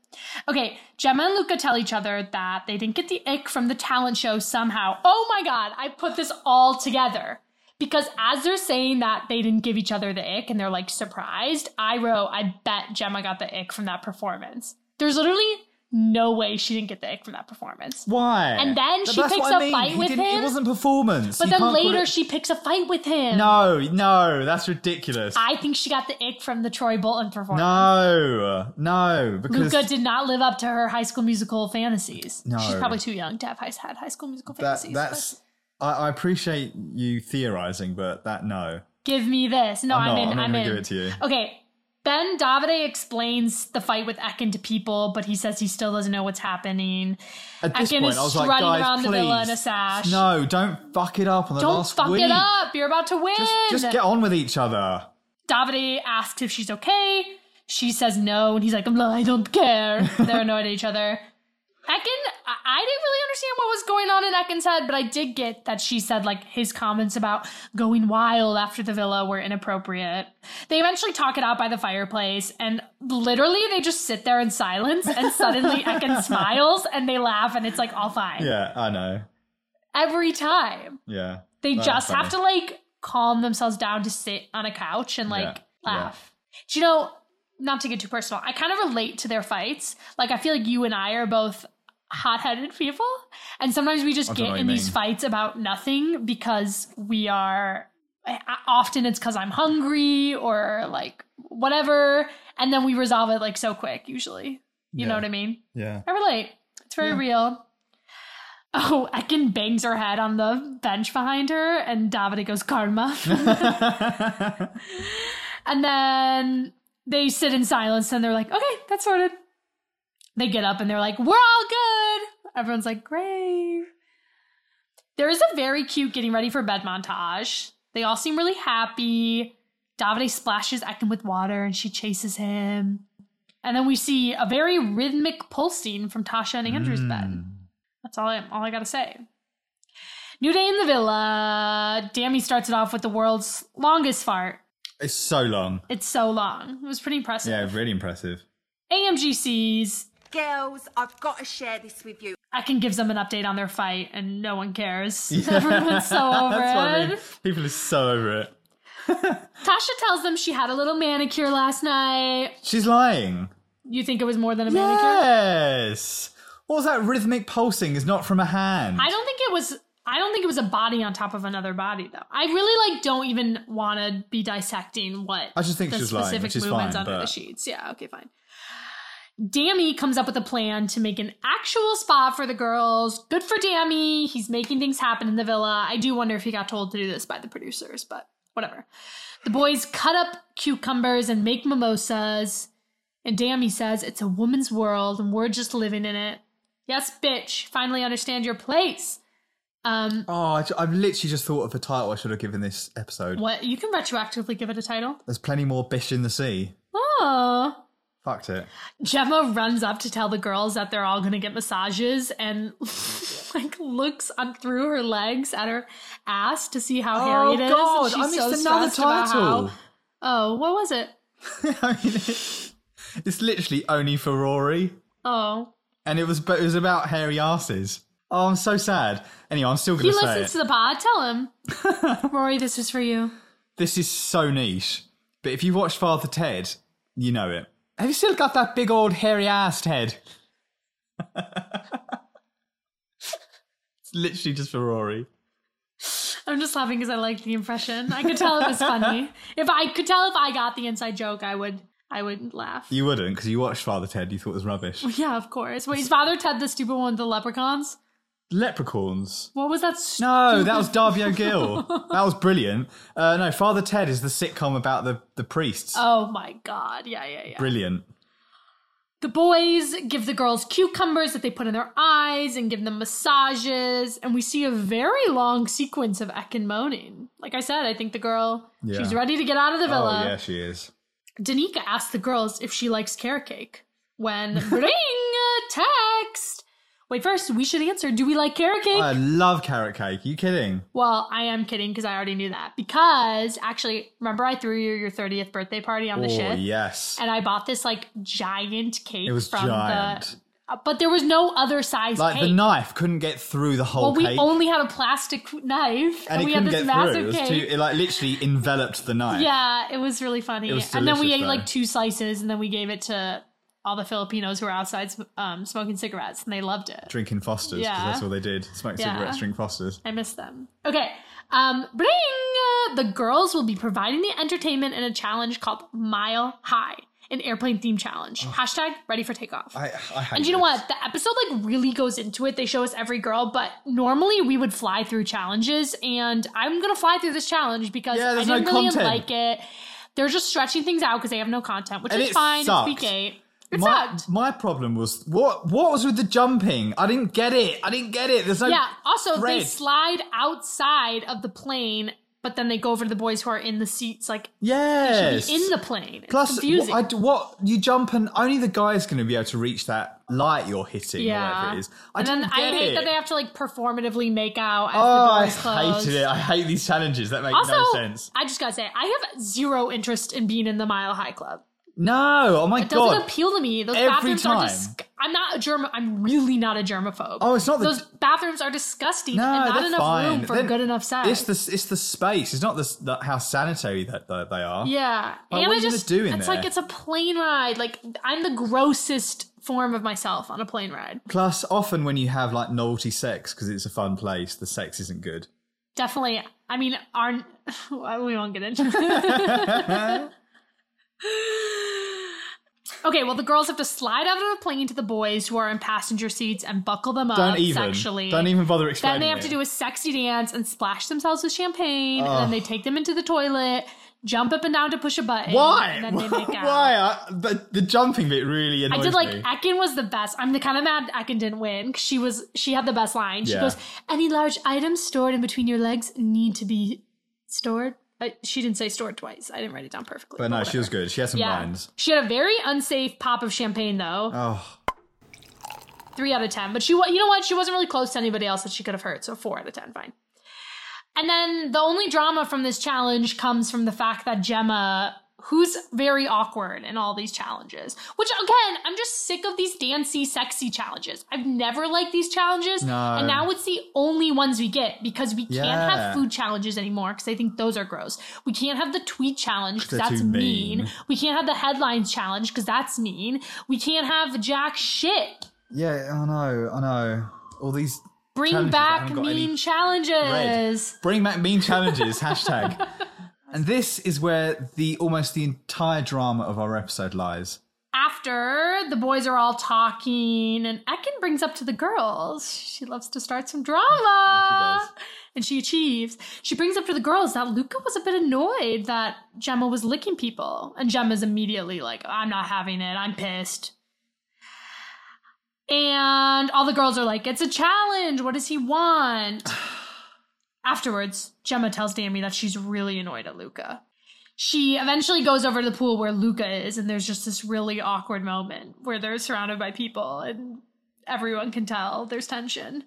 [SPEAKER 2] Okay, Gemma and Luca tell each other that they didn't get the ick from the talent show somehow. Oh my god, I put this all together. Because as they're saying that they didn't give each other the ick and they're like surprised, I wrote, I bet Gemma got the ick from that performance. There's literally no way she didn't get the ick from that performance.
[SPEAKER 1] Why?
[SPEAKER 2] And then
[SPEAKER 1] Th-
[SPEAKER 2] she
[SPEAKER 1] that's
[SPEAKER 2] picks
[SPEAKER 1] what I
[SPEAKER 2] a
[SPEAKER 1] mean.
[SPEAKER 2] fight
[SPEAKER 1] He
[SPEAKER 2] with
[SPEAKER 1] didn't- It
[SPEAKER 2] him.
[SPEAKER 1] wasn't performance.
[SPEAKER 2] But
[SPEAKER 1] You
[SPEAKER 2] then
[SPEAKER 1] can't call
[SPEAKER 2] later
[SPEAKER 1] it-
[SPEAKER 2] she picks a fight with him.
[SPEAKER 1] No, no, that's ridiculous.
[SPEAKER 2] I think she got the ick from the Troy Bolton performance.
[SPEAKER 1] no, no, because
[SPEAKER 2] Luca did not live up to her High School Musical fantasies.
[SPEAKER 1] No.
[SPEAKER 2] she's probably too young to have high, had High School Musical
[SPEAKER 1] that,
[SPEAKER 2] fantasies.
[SPEAKER 1] that's. I, I appreciate you theorizing, but that no.
[SPEAKER 2] but give me this. No,
[SPEAKER 1] I'm
[SPEAKER 2] I'm,
[SPEAKER 1] not-
[SPEAKER 2] in.
[SPEAKER 1] I'm
[SPEAKER 2] I'm,
[SPEAKER 1] not gonna
[SPEAKER 2] in.
[SPEAKER 1] give it to you.
[SPEAKER 2] Okay. Ben Davide explains the fight with Ekin to people, but he says he still doesn't know what's happening.
[SPEAKER 1] At this
[SPEAKER 2] Ekin
[SPEAKER 1] point,
[SPEAKER 2] is
[SPEAKER 1] I was like,
[SPEAKER 2] strutting
[SPEAKER 1] guys,
[SPEAKER 2] around
[SPEAKER 1] please,
[SPEAKER 2] the villa in a sash.
[SPEAKER 1] No, don't fuck it up on the
[SPEAKER 2] Don't
[SPEAKER 1] last
[SPEAKER 2] fuck
[SPEAKER 1] week.
[SPEAKER 2] it up. You're about to win.
[SPEAKER 1] Just, just get on with each other.
[SPEAKER 2] Davide asks if she's okay. She says no, and he's like, "No, I don't care." They're annoyed at each other. Ekin, I I didn't really understand what was going on in Ekin's head, but I did get that she said like his comments about going wild after the villa were inappropriate. They eventually talk it out by the fireplace, and literally they just sit there in silence. And suddenly Ekin smiles, and they laugh, and it's like all fine
[SPEAKER 1] Yeah, I know.
[SPEAKER 2] every time.
[SPEAKER 1] Yeah.
[SPEAKER 2] They
[SPEAKER 1] That's
[SPEAKER 2] just have to
[SPEAKER 1] funny.
[SPEAKER 2] like calm themselves down to sit on a couch and like
[SPEAKER 1] Yeah,
[SPEAKER 2] laugh. Do you know, not to get too personal, I kind of relate to their fights. Like I feel like you and I are both hot-headed people and sometimes we just
[SPEAKER 1] I don't know
[SPEAKER 2] get
[SPEAKER 1] what
[SPEAKER 2] in
[SPEAKER 1] you
[SPEAKER 2] these
[SPEAKER 1] mean.
[SPEAKER 2] fights about nothing because we are I- often it's cuz I'm hungry or like whatever and then we resolve it like so quick usually. You know
[SPEAKER 1] Yeah.
[SPEAKER 2] what I mean?
[SPEAKER 1] Yeah.
[SPEAKER 2] I relate. It's very real. Oh, Ekin bangs her head on the bench behind her, and Davide goes, Karma. and then they sit in silence and they're like, Okay, that's sorted. They get up and they're like, We're all good. Everyone's like, Great. There is a very cute getting ready for bed montage. They all seem really happy. Davide splashes Ekin with water and she chases him. And then we see a very rhythmic pulsing from Tasha and Andrew's bed. That's all I all I gotta say. New Day in the Villa. Dammy starts it off with the world's longest fart.
[SPEAKER 1] It's so long.
[SPEAKER 2] It's so long. It was pretty impressive.
[SPEAKER 1] Yeah, really impressive.
[SPEAKER 2] AMGC's.
[SPEAKER 8] Girls, I've got to share this with you.
[SPEAKER 2] Akin gives them an update on their fight, and no one cares. Everyone's so over
[SPEAKER 1] That's what I
[SPEAKER 2] it.
[SPEAKER 1] mean. People are so over it.
[SPEAKER 2] Tasha tells them she had a little manicure last night.
[SPEAKER 1] She's lying.
[SPEAKER 2] You think it was more than a manicure?
[SPEAKER 1] Yes. What was that rhythmic pulsing? Is not from a hand.
[SPEAKER 2] I don't think it was. I don't think it was a body on top of another body, though. I really like don't even want to be dissecting what
[SPEAKER 1] I just think
[SPEAKER 2] the
[SPEAKER 1] she's lying,
[SPEAKER 2] specific
[SPEAKER 1] which is
[SPEAKER 2] movements
[SPEAKER 1] fine,
[SPEAKER 2] under the
[SPEAKER 1] but-
[SPEAKER 2] sheets. Yeah, okay, fine. Dammy comes up with a plan to make an actual spa for the girls. Good for Dammy. He's making things happen in the villa. I do wonder if he got told to do this by the producers, but whatever. The boys cut up cucumbers and make mimosas. And Dammy says it's a woman's world and we're just living in it. Yes, bitch. Finally understand your place. Um,
[SPEAKER 1] oh, I, have literally just thought of a title I should have given this episode.
[SPEAKER 2] what you can retroactively give it a title.
[SPEAKER 1] There's plenty more bish in the sea.
[SPEAKER 2] Oh.
[SPEAKER 1] Fucked it.
[SPEAKER 2] Gemma runs up to tell the girls that they're all gonna get massages and like looks on through her legs at her ass to see how
[SPEAKER 1] Oh,
[SPEAKER 2] hairy it is. and she's so stressed about how- oh, what was it?
[SPEAKER 1] I mean, it- it's literally only for Rory,
[SPEAKER 2] Oh.
[SPEAKER 1] and it was but it was about hairy asses. Oh, I'm so sad. Anyway, I'm still
[SPEAKER 2] He
[SPEAKER 1] gonna say
[SPEAKER 2] listens
[SPEAKER 1] it.
[SPEAKER 2] to the pod, tell him. Rory, this is for you.
[SPEAKER 1] this is so niche, but if you watched Father Ted, you know it. Have you still got that big old hairy ass, Ted? it's literally just for Rory.
[SPEAKER 2] I'm just laughing because I like the impression. I could tell it was funny. If I could tell if I got the inside joke, I would I would laugh.
[SPEAKER 1] You wouldn't, because you watched Father Ted. You thought it was rubbish.
[SPEAKER 2] Yeah, of course. Wait, is Father Ted the stupid one with the leprechauns?
[SPEAKER 1] Leprechauns.
[SPEAKER 2] What was that? St-
[SPEAKER 1] No, that was Darby O'Gill. that was brilliant. Uh, no, Father Ted is the sitcom about the the priests.
[SPEAKER 2] Oh my god. Yeah, yeah, yeah.
[SPEAKER 1] Brilliant.
[SPEAKER 2] The boys give the girls cucumbers that they put in their eyes and give them massages. And we see a very long sequence of Ekin moaning. Like I said, I think the girl,
[SPEAKER 1] Yeah.
[SPEAKER 2] she's ready to get out of the villa.
[SPEAKER 1] Oh yeah, she is.
[SPEAKER 2] Danica asks the girls if she likes carrot cake. When ring text. Wait, first, we should answer do we like carrot cake?
[SPEAKER 1] I love carrot cake. you kidding?
[SPEAKER 2] well, I am kidding because I already knew that. Because actually, remember I threw you your 30th birthday party on the
[SPEAKER 1] oh
[SPEAKER 2] ship?
[SPEAKER 1] yes.
[SPEAKER 2] And I bought this like giant cake
[SPEAKER 1] It was
[SPEAKER 2] from the
[SPEAKER 1] giant.
[SPEAKER 2] Uh, but there was no other size
[SPEAKER 1] like
[SPEAKER 2] cake.
[SPEAKER 1] the knife couldn't get through the whole
[SPEAKER 2] well, we
[SPEAKER 1] cake,
[SPEAKER 2] only had a plastic knife,
[SPEAKER 1] and
[SPEAKER 2] and,
[SPEAKER 1] it
[SPEAKER 2] we had
[SPEAKER 1] couldn't get through. It
[SPEAKER 2] this massive
[SPEAKER 1] was
[SPEAKER 2] cake.
[SPEAKER 1] too. It like literally enveloped the knife.
[SPEAKER 2] yeah, it was really funny.
[SPEAKER 1] It was
[SPEAKER 2] and then we
[SPEAKER 1] delicious,
[SPEAKER 2] ate
[SPEAKER 1] though.
[SPEAKER 2] like two slices, and then we gave it to all the Filipinos who were outside um, smoking cigarettes, and they loved it.
[SPEAKER 1] Drinking Fosters because
[SPEAKER 2] Yeah.
[SPEAKER 1] that's all they did. Smoke
[SPEAKER 2] Yeah.
[SPEAKER 1] cigarettes, drink Fosters.
[SPEAKER 2] I miss them. Okay. Um, bring uh, the girls will be providing the entertainment in a challenge called Mile High, an airplane theme challenge. Hashtag ready for takeoff.
[SPEAKER 1] Oh. I, I hate
[SPEAKER 2] And you know
[SPEAKER 1] this.
[SPEAKER 2] what? The episode like really goes into it. They show us every girl, but normally we would fly through challenges, and I'm gonna fly through this challenge because
[SPEAKER 1] Yeah,
[SPEAKER 2] I
[SPEAKER 1] there's
[SPEAKER 2] didn't
[SPEAKER 1] no
[SPEAKER 2] really
[SPEAKER 1] content.
[SPEAKER 2] like it. They're just stretching things out because they have no content, which
[SPEAKER 1] And
[SPEAKER 2] is
[SPEAKER 1] it
[SPEAKER 2] fine.
[SPEAKER 1] sucked.
[SPEAKER 2] It's week eight. It
[SPEAKER 1] My,
[SPEAKER 2] sucked.
[SPEAKER 1] my problem was what? What was with the jumping? I didn't get it. I didn't get it. There's no
[SPEAKER 2] Yeah. Also, they
[SPEAKER 1] thread.
[SPEAKER 2] slide outside of the plane, but then they go over to the boys who are in the seats, like
[SPEAKER 1] Yes.
[SPEAKER 2] in the plane. It's
[SPEAKER 1] Plus,
[SPEAKER 2] confusing.
[SPEAKER 1] What, I, what you jump and only the guy's going to be able to reach that light you're hitting, or
[SPEAKER 2] yeah.
[SPEAKER 1] whatever it is. I
[SPEAKER 2] and then
[SPEAKER 1] didn't
[SPEAKER 2] I
[SPEAKER 1] get
[SPEAKER 2] hate
[SPEAKER 1] it.
[SPEAKER 2] that they have to like performatively make out as
[SPEAKER 1] Oh, I
[SPEAKER 2] the doors close.
[SPEAKER 1] hated it. I hate these challenges. That make
[SPEAKER 2] Also,
[SPEAKER 1] no sense.
[SPEAKER 2] I just gotta say, I have zero interest in being in the Mile High Club.
[SPEAKER 1] No, oh my
[SPEAKER 2] It doesn't
[SPEAKER 1] god.
[SPEAKER 2] appeal to me. Those
[SPEAKER 1] Every
[SPEAKER 2] bathrooms are
[SPEAKER 1] time.
[SPEAKER 2] just. I'm not a germ. I'm really not a germaphobe.
[SPEAKER 1] Oh, it's not the-
[SPEAKER 2] Those bathrooms are disgusting
[SPEAKER 1] no,
[SPEAKER 2] and not
[SPEAKER 1] they're
[SPEAKER 2] enough
[SPEAKER 1] fine.
[SPEAKER 2] room for
[SPEAKER 1] They're-
[SPEAKER 2] good enough sex.
[SPEAKER 1] It's the it's the space. It's not the, s- the how sanitary that, that they are.
[SPEAKER 2] yeah,
[SPEAKER 1] Like, what
[SPEAKER 2] and I
[SPEAKER 1] are you
[SPEAKER 2] just
[SPEAKER 1] gonna do in
[SPEAKER 2] it's
[SPEAKER 1] there?
[SPEAKER 2] like it's a plane ride. Like I'm the grossest form of myself on a plane ride.
[SPEAKER 1] Plus, often when you have like novelty sex because it's a fun place, the sex isn't good.
[SPEAKER 2] definitely i mean aren't we won't get into it okay well the girls have to slide out of the plane to the boys who are in passenger seats and buckle them
[SPEAKER 1] Don't
[SPEAKER 2] up
[SPEAKER 1] even.
[SPEAKER 2] sexually
[SPEAKER 1] Don't even bother explaining.
[SPEAKER 2] then they have to
[SPEAKER 1] it.
[SPEAKER 2] do a sexy dance and splash themselves with champagne and then they take them into the toilet jump up and down to push a button
[SPEAKER 1] Why?
[SPEAKER 2] and then they make out
[SPEAKER 1] Why? I, the, the jumping bit really annoys
[SPEAKER 2] I did like
[SPEAKER 1] me.
[SPEAKER 2] Ekin was the best. I'm the kind of mad Ekin didn't win 'cause she was she had the best line. She
[SPEAKER 1] Yeah.
[SPEAKER 2] goes, "Any large items stored in between your legs need to be stored." Uh, she didn't say stored twice. I didn't write it down perfectly.
[SPEAKER 1] But no, she
[SPEAKER 2] whatever.
[SPEAKER 1] was good. She had some
[SPEAKER 2] Yeah,
[SPEAKER 1] lines.
[SPEAKER 2] she had a very unsafe pop of champagne though.
[SPEAKER 1] Oh,
[SPEAKER 2] Three out of ten. But she, wa- you know what? She wasn't really close to anybody else that she could have hurt. So four out of ten. Fine. And then the only drama from this challenge comes from the fact that Gemma, who's very awkward in all these challenges, which again, I'm just sick of these dancey, sexy challenges. I've never liked these challenges.
[SPEAKER 1] No.
[SPEAKER 2] And now it's the only ones we get because we can't
[SPEAKER 1] Yeah.
[SPEAKER 2] have food challenges anymore because I think those are gross. We can't have the tweet challenge because
[SPEAKER 1] They're
[SPEAKER 2] that's
[SPEAKER 1] too
[SPEAKER 2] mean.
[SPEAKER 1] mean.
[SPEAKER 2] We can't have the headlines challenge because that's mean. We can't have jack shit.
[SPEAKER 1] Yeah, I know, I know. All these
[SPEAKER 2] Bring
[SPEAKER 1] Challenges that
[SPEAKER 2] back
[SPEAKER 1] haven't got any
[SPEAKER 2] mean challenges.
[SPEAKER 1] Bring back mean challenges, hashtag. And this is where the almost the entire drama of our episode lies.
[SPEAKER 2] after the boys are all talking and Ekin brings up to the girls she loves to start some drama
[SPEAKER 1] Yeah, she
[SPEAKER 2] and she achieves she brings up to the girls that Luca was a bit annoyed that Gemma was licking people and Gemma's immediately like I'm not having it I'm pissed and all the girls are like it's a challenge what does he want afterwards Gemma tells Dammy that she's really annoyed at Luca she eventually goes over to the pool where Luca is, and there's just this really awkward moment where they're surrounded by people and everyone can tell there's tension.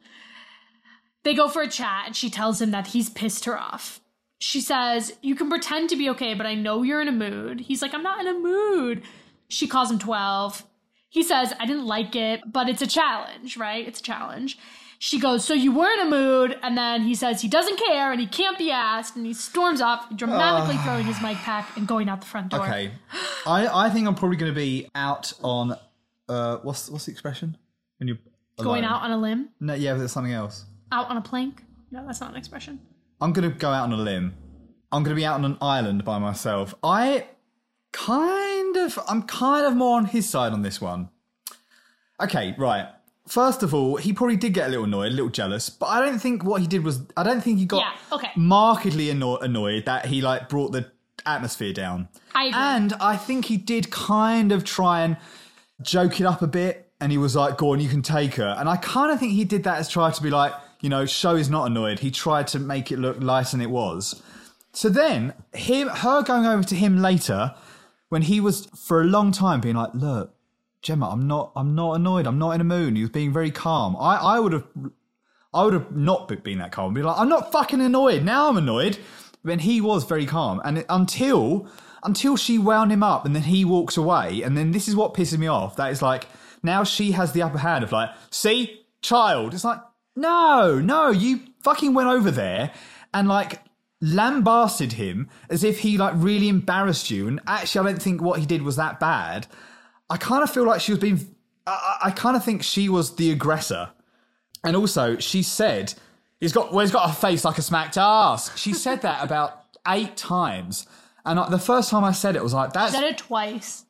[SPEAKER 2] They go for a chat, and she tells him that he's pissed her off. She says, You can pretend to be okay, but I know you're in a mood. He's like, I'm not in a mood. She calls him 12. He says, I didn't like it, but it's a challenge, right? It's a challenge. She goes, So you were in a mood. And then he says he doesn't care and he can't be asked. And he storms off, dramatically throwing his mic pack and going out the front door.
[SPEAKER 1] Okay. I, I think I'm probably going to be out on uh what's what's the expression when you're
[SPEAKER 2] Going
[SPEAKER 1] alone?
[SPEAKER 2] out on a limb,
[SPEAKER 1] No, yeah, but it's something else.
[SPEAKER 2] out on a plank. No, that's not an expression.
[SPEAKER 1] I'm going to go out on a limb. I'm going to be out on an island by myself. I kind of, I'm kind of more on his side on this one. Okay, right. First of all, he probably did get a little annoyed, a little jealous, but I don't think what he did was, I don't think he got
[SPEAKER 2] Yeah, okay.
[SPEAKER 1] markedly anno- annoyed that he like brought the atmosphere down.
[SPEAKER 2] I agree.
[SPEAKER 1] And I think he did kind of try and joke it up a bit, and he was like, "Go on, you can take her." And I kind of think he did that as try to be like, you know, show he's not annoyed. He tried to make it look lighter than it was. So then, him, her going over to him later, when he was for a long time being like, "Look, Gemma, I'm not, I'm not annoyed. I'm not in a mood." He was being very calm. I, I would have, I would have not been that calm. Be like, "I'm not fucking annoyed." Now I'm annoyed. When he was very calm, and it- until until she wound him up and then he walks away and then this is what pisses me off that is like now she has the upper hand of like see child it's like no no you fucking went over there and like lambasted him as if he like really embarrassed you and actually i don't think what he did was that bad i kind of feel like she was being i, I kind of think she was the aggressor and also she said he's got well he's got a face like a smacked ass she said that about eight times and I, the first time i said it I was like that's
[SPEAKER 2] Said it twice.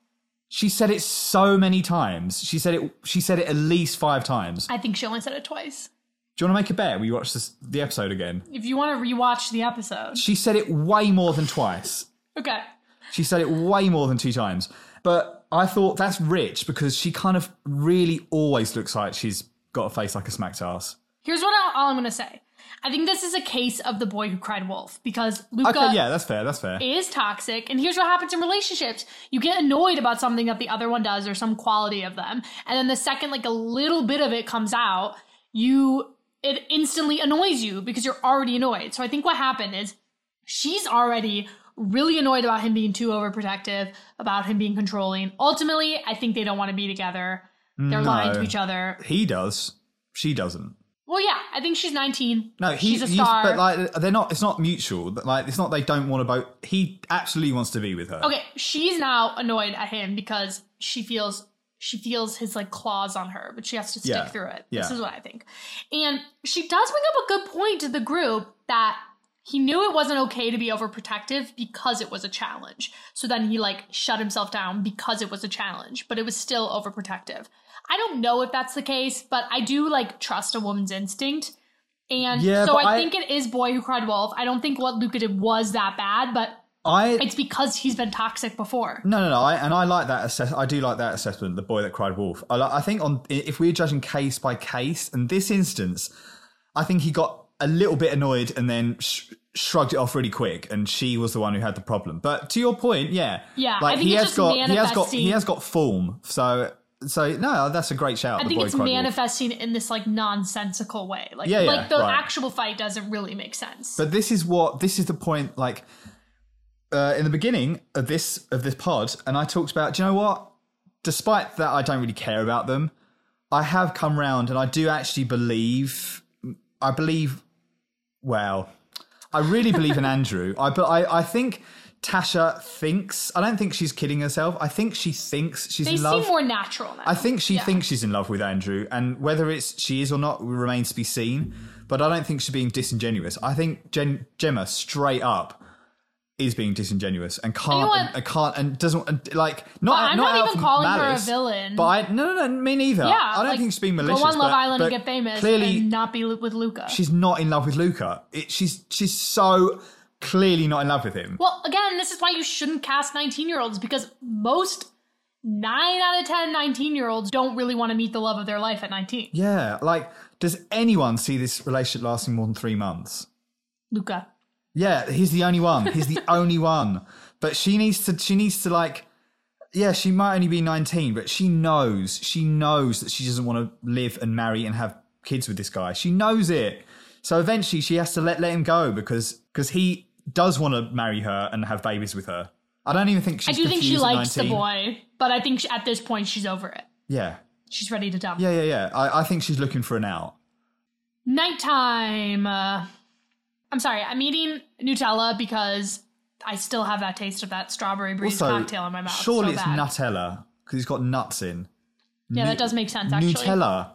[SPEAKER 1] she said it so many times. She said it. She said it at least five times.
[SPEAKER 2] I think she only said it twice.
[SPEAKER 1] Do you want to make a bet? We watch this, the episode again.
[SPEAKER 2] If you want to rewatch the episode.
[SPEAKER 1] She said it way more than twice.
[SPEAKER 2] Okay.
[SPEAKER 1] She said it way more than two times. But I thought that's rich because she kind of really always looks like she's got a face like a smacked ass.
[SPEAKER 2] Here's what I, all I'm going to say. I think this is a case of the boy who cried wolf because Luca
[SPEAKER 1] Okay, yeah, that's fair. That's fair.
[SPEAKER 2] is toxic. And here's what happens in relationships you get annoyed about something that the other one does or some quality of them. And then the second, like, a little bit of it comes out, you, it instantly annoys you because you're already annoyed. So I think what happened is she's already really annoyed about him being too overprotective, about him being controlling. Ultimately, I think they don't want to be together. They're lying to
[SPEAKER 1] Mm, No.
[SPEAKER 2] each other.
[SPEAKER 1] He does. She doesn't.
[SPEAKER 2] Well, yeah, I think she's 19.
[SPEAKER 1] No, he,
[SPEAKER 2] she's a
[SPEAKER 1] he's-
[SPEAKER 2] star.
[SPEAKER 1] But like, they're not. It's not mutual. Like, it's not. They don't want to both. He absolutely wants to be with her.
[SPEAKER 2] Okay, she's now annoyed at him because she feels she feels his like claws on her, but she has to stick
[SPEAKER 1] Yeah,
[SPEAKER 2] through it. This
[SPEAKER 1] yeah.
[SPEAKER 2] is what I think. And she does bring up a good point to the group that he knew it wasn't okay to be overprotective because it was a challenge. So then he like shut himself down because it was a challenge, but it was still overprotective. I don't know if that's the case, but I do like trust a woman's instinct. And
[SPEAKER 1] Yeah,
[SPEAKER 2] so
[SPEAKER 1] but I-
[SPEAKER 2] I, think it is boy who cried wolf. I don't think what Luca did was that bad, but
[SPEAKER 1] I.
[SPEAKER 2] it's because he's been toxic before.
[SPEAKER 1] No, no, no. I, and I like that assess. I do like that assessment. The boy that cried wolf. I, li- I think on if we're judging case by case, in this instance, I think he got a little bit annoyed and then sh- shrugged it off really quick, and she was the one who had the problem. But to your point, yeah,
[SPEAKER 2] Yeah, I think
[SPEAKER 1] he has
[SPEAKER 2] it's just
[SPEAKER 1] got he has got
[SPEAKER 2] manifesting-
[SPEAKER 1] he has got form. So So no, that's a great shout.
[SPEAKER 2] I
[SPEAKER 1] the
[SPEAKER 2] think
[SPEAKER 1] boy
[SPEAKER 2] it's
[SPEAKER 1] cried wolf.
[SPEAKER 2] manifesting in this like nonsensical way. Like,
[SPEAKER 1] Yeah, yeah,
[SPEAKER 2] like the
[SPEAKER 1] right.
[SPEAKER 2] actual fight doesn't really make sense.
[SPEAKER 1] But this is what this is the point. Like uh, in the beginning of this of this pod, and I talked about. Do you know what? Despite that, I don't really care about them. I have come round, and I do actually believe. I believe. Well, I really believe in Andrew. I but I I think. Tasha thinks. I don't think she's kidding herself. I think she thinks she's
[SPEAKER 2] they
[SPEAKER 1] in love.
[SPEAKER 2] seem more natural now.
[SPEAKER 1] I think she thinks she's in love with Andrew, and whether it's she is or not remains to be seen. But I don't think she's being disingenuous. I think Gen- Gemma straight up is being disingenuous and can't
[SPEAKER 2] know what?
[SPEAKER 1] and, and can't and doesn't and, like not.
[SPEAKER 2] But I'm
[SPEAKER 1] not,
[SPEAKER 2] not
[SPEAKER 1] out
[SPEAKER 2] even
[SPEAKER 1] of
[SPEAKER 2] calling her a
[SPEAKER 1] malice,
[SPEAKER 2] villain.
[SPEAKER 1] But I, no, no, no, me neither.
[SPEAKER 2] yeah,
[SPEAKER 1] I don't
[SPEAKER 2] like,
[SPEAKER 1] think she's being malicious.
[SPEAKER 2] Go on Love
[SPEAKER 1] but-
[SPEAKER 2] Island and
[SPEAKER 1] but
[SPEAKER 2] get famous
[SPEAKER 1] Clearly,
[SPEAKER 2] and not be li- with Luca.
[SPEAKER 1] she's not in love with Luca. It, she's she's so clearly not in love with him.
[SPEAKER 2] Well, again, this is why you shouldn't cast 19 year olds because most 9 out of 10 19 year olds don't really want to meet the love of their life at 19.
[SPEAKER 1] Yeah, like does anyone see this relationship lasting more than three months?
[SPEAKER 2] Luca.
[SPEAKER 1] Yeah, he's the only one. He's the only one. But she needs to. She needs to like. Yeah, she might only be nineteen, but she knows. She knows that she doesn't want to live and marry and have kids with this guy. She knows it. So eventually, she has to let let him go because because he does want to marry her and have babies with her. I don't even think
[SPEAKER 2] I
[SPEAKER 1] she's.
[SPEAKER 2] do think she
[SPEAKER 1] confused at
[SPEAKER 2] likes
[SPEAKER 1] 19.
[SPEAKER 2] the boy, but I think she, at this point she's over it.
[SPEAKER 1] Yeah,
[SPEAKER 2] She's ready to dump.
[SPEAKER 1] yeah, yeah, yeah. I, I think she's looking for an out.
[SPEAKER 2] Nighttime. Uh, I'm sorry, I'm eating Nutella because I still have that taste of that strawberry breeze
[SPEAKER 1] Also,
[SPEAKER 2] cocktail in my mouth.
[SPEAKER 1] surely
[SPEAKER 2] so
[SPEAKER 1] it's
[SPEAKER 2] bad.
[SPEAKER 1] Nutella because it's got nuts in.
[SPEAKER 2] Yeah,
[SPEAKER 1] Nu-
[SPEAKER 2] that does make sense actually.
[SPEAKER 1] Nutella.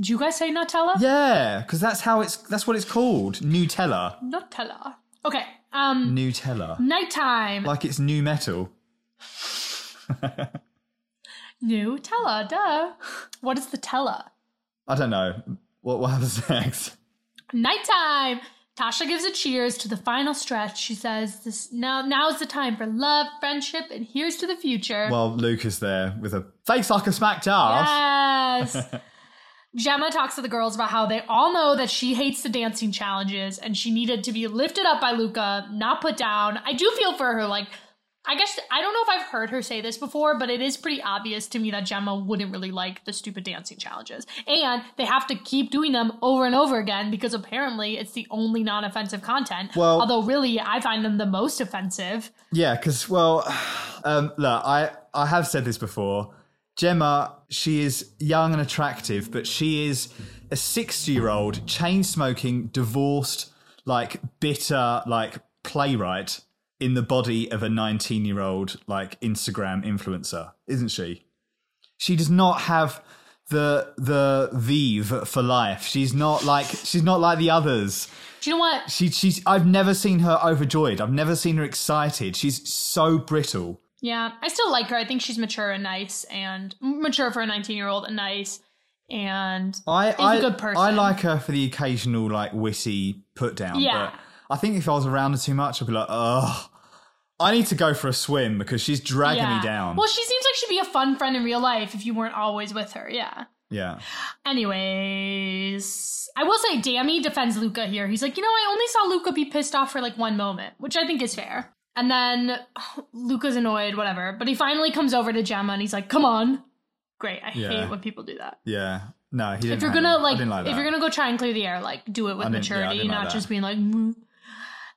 [SPEAKER 2] Do you guys say Nutella?
[SPEAKER 1] Yeah, because that's how it's that's what it's called. Nutella.
[SPEAKER 2] Nutella. Okay. Um
[SPEAKER 1] Nutella.
[SPEAKER 2] nighttime.
[SPEAKER 1] Like it's new metal.
[SPEAKER 2] Nutella, duh. What is the Tella?
[SPEAKER 1] I don't know. What what happens next?
[SPEAKER 2] Nighttime. Tasha gives a cheers to the final stretch. She says, "This now now is the time for love, friendship, and here's to the future."
[SPEAKER 1] Well, Luke is there with a face like a smacked ass.
[SPEAKER 2] Yes. Gemma talks to the girls about how they all know that she hates the dancing challenges and she needed to be lifted up by Luca, not put down. I do feel for her. Like, I guess I don't know if I've heard her say this before, but it is pretty obvious to me that Gemma wouldn't really like the stupid dancing challenges. And they have to keep doing them over and over again because apparently it's the only non offensive content.
[SPEAKER 1] Well-
[SPEAKER 2] Although, really, I find them the most offensive.
[SPEAKER 1] Yeah, because well, um, look, I I have said this before. Gemma, she is young and attractive, but she is a sixty-year-old chain-smoking, divorced, like bitter, like playwright in the body of a nineteen-year-old like Instagram influencer, isn't she? she does not have the the vive for life. She's not like she's not like the others.
[SPEAKER 2] Do you know what?
[SPEAKER 1] She she's I've never seen her overjoyed. I've never seen her excited. She's so brittle.
[SPEAKER 2] Yeah, I still like her. I think she's mature and nice, and mature for a 19 year old and nice. And
[SPEAKER 1] I
[SPEAKER 2] She's a
[SPEAKER 1] I,
[SPEAKER 2] good person.
[SPEAKER 1] I like her for the occasional like witty put down.
[SPEAKER 2] Yeah.
[SPEAKER 1] But I think if I was around her too much, I'd be like, oh, I need to go for a swim because she's dragging
[SPEAKER 2] yeah.
[SPEAKER 1] me down.
[SPEAKER 2] Well, she seems like she'd be a fun friend in real life if you weren't always with her. Yeah.
[SPEAKER 1] yeah.
[SPEAKER 2] Anyways, I will say Dammy defends Luca here. He's like, you know, I only saw Luca be pissed off for like one moment, which I think is fair. And then Luca's annoyed, whatever. But he finally comes over to Gemma and he's like, come on. Great. I
[SPEAKER 1] Yeah.
[SPEAKER 2] hate when people do that.
[SPEAKER 1] Yeah. No, he didn't.
[SPEAKER 2] if you're
[SPEAKER 1] hang
[SPEAKER 2] gonna
[SPEAKER 1] on. I
[SPEAKER 2] like,
[SPEAKER 1] didn't like
[SPEAKER 2] if
[SPEAKER 1] that.
[SPEAKER 2] you're gonna go try and clear the air like do
[SPEAKER 1] I
[SPEAKER 2] it with
[SPEAKER 1] didn't- yeah, I
[SPEAKER 2] maturity
[SPEAKER 1] didn't like
[SPEAKER 2] not
[SPEAKER 1] that.
[SPEAKER 2] just being like "Mm."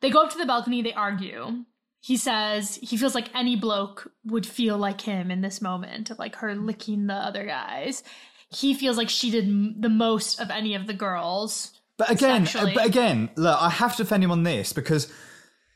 [SPEAKER 2] they go up to the balcony they argue he says he feels like any bloke would feel like him in this moment of like her licking the other guys he feels like she did m- the most of any of the girls
[SPEAKER 1] But again,
[SPEAKER 2] sexually.
[SPEAKER 1] but again, look, I have to defend him on this because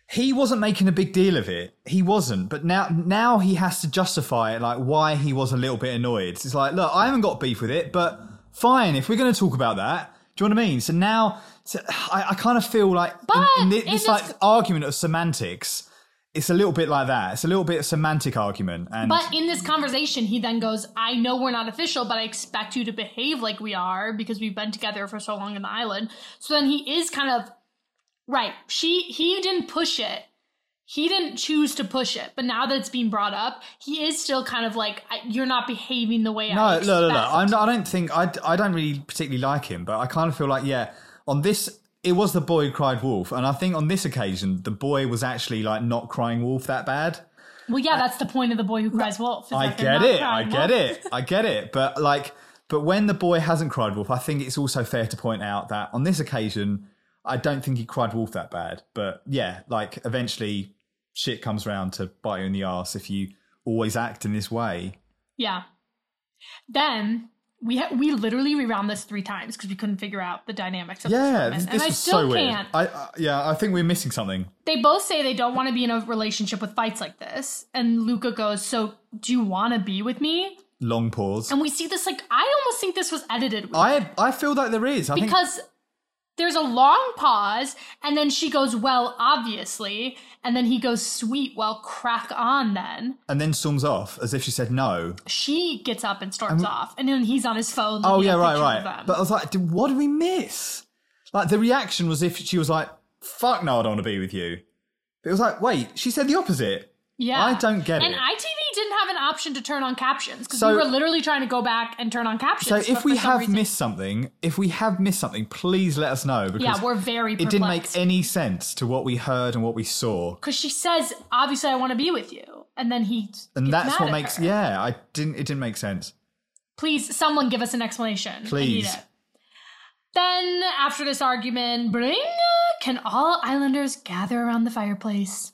[SPEAKER 1] he wasn't making a big deal of it. He wasn't, but now now he has to justify like why he was a little bit annoyed. It's like, look, I haven't got beef with it, but fine. If we're going to talk about that, do you know what I mean? So now, so I, I kind of feel like in-
[SPEAKER 2] But
[SPEAKER 1] in, thi-
[SPEAKER 2] in
[SPEAKER 1] this
[SPEAKER 2] this-
[SPEAKER 1] like argument of semantics, it's a little bit like that. It's a little bit of semantic argument, and
[SPEAKER 2] but in this conversation he then goes i know we're not official but i expect you to behave like we are because we've been together for so long in the island so then he is kind of right she he didn't push it he didn't choose to push it but now that it's being brought up he is still kind of like I, you're not behaving the way i
[SPEAKER 1] No,
[SPEAKER 2] expect.
[SPEAKER 1] no, no, no. I'm not, I don't think I, I don't really particularly like him, but I kind of feel like yeah. On this, it was the boy who cried wolf, and I think on this occasion the boy was actually like not crying wolf that bad.
[SPEAKER 2] Well, yeah, that's the point of the boy who cries wolf. is
[SPEAKER 1] I
[SPEAKER 2] that they're
[SPEAKER 1] get
[SPEAKER 2] not
[SPEAKER 1] it. I
[SPEAKER 2] crying
[SPEAKER 1] get
[SPEAKER 2] wolf.
[SPEAKER 1] it. I get it. But like, but when the boy hasn't cried wolf, I think it's also fair to point out that on this occasion, I don't think he cried wolf that bad. But yeah, like eventually, shit comes round to bite you in the ass if you always act in this way.
[SPEAKER 2] Yeah. Then we ha- we literally rewound this three times because we couldn't figure out the dynamics of
[SPEAKER 1] Yeah, this,
[SPEAKER 2] this romance. and I
[SPEAKER 1] was
[SPEAKER 2] still
[SPEAKER 1] so weird.
[SPEAKER 2] can't.
[SPEAKER 1] I, I yeah, I think we're missing something.
[SPEAKER 2] they both say they don't want to be in a relationship with fights like this. And Luca goes, So do you want to be with me?
[SPEAKER 1] Long pause.
[SPEAKER 2] And we see this, like, I almost think this was edited. With
[SPEAKER 1] I I feel like there is. I think
[SPEAKER 2] because there's a long pause, and then she goes, Well, obviously. And then he goes, Sweet, well, crack on then.
[SPEAKER 1] and then storms off as if she said no.
[SPEAKER 2] She gets up and storms off. And then he's on his phone.
[SPEAKER 1] Oh
[SPEAKER 2] looking
[SPEAKER 1] yeah,
[SPEAKER 2] at
[SPEAKER 1] right,
[SPEAKER 2] pictures of um,
[SPEAKER 1] right.
[SPEAKER 2] them.
[SPEAKER 1] But I was like, "Dude, what did we miss? Like the reaction was if she was like, "Fuck no, I don't want to be with you." But it was like, wait, she said the opposite.
[SPEAKER 2] Yeah.
[SPEAKER 1] I don't get
[SPEAKER 2] and
[SPEAKER 1] it.
[SPEAKER 2] ITV didn't have an option to turn on captions because
[SPEAKER 1] So-
[SPEAKER 2] we were literally trying to go back and turn on captions.
[SPEAKER 1] So
[SPEAKER 2] but
[SPEAKER 1] if
[SPEAKER 2] for
[SPEAKER 1] we
[SPEAKER 2] some
[SPEAKER 1] have
[SPEAKER 2] reason-
[SPEAKER 1] missed something, if we have missed something, please let us know because
[SPEAKER 2] Yeah, we're very
[SPEAKER 1] it didn't make
[SPEAKER 2] perplexed.
[SPEAKER 1] any sense to what we heard and what we saw,
[SPEAKER 2] Because she says, obviously, I want to be with you. And then he.
[SPEAKER 1] and
[SPEAKER 2] gets
[SPEAKER 1] that's
[SPEAKER 2] mad
[SPEAKER 1] what
[SPEAKER 2] at
[SPEAKER 1] makes
[SPEAKER 2] her.
[SPEAKER 1] yeah. I didn't. It didn't make sense.
[SPEAKER 2] Please, someone give us an explanation. I
[SPEAKER 1] Please.
[SPEAKER 2] need it. Then, after this argument, bring. Can all islanders gather around the fireplace?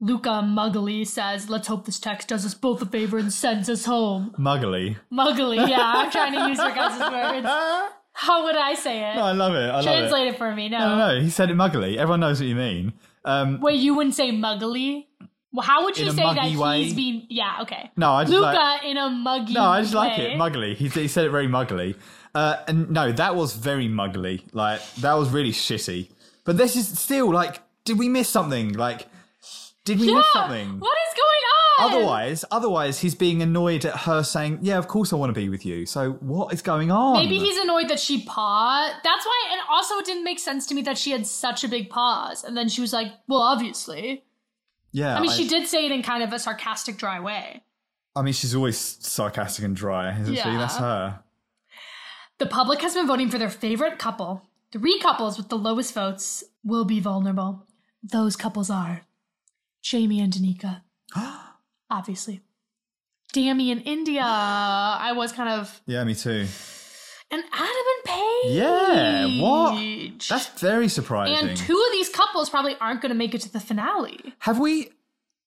[SPEAKER 2] Luca muggily says, Let's hope this text does us both a favor and sends us home.
[SPEAKER 1] Muggly.
[SPEAKER 2] Muggily, yeah, I'm trying to use your guys' words.
[SPEAKER 1] Ah,
[SPEAKER 2] How would I say it?
[SPEAKER 1] I love it. I love
[SPEAKER 2] Translate
[SPEAKER 1] it.
[SPEAKER 2] it for me. No.
[SPEAKER 1] No, no, no, he said it muggly. Everyone knows what you mean. Um,
[SPEAKER 2] Wait, you wouldn't say muggly? Well, how would
[SPEAKER 1] In
[SPEAKER 2] you
[SPEAKER 1] a
[SPEAKER 2] say that
[SPEAKER 1] muggy way?
[SPEAKER 2] he's being? Yeah, okay.
[SPEAKER 1] no, I just
[SPEAKER 2] Luca
[SPEAKER 1] like,
[SPEAKER 2] in a muggy.
[SPEAKER 1] No, I just like
[SPEAKER 2] way.
[SPEAKER 1] it. Muggly. He, he said it very muggly. Uh, and no, that was very muggly. Like, that was really shitty. But this is still, like, did we miss something? Like, did we
[SPEAKER 2] Yeah,
[SPEAKER 1] miss something?
[SPEAKER 2] What is going on?
[SPEAKER 1] Otherwise, otherwise, he's being annoyed at her saying, "Yeah, of course I want to be with you." So what is going on?
[SPEAKER 2] Maybe he's annoyed that she paused. That's why, and also it didn't make sense to me that she had such a big pause, and then she was like, "Well, obviously."
[SPEAKER 1] Yeah,
[SPEAKER 2] I mean, she did say it in kind of a sarcastic, dry way.
[SPEAKER 1] I mean, she's always sarcastic and dry, isn't she?
[SPEAKER 2] Yeah.
[SPEAKER 1] That's her.
[SPEAKER 2] The public has been voting for their favorite couple. Three couples with the lowest votes will be vulnerable. Those couples are Jamie and Danica. Obviously. Dammy in India. I was kind of
[SPEAKER 1] Yeah, me too.
[SPEAKER 2] an adamant page.
[SPEAKER 1] Yeah, what? That's very surprising.
[SPEAKER 2] and two of these couples probably aren't going to make it to the finale.
[SPEAKER 1] Have we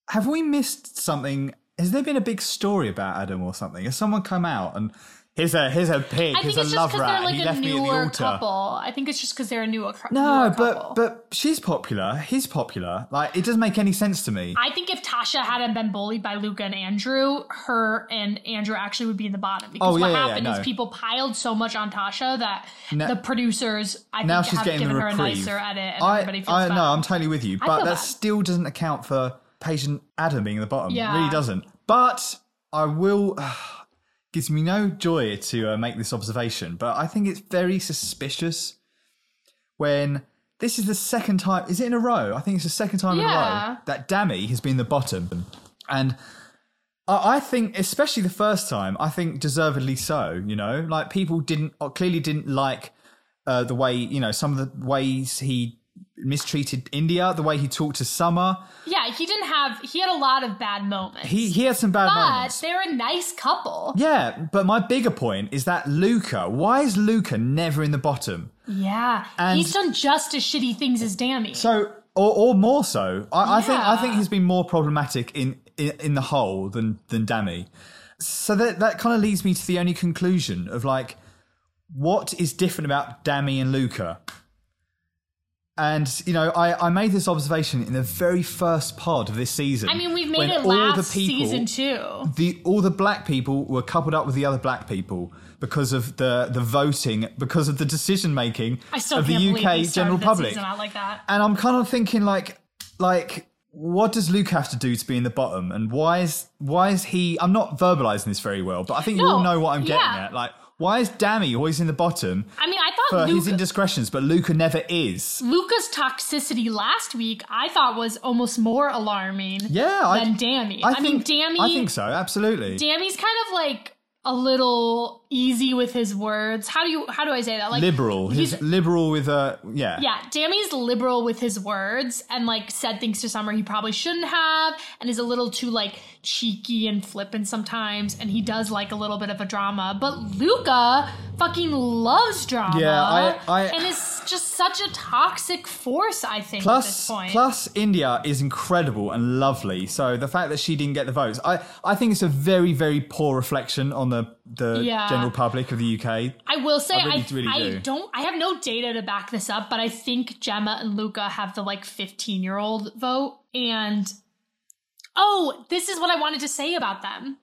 [SPEAKER 1] have we missed something? Has there been a big story about Adam or something? Has someone come out and here's a here's a pig,
[SPEAKER 2] I
[SPEAKER 1] here's
[SPEAKER 2] think
[SPEAKER 1] a
[SPEAKER 2] it's just
[SPEAKER 1] love
[SPEAKER 2] because they're
[SPEAKER 1] rat, he
[SPEAKER 2] like a
[SPEAKER 1] left me at the
[SPEAKER 2] newer
[SPEAKER 1] altar.
[SPEAKER 2] couple. I think it's just because they're a newer, cou- newer
[SPEAKER 1] No,
[SPEAKER 2] couple.
[SPEAKER 1] but but she's popular. He's popular. Like it doesn't make any sense to me.
[SPEAKER 2] I think if Tasha hadn't been bullied by Luca and Andrew, her and Andrew actually would be in the bottom because
[SPEAKER 1] Oh,
[SPEAKER 2] what
[SPEAKER 1] yeah, yeah,
[SPEAKER 2] happened
[SPEAKER 1] yeah, no.
[SPEAKER 2] is people piled so much on Tasha that
[SPEAKER 1] No-
[SPEAKER 2] the producers I
[SPEAKER 1] now
[SPEAKER 2] think
[SPEAKER 1] she's
[SPEAKER 2] have
[SPEAKER 1] getting
[SPEAKER 2] given
[SPEAKER 1] the
[SPEAKER 2] her a
[SPEAKER 1] reprieve.
[SPEAKER 2] nicer edit and
[SPEAKER 1] I
[SPEAKER 2] everybody feels
[SPEAKER 1] I
[SPEAKER 2] bad.
[SPEAKER 1] no, I'm totally with you,
[SPEAKER 2] I
[SPEAKER 1] but
[SPEAKER 2] feel
[SPEAKER 1] that
[SPEAKER 2] bad.
[SPEAKER 1] still doesn't account for patient Adam being at the bottom.
[SPEAKER 2] Yeah.
[SPEAKER 1] Really doesn't. But I will. gives me no joy to uh, make this observation, but I think it's very suspicious when this is the second time. Is it in a row? I think it's the second time in a
[SPEAKER 2] Yeah.
[SPEAKER 1] row that Dammy has been the bottom, and I, I think, especially the first time, I think deservedly so. You know, like people didn't or clearly didn't like uh, the way you know some of the ways he mistreated India, the way he talked to Summer.
[SPEAKER 2] yeah, he didn't have he had a lot of bad moments.
[SPEAKER 1] He he had some bad
[SPEAKER 2] but
[SPEAKER 1] moments.
[SPEAKER 2] they're a nice couple.
[SPEAKER 1] Yeah, but my bigger point is that Luca, why is Luca never in the bottom?
[SPEAKER 2] Yeah.
[SPEAKER 1] And-
[SPEAKER 2] He's done just as shitty things as Dammy.
[SPEAKER 1] So, or, or more so, I, I think I
[SPEAKER 2] Yeah.
[SPEAKER 1] think he's been more problematic in in, in the whole than than Dammy. So that that kind of leads me to the only conclusion of like, what is different about Dammy and Luca? And you know, I, I made this observation in the very first pod of this season.
[SPEAKER 2] I mean, we've made
[SPEAKER 1] when
[SPEAKER 2] it
[SPEAKER 1] all
[SPEAKER 2] last
[SPEAKER 1] the people-
[SPEAKER 2] season too.
[SPEAKER 1] the all the black people were coupled up with the other black people because of the the voting, because of the decision making
[SPEAKER 2] I still
[SPEAKER 1] of the
[SPEAKER 2] can't believe we
[SPEAKER 1] UK
[SPEAKER 2] started
[SPEAKER 1] general
[SPEAKER 2] this
[SPEAKER 1] public.
[SPEAKER 2] season out like that.
[SPEAKER 1] And I'm kind of thinking like like what does Luke have to do to be in the bottom? And why is why is he? I'm not verbalizing this very well, but I think you all
[SPEAKER 2] No,
[SPEAKER 1] know what I'm getting
[SPEAKER 2] yeah.
[SPEAKER 1] at. Like why is Dammy always in the bottom
[SPEAKER 2] I mean, I
[SPEAKER 1] for
[SPEAKER 2] thought
[SPEAKER 1] his
[SPEAKER 2] Luca,
[SPEAKER 1] indiscretions, but Luca never is?
[SPEAKER 2] Luca's toxicity last week I thought was almost more alarming
[SPEAKER 1] Yeah, I-
[SPEAKER 2] than Dammy. I, mean, Dammy,
[SPEAKER 1] I think so, absolutely.
[SPEAKER 2] Dammy's kind of like a little easy with his words. How do you how do I say that? Like
[SPEAKER 1] liberal.
[SPEAKER 2] he's-
[SPEAKER 1] He's liberal with a yeah.
[SPEAKER 2] yeah, Dammy's liberal with his words and like said things to Summer he probably shouldn't have, and is a little too like cheeky and flippant sometimes, and he does like a little bit of a drama. But Luca fucking loves drama.
[SPEAKER 1] Yeah, I- I-
[SPEAKER 2] and is just such a toxic force. I think at this
[SPEAKER 1] Plus,
[SPEAKER 2] point.
[SPEAKER 1] plus, India is incredible and lovely. So the fact that she didn't get the votes, I, I think it's a very, very poor reflection on the the
[SPEAKER 2] Yeah.
[SPEAKER 1] general public of the UK.
[SPEAKER 2] I will say I,
[SPEAKER 1] I
[SPEAKER 2] I,
[SPEAKER 1] really- really do.
[SPEAKER 2] not I have no data to back this up, but I think Gemma and Luca have the like 15 year old vote. And oh, this is what I wanted to say about them.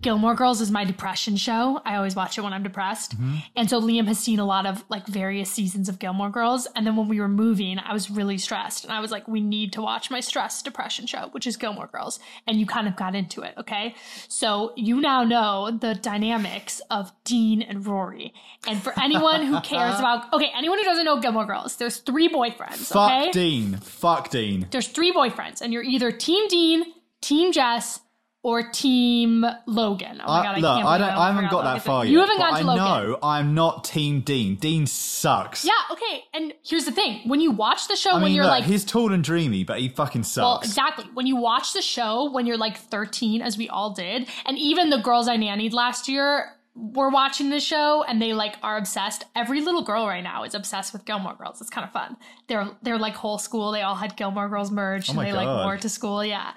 [SPEAKER 2] Gilmore Girls is my depression show. I always watch it when I'm depressed. And so Liam has seen a lot of like various seasons of Gilmore Girls. And then when we were moving, I was really stressed. And I was like, we need to watch my stress depression show, which is Gilmore Girls. And you kind of got into it. Okay. So you now know the dynamics of Dean and Rory. And for anyone who cares about, okay, anyone who doesn't know Gilmore Girls, there's three boyfriends.
[SPEAKER 1] Fuck
[SPEAKER 2] okay
[SPEAKER 1] Dean. Fuck Dean.
[SPEAKER 2] there's three boyfriends, and you're either Team Dean, Team Jess, or Team Logan. Oh my
[SPEAKER 1] I-
[SPEAKER 2] god, I
[SPEAKER 1] look,
[SPEAKER 2] can't
[SPEAKER 1] I
[SPEAKER 2] believe
[SPEAKER 1] don't. I haven't
[SPEAKER 2] forgot
[SPEAKER 1] got that
[SPEAKER 2] Logan's
[SPEAKER 1] far
[SPEAKER 2] name.
[SPEAKER 1] yet.
[SPEAKER 2] You haven't
[SPEAKER 1] but
[SPEAKER 2] gotten to
[SPEAKER 1] I
[SPEAKER 2] Logan.
[SPEAKER 1] know. I'm not Team Dean. Dean sucks.
[SPEAKER 2] Yeah, okay. And here's the thing: when you watch the show,
[SPEAKER 1] I
[SPEAKER 2] when
[SPEAKER 1] mean,
[SPEAKER 2] you're
[SPEAKER 1] look,
[SPEAKER 2] like,
[SPEAKER 1] he's tall and dreamy, but he fucking
[SPEAKER 2] well,
[SPEAKER 1] sucks.
[SPEAKER 2] exactly. When you watch the show, when you're like 13, as we all did, and even the girls I nannied last year were watching the show, and they like are obsessed. Every little girl right now is obsessed with Gilmore Girls. It's kind of fun. They're they're like whole school. They all had Gilmore Girls merch, and
[SPEAKER 1] Oh my
[SPEAKER 2] they like
[SPEAKER 1] God.
[SPEAKER 2] wore it to school. Yeah.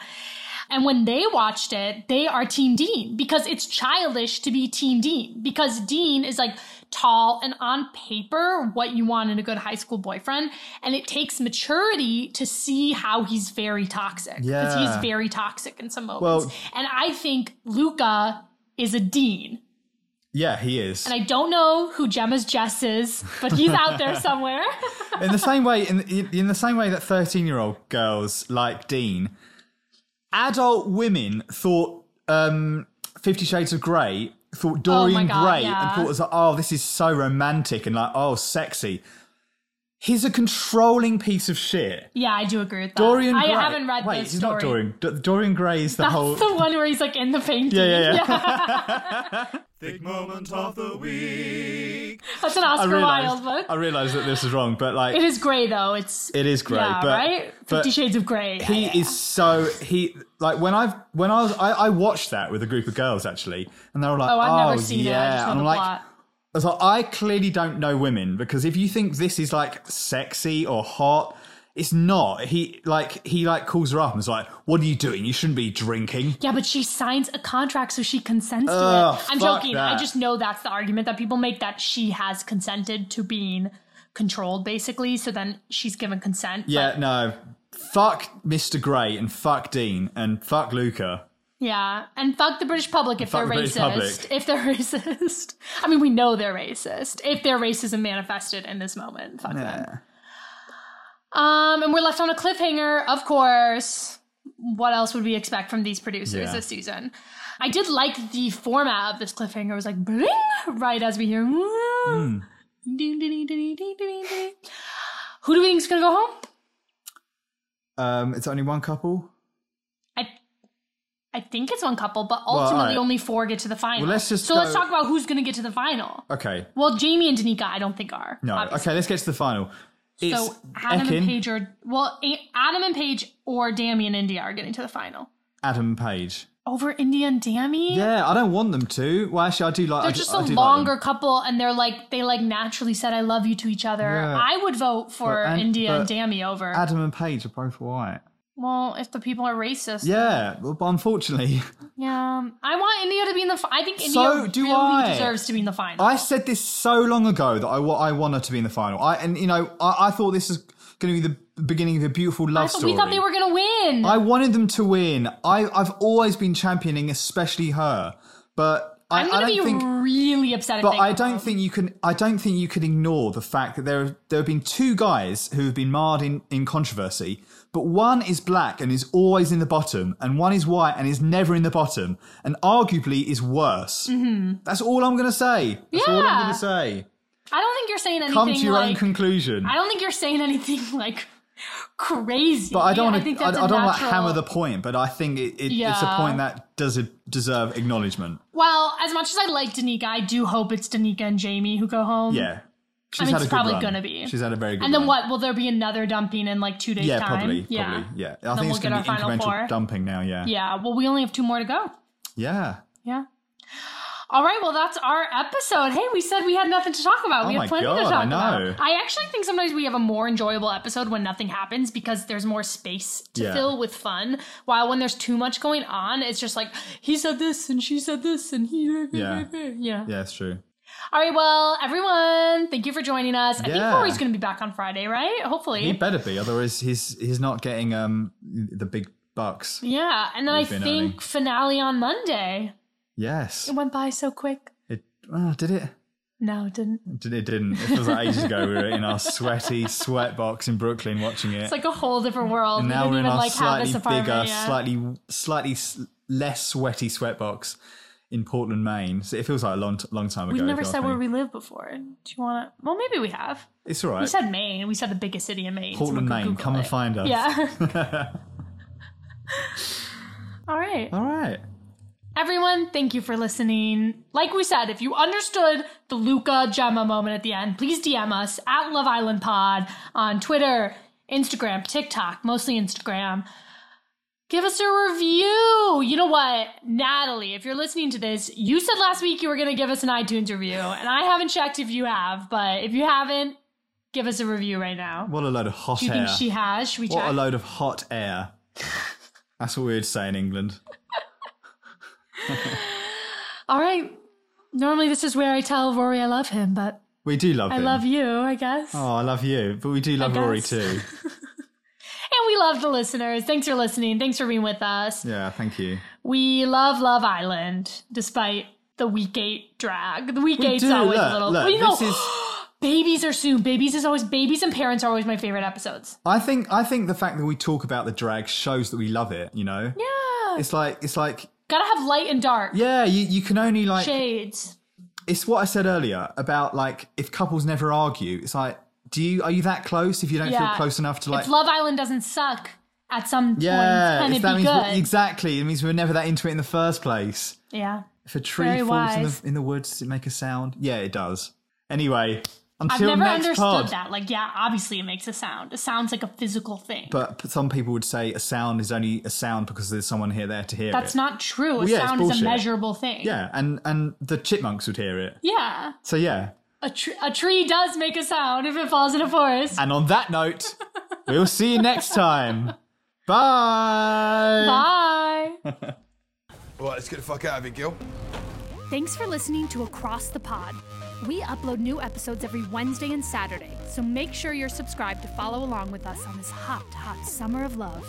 [SPEAKER 2] And when they watched it, they are Team Dean because it's childish to be Team Dean because Dean is like tall and on paper what you want in a good high school boyfriend. And it takes maturity to see how he's very toxic because
[SPEAKER 1] Yeah.
[SPEAKER 2] he's very toxic in some moments.
[SPEAKER 1] Well-
[SPEAKER 2] and I think Luca is a Dean.
[SPEAKER 1] Yeah, he is.
[SPEAKER 2] And I don't know who Gemma's Jess is, but he's out there somewhere.
[SPEAKER 1] in the same way, in, in the same way that thirteen-year-old girls like Dean, adult women thought um, Fifty Shades of Grey, thought
[SPEAKER 2] Oh my
[SPEAKER 1] Dorian
[SPEAKER 2] God,
[SPEAKER 1] Gray,
[SPEAKER 2] yeah.
[SPEAKER 1] and thought it was like, oh, this is so romantic and like, oh, sexy. He's a controlling piece of shit.
[SPEAKER 2] yeah, I do agree with that.
[SPEAKER 1] Dorian
[SPEAKER 2] I
[SPEAKER 1] Gray.
[SPEAKER 2] haven't read
[SPEAKER 1] Wait,
[SPEAKER 2] this
[SPEAKER 1] he's
[SPEAKER 2] story.
[SPEAKER 1] not Dorian. D- Dorian Gray is the
[SPEAKER 2] That's
[SPEAKER 1] whole.
[SPEAKER 2] the one where he's like in the painting.
[SPEAKER 1] yeah, yeah, yeah.
[SPEAKER 3] Thick moment of the week.
[SPEAKER 2] That's an
[SPEAKER 1] I
[SPEAKER 2] Oscar Wilde
[SPEAKER 1] realized,
[SPEAKER 2] book.
[SPEAKER 1] I realized that this is wrong, but like
[SPEAKER 2] It is gray though. It's
[SPEAKER 1] It is grey,
[SPEAKER 2] Yeah,
[SPEAKER 1] but-
[SPEAKER 2] right?
[SPEAKER 1] but
[SPEAKER 2] Fifty Shades of Grey.
[SPEAKER 1] he is so he like when I've when I was I, I watched that with a group of girls actually, and they were like,
[SPEAKER 2] oh, I've never seen it. I
[SPEAKER 1] yeah,
[SPEAKER 2] just know
[SPEAKER 1] and
[SPEAKER 2] the
[SPEAKER 1] I'm like,
[SPEAKER 2] plot.
[SPEAKER 1] I was like, I clearly don't know women because if you think this is like sexy or hot. It's not. He like he like calls her up and is like, "What are you doing? You shouldn't be drinking."
[SPEAKER 2] Yeah, but she signs a contract, so she consents to
[SPEAKER 1] Ugh,
[SPEAKER 2] it. I'm
[SPEAKER 1] fuck
[SPEAKER 2] joking. I
[SPEAKER 1] that.
[SPEAKER 2] just know that's the argument that people make that she has consented to being controlled, basically. So then she's given consent. but-
[SPEAKER 1] Yeah, no. Fuck Mr. Grey and fuck Dean and fuck Luca.
[SPEAKER 2] yeah. And fuck the British public if
[SPEAKER 1] fuck
[SPEAKER 2] they're
[SPEAKER 1] the British
[SPEAKER 2] racist.
[SPEAKER 1] public.
[SPEAKER 2] If they're racist, I mean, we know they're racist. If their racism manifested in this moment, fuck them. Um, and we're left on a cliffhanger, of course. What else would we expect from these producers
[SPEAKER 1] Yeah.
[SPEAKER 2] this season? I did like the format of this cliffhanger. It was like bling right as we hear.
[SPEAKER 1] Hmm.
[SPEAKER 2] Ding, ding, ding, ding, ding, ding, ding. Who do we think is going to go home?
[SPEAKER 1] Um, it's only one couple.
[SPEAKER 2] I I think it's one couple, but
[SPEAKER 1] all
[SPEAKER 2] ultimately
[SPEAKER 1] right.
[SPEAKER 2] only four get to the final.
[SPEAKER 1] Well, let's just
[SPEAKER 2] so let's
[SPEAKER 1] go-
[SPEAKER 2] talk about who's going to get to the final.
[SPEAKER 1] Okay,
[SPEAKER 2] Well, Jamie and Danica, I don't think are.
[SPEAKER 1] no.
[SPEAKER 2] obviously.
[SPEAKER 1] Okay, let's get to the final. It's
[SPEAKER 2] So Adam
[SPEAKER 1] Ekin,
[SPEAKER 2] and Paige are well, A- Adam and Paige or Dammy and India are getting to the final
[SPEAKER 1] Adam Page.
[SPEAKER 2] over India and Dammy.
[SPEAKER 1] Yeah, I don't want them to. Well, actually, I do like. I
[SPEAKER 2] They're
[SPEAKER 1] do-
[SPEAKER 2] just
[SPEAKER 1] I
[SPEAKER 2] a
[SPEAKER 1] do like
[SPEAKER 2] longer
[SPEAKER 1] them.
[SPEAKER 2] couple, and they're like they like naturally said "I love you" to each other.
[SPEAKER 1] Yeah.
[SPEAKER 2] I would vote for
[SPEAKER 1] But- and-
[SPEAKER 2] India and
[SPEAKER 1] but-
[SPEAKER 2] Dammy over.
[SPEAKER 1] Adam and Paige are both white.
[SPEAKER 2] well, if the people are racist,
[SPEAKER 1] Yeah, well, but unfortunately,
[SPEAKER 2] yeah. I want India to be in the. Fi- I think India
[SPEAKER 1] So do
[SPEAKER 2] really
[SPEAKER 1] I.
[SPEAKER 2] deserves to be in the final.
[SPEAKER 1] I said this so long ago that I wa- I want her to be in the final. I and you know I, I thought this was going to be the beginning of a beautiful love
[SPEAKER 2] I thought-
[SPEAKER 1] story.
[SPEAKER 2] We thought they were gonna win.
[SPEAKER 1] I wanted them to win. I I've always been championing, especially her, but. I,
[SPEAKER 2] I'm
[SPEAKER 1] I
[SPEAKER 2] gonna
[SPEAKER 1] don't
[SPEAKER 2] be
[SPEAKER 1] think,
[SPEAKER 2] really upset. if
[SPEAKER 1] But
[SPEAKER 2] they
[SPEAKER 1] I
[SPEAKER 2] go
[SPEAKER 1] don't
[SPEAKER 2] home.
[SPEAKER 1] think you can. I don't think you can ignore the fact that there there have been two guys who have been marred in, in controversy. But one is black and is always in the bottom, and one is white and is never in the bottom, and arguably is worse. That's all I'm going to say. That's all
[SPEAKER 2] Mm-hmm. Yeah.
[SPEAKER 1] I'm going to say.
[SPEAKER 2] I don't think you're saying anything.
[SPEAKER 1] Come to your
[SPEAKER 2] like,
[SPEAKER 1] own conclusion.
[SPEAKER 2] I don't think you're saying anything like crazy.
[SPEAKER 1] but I don't want
[SPEAKER 2] think
[SPEAKER 1] to. I,
[SPEAKER 2] that's a
[SPEAKER 1] I don't want to
[SPEAKER 2] natural-
[SPEAKER 1] hammer the point. But I think it, it, it's
[SPEAKER 2] Yeah.
[SPEAKER 1] a point that does deserve acknowledgement.
[SPEAKER 2] Well, as much as I like Danica, I do hope it's Danica and Jamie who go home.
[SPEAKER 1] Yeah. She's
[SPEAKER 2] mean,
[SPEAKER 1] had a
[SPEAKER 2] it's
[SPEAKER 1] good
[SPEAKER 2] probably
[SPEAKER 1] run.
[SPEAKER 2] gonna be.
[SPEAKER 1] She's had a very good
[SPEAKER 2] And then
[SPEAKER 1] run.
[SPEAKER 2] what? Will there be another dumping in like two days'
[SPEAKER 1] Yeah,
[SPEAKER 2] time?
[SPEAKER 1] probably. Probably. Yeah. I
[SPEAKER 2] Then
[SPEAKER 1] think
[SPEAKER 2] we'll
[SPEAKER 1] it's
[SPEAKER 2] get
[SPEAKER 1] going to
[SPEAKER 2] our
[SPEAKER 1] be
[SPEAKER 2] final
[SPEAKER 1] incremental
[SPEAKER 2] four.
[SPEAKER 1] dumping now. Yeah.
[SPEAKER 2] Yeah. Well, we only have two more to go.
[SPEAKER 1] Yeah.
[SPEAKER 2] Yeah. All right, well, that's our episode. Hey, we said we had nothing to talk about.
[SPEAKER 1] Oh
[SPEAKER 2] we
[SPEAKER 1] my
[SPEAKER 2] had plenty to
[SPEAKER 1] God,
[SPEAKER 2] talk
[SPEAKER 1] I know.
[SPEAKER 2] about. I actually think sometimes we have a more enjoyable episode when nothing happens because there's more space to
[SPEAKER 1] Yeah.
[SPEAKER 2] fill with fun. While when there's too much going on, it's just like he said this and she said this and he.
[SPEAKER 1] Yeah.
[SPEAKER 2] Yeah.
[SPEAKER 1] Yeah, it's true.
[SPEAKER 2] All right, well, everyone, thank you for joining us. I think
[SPEAKER 1] Yeah.
[SPEAKER 2] Corey's going to be back on Friday, right? Hopefully.
[SPEAKER 1] He better be, otherwise he's he's not getting um the big bucks.
[SPEAKER 2] yeah, and then I
[SPEAKER 1] We've been
[SPEAKER 2] think
[SPEAKER 1] earning.
[SPEAKER 2] finale on Monday.
[SPEAKER 1] Yes.
[SPEAKER 2] It went by so quick.
[SPEAKER 1] It oh, did it?
[SPEAKER 2] No, it didn't.
[SPEAKER 1] Did it didn't. It feels like ages ago we were in our sweaty sweat box in Brooklyn watching it.
[SPEAKER 2] It's like a whole different world.
[SPEAKER 1] and
[SPEAKER 2] we
[SPEAKER 1] now
[SPEAKER 2] didn't
[SPEAKER 1] we're in
[SPEAKER 2] even
[SPEAKER 1] our
[SPEAKER 2] like have
[SPEAKER 1] slightly
[SPEAKER 2] this apartment.
[SPEAKER 1] bigger,
[SPEAKER 2] yeah.
[SPEAKER 1] slightly slightly s- less sweaty sweat box in Portland, Maine. So it feels like a long t- long time ago.
[SPEAKER 2] We've never
[SPEAKER 1] if you
[SPEAKER 2] said
[SPEAKER 1] ask
[SPEAKER 2] where
[SPEAKER 1] me.
[SPEAKER 2] we live before. Do you want to? Well, maybe we have.
[SPEAKER 1] It's all right.
[SPEAKER 2] We said Maine. We said the biggest city in Maine.
[SPEAKER 1] Portland,
[SPEAKER 2] Someone could
[SPEAKER 1] Maine.
[SPEAKER 2] Google
[SPEAKER 1] Come and
[SPEAKER 2] it.
[SPEAKER 1] find us.
[SPEAKER 2] Yeah. All right.
[SPEAKER 1] All right.
[SPEAKER 2] Everyone, thank you for listening. Like we said, if you understood the Luca Gemma moment at the end, please DM us at Love Island Pod on Twitter, Instagram, TikTok, mostly Instagram. Give us a review. You know what, Natalie, if you're listening to this, you said last week you were going to give us an iTunes review, and I haven't checked if you have, but if you haven't, give us a review right now.
[SPEAKER 1] What a load of hot
[SPEAKER 2] Do you
[SPEAKER 1] air.
[SPEAKER 2] think she has? Should we
[SPEAKER 1] what
[SPEAKER 2] check?
[SPEAKER 1] a load of hot air. That's what we would say in England.
[SPEAKER 2] All right. Normally, this is where I tell Rory I love him, but
[SPEAKER 1] We do love
[SPEAKER 2] I
[SPEAKER 1] him.
[SPEAKER 2] love you, I guess.
[SPEAKER 1] Oh, I love you, but we do love Rory
[SPEAKER 2] guess.
[SPEAKER 1] too.
[SPEAKER 2] And we love the listeners. Thanks for listening. Thanks for being with us.
[SPEAKER 1] Yeah, thank you.
[SPEAKER 2] We love Love Island, despite the week eight drag. The week eight's always a little.
[SPEAKER 1] look,
[SPEAKER 2] well, you know,
[SPEAKER 1] this is.
[SPEAKER 2] babies are soon. Babies is always babies, and parents are always my favorite episodes.
[SPEAKER 1] I think. I think the fact that we talk about the drag shows that we love it. You know.
[SPEAKER 2] Yeah,
[SPEAKER 1] It's like. It's like.
[SPEAKER 2] gotta have light and dark
[SPEAKER 1] Yeah, you, you can only like.
[SPEAKER 2] shades.
[SPEAKER 1] It's what I said earlier about like if couples never argue. It's like, do you are you that close? If you don't
[SPEAKER 2] Yeah.
[SPEAKER 1] feel close enough to like.
[SPEAKER 2] if Love Island doesn't suck at some
[SPEAKER 1] yeah,
[SPEAKER 2] point,
[SPEAKER 1] if
[SPEAKER 2] can
[SPEAKER 1] that
[SPEAKER 2] it be
[SPEAKER 1] means we're-
[SPEAKER 2] good?
[SPEAKER 1] exactly. It means we were never that into it in the first place.
[SPEAKER 2] yeah.
[SPEAKER 1] If a tree
[SPEAKER 2] Very
[SPEAKER 1] falls
[SPEAKER 2] wise.
[SPEAKER 1] in the in the woods, does it make a sound? Yeah, it does. Anyway,
[SPEAKER 2] I've
[SPEAKER 1] until
[SPEAKER 2] never
[SPEAKER 1] next
[SPEAKER 2] understood
[SPEAKER 1] pod,
[SPEAKER 2] that. Like, yeah, obviously it makes a sound. It sounds like a physical thing.
[SPEAKER 1] But p- some people would say a sound is only a sound because there's someone here there to hear
[SPEAKER 2] That's
[SPEAKER 1] it.
[SPEAKER 2] not true. A
[SPEAKER 1] yeah, it's
[SPEAKER 2] sound is a
[SPEAKER 1] bullshit.
[SPEAKER 2] measurable thing.
[SPEAKER 1] Yeah, and and the chipmunks would hear it.
[SPEAKER 2] Yeah.
[SPEAKER 1] So yeah.
[SPEAKER 2] A, tr- a tree does make a sound if it falls in a forest.
[SPEAKER 1] And on that note, we'll see you next time. Bye.
[SPEAKER 2] Bye.
[SPEAKER 6] All right, let's get the fuck out of here, Gil.
[SPEAKER 9] Thanks for listening to Across the Pod. We upload new episodes every Wednesday and Saturday, so make sure you're subscribed to follow along with us on this hot, hot summer of love.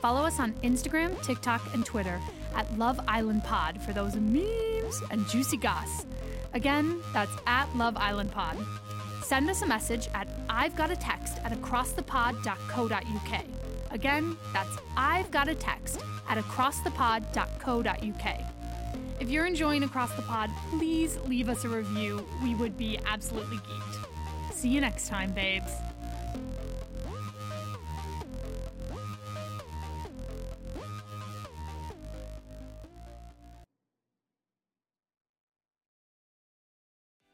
[SPEAKER 9] Follow us on Instagram, TikTok, and Twitter at Love Island Pod for those memes and juicy goss. Again, that's at Love Island Pod. Send us a message at I've Got a Text at acrossthepod.co.uk. Again, that's I've Got a Text at acrossthepod.co.uk. If you're enjoying Across the Pod, please leave us a review. We would be absolutely geeked. See you next time, babes.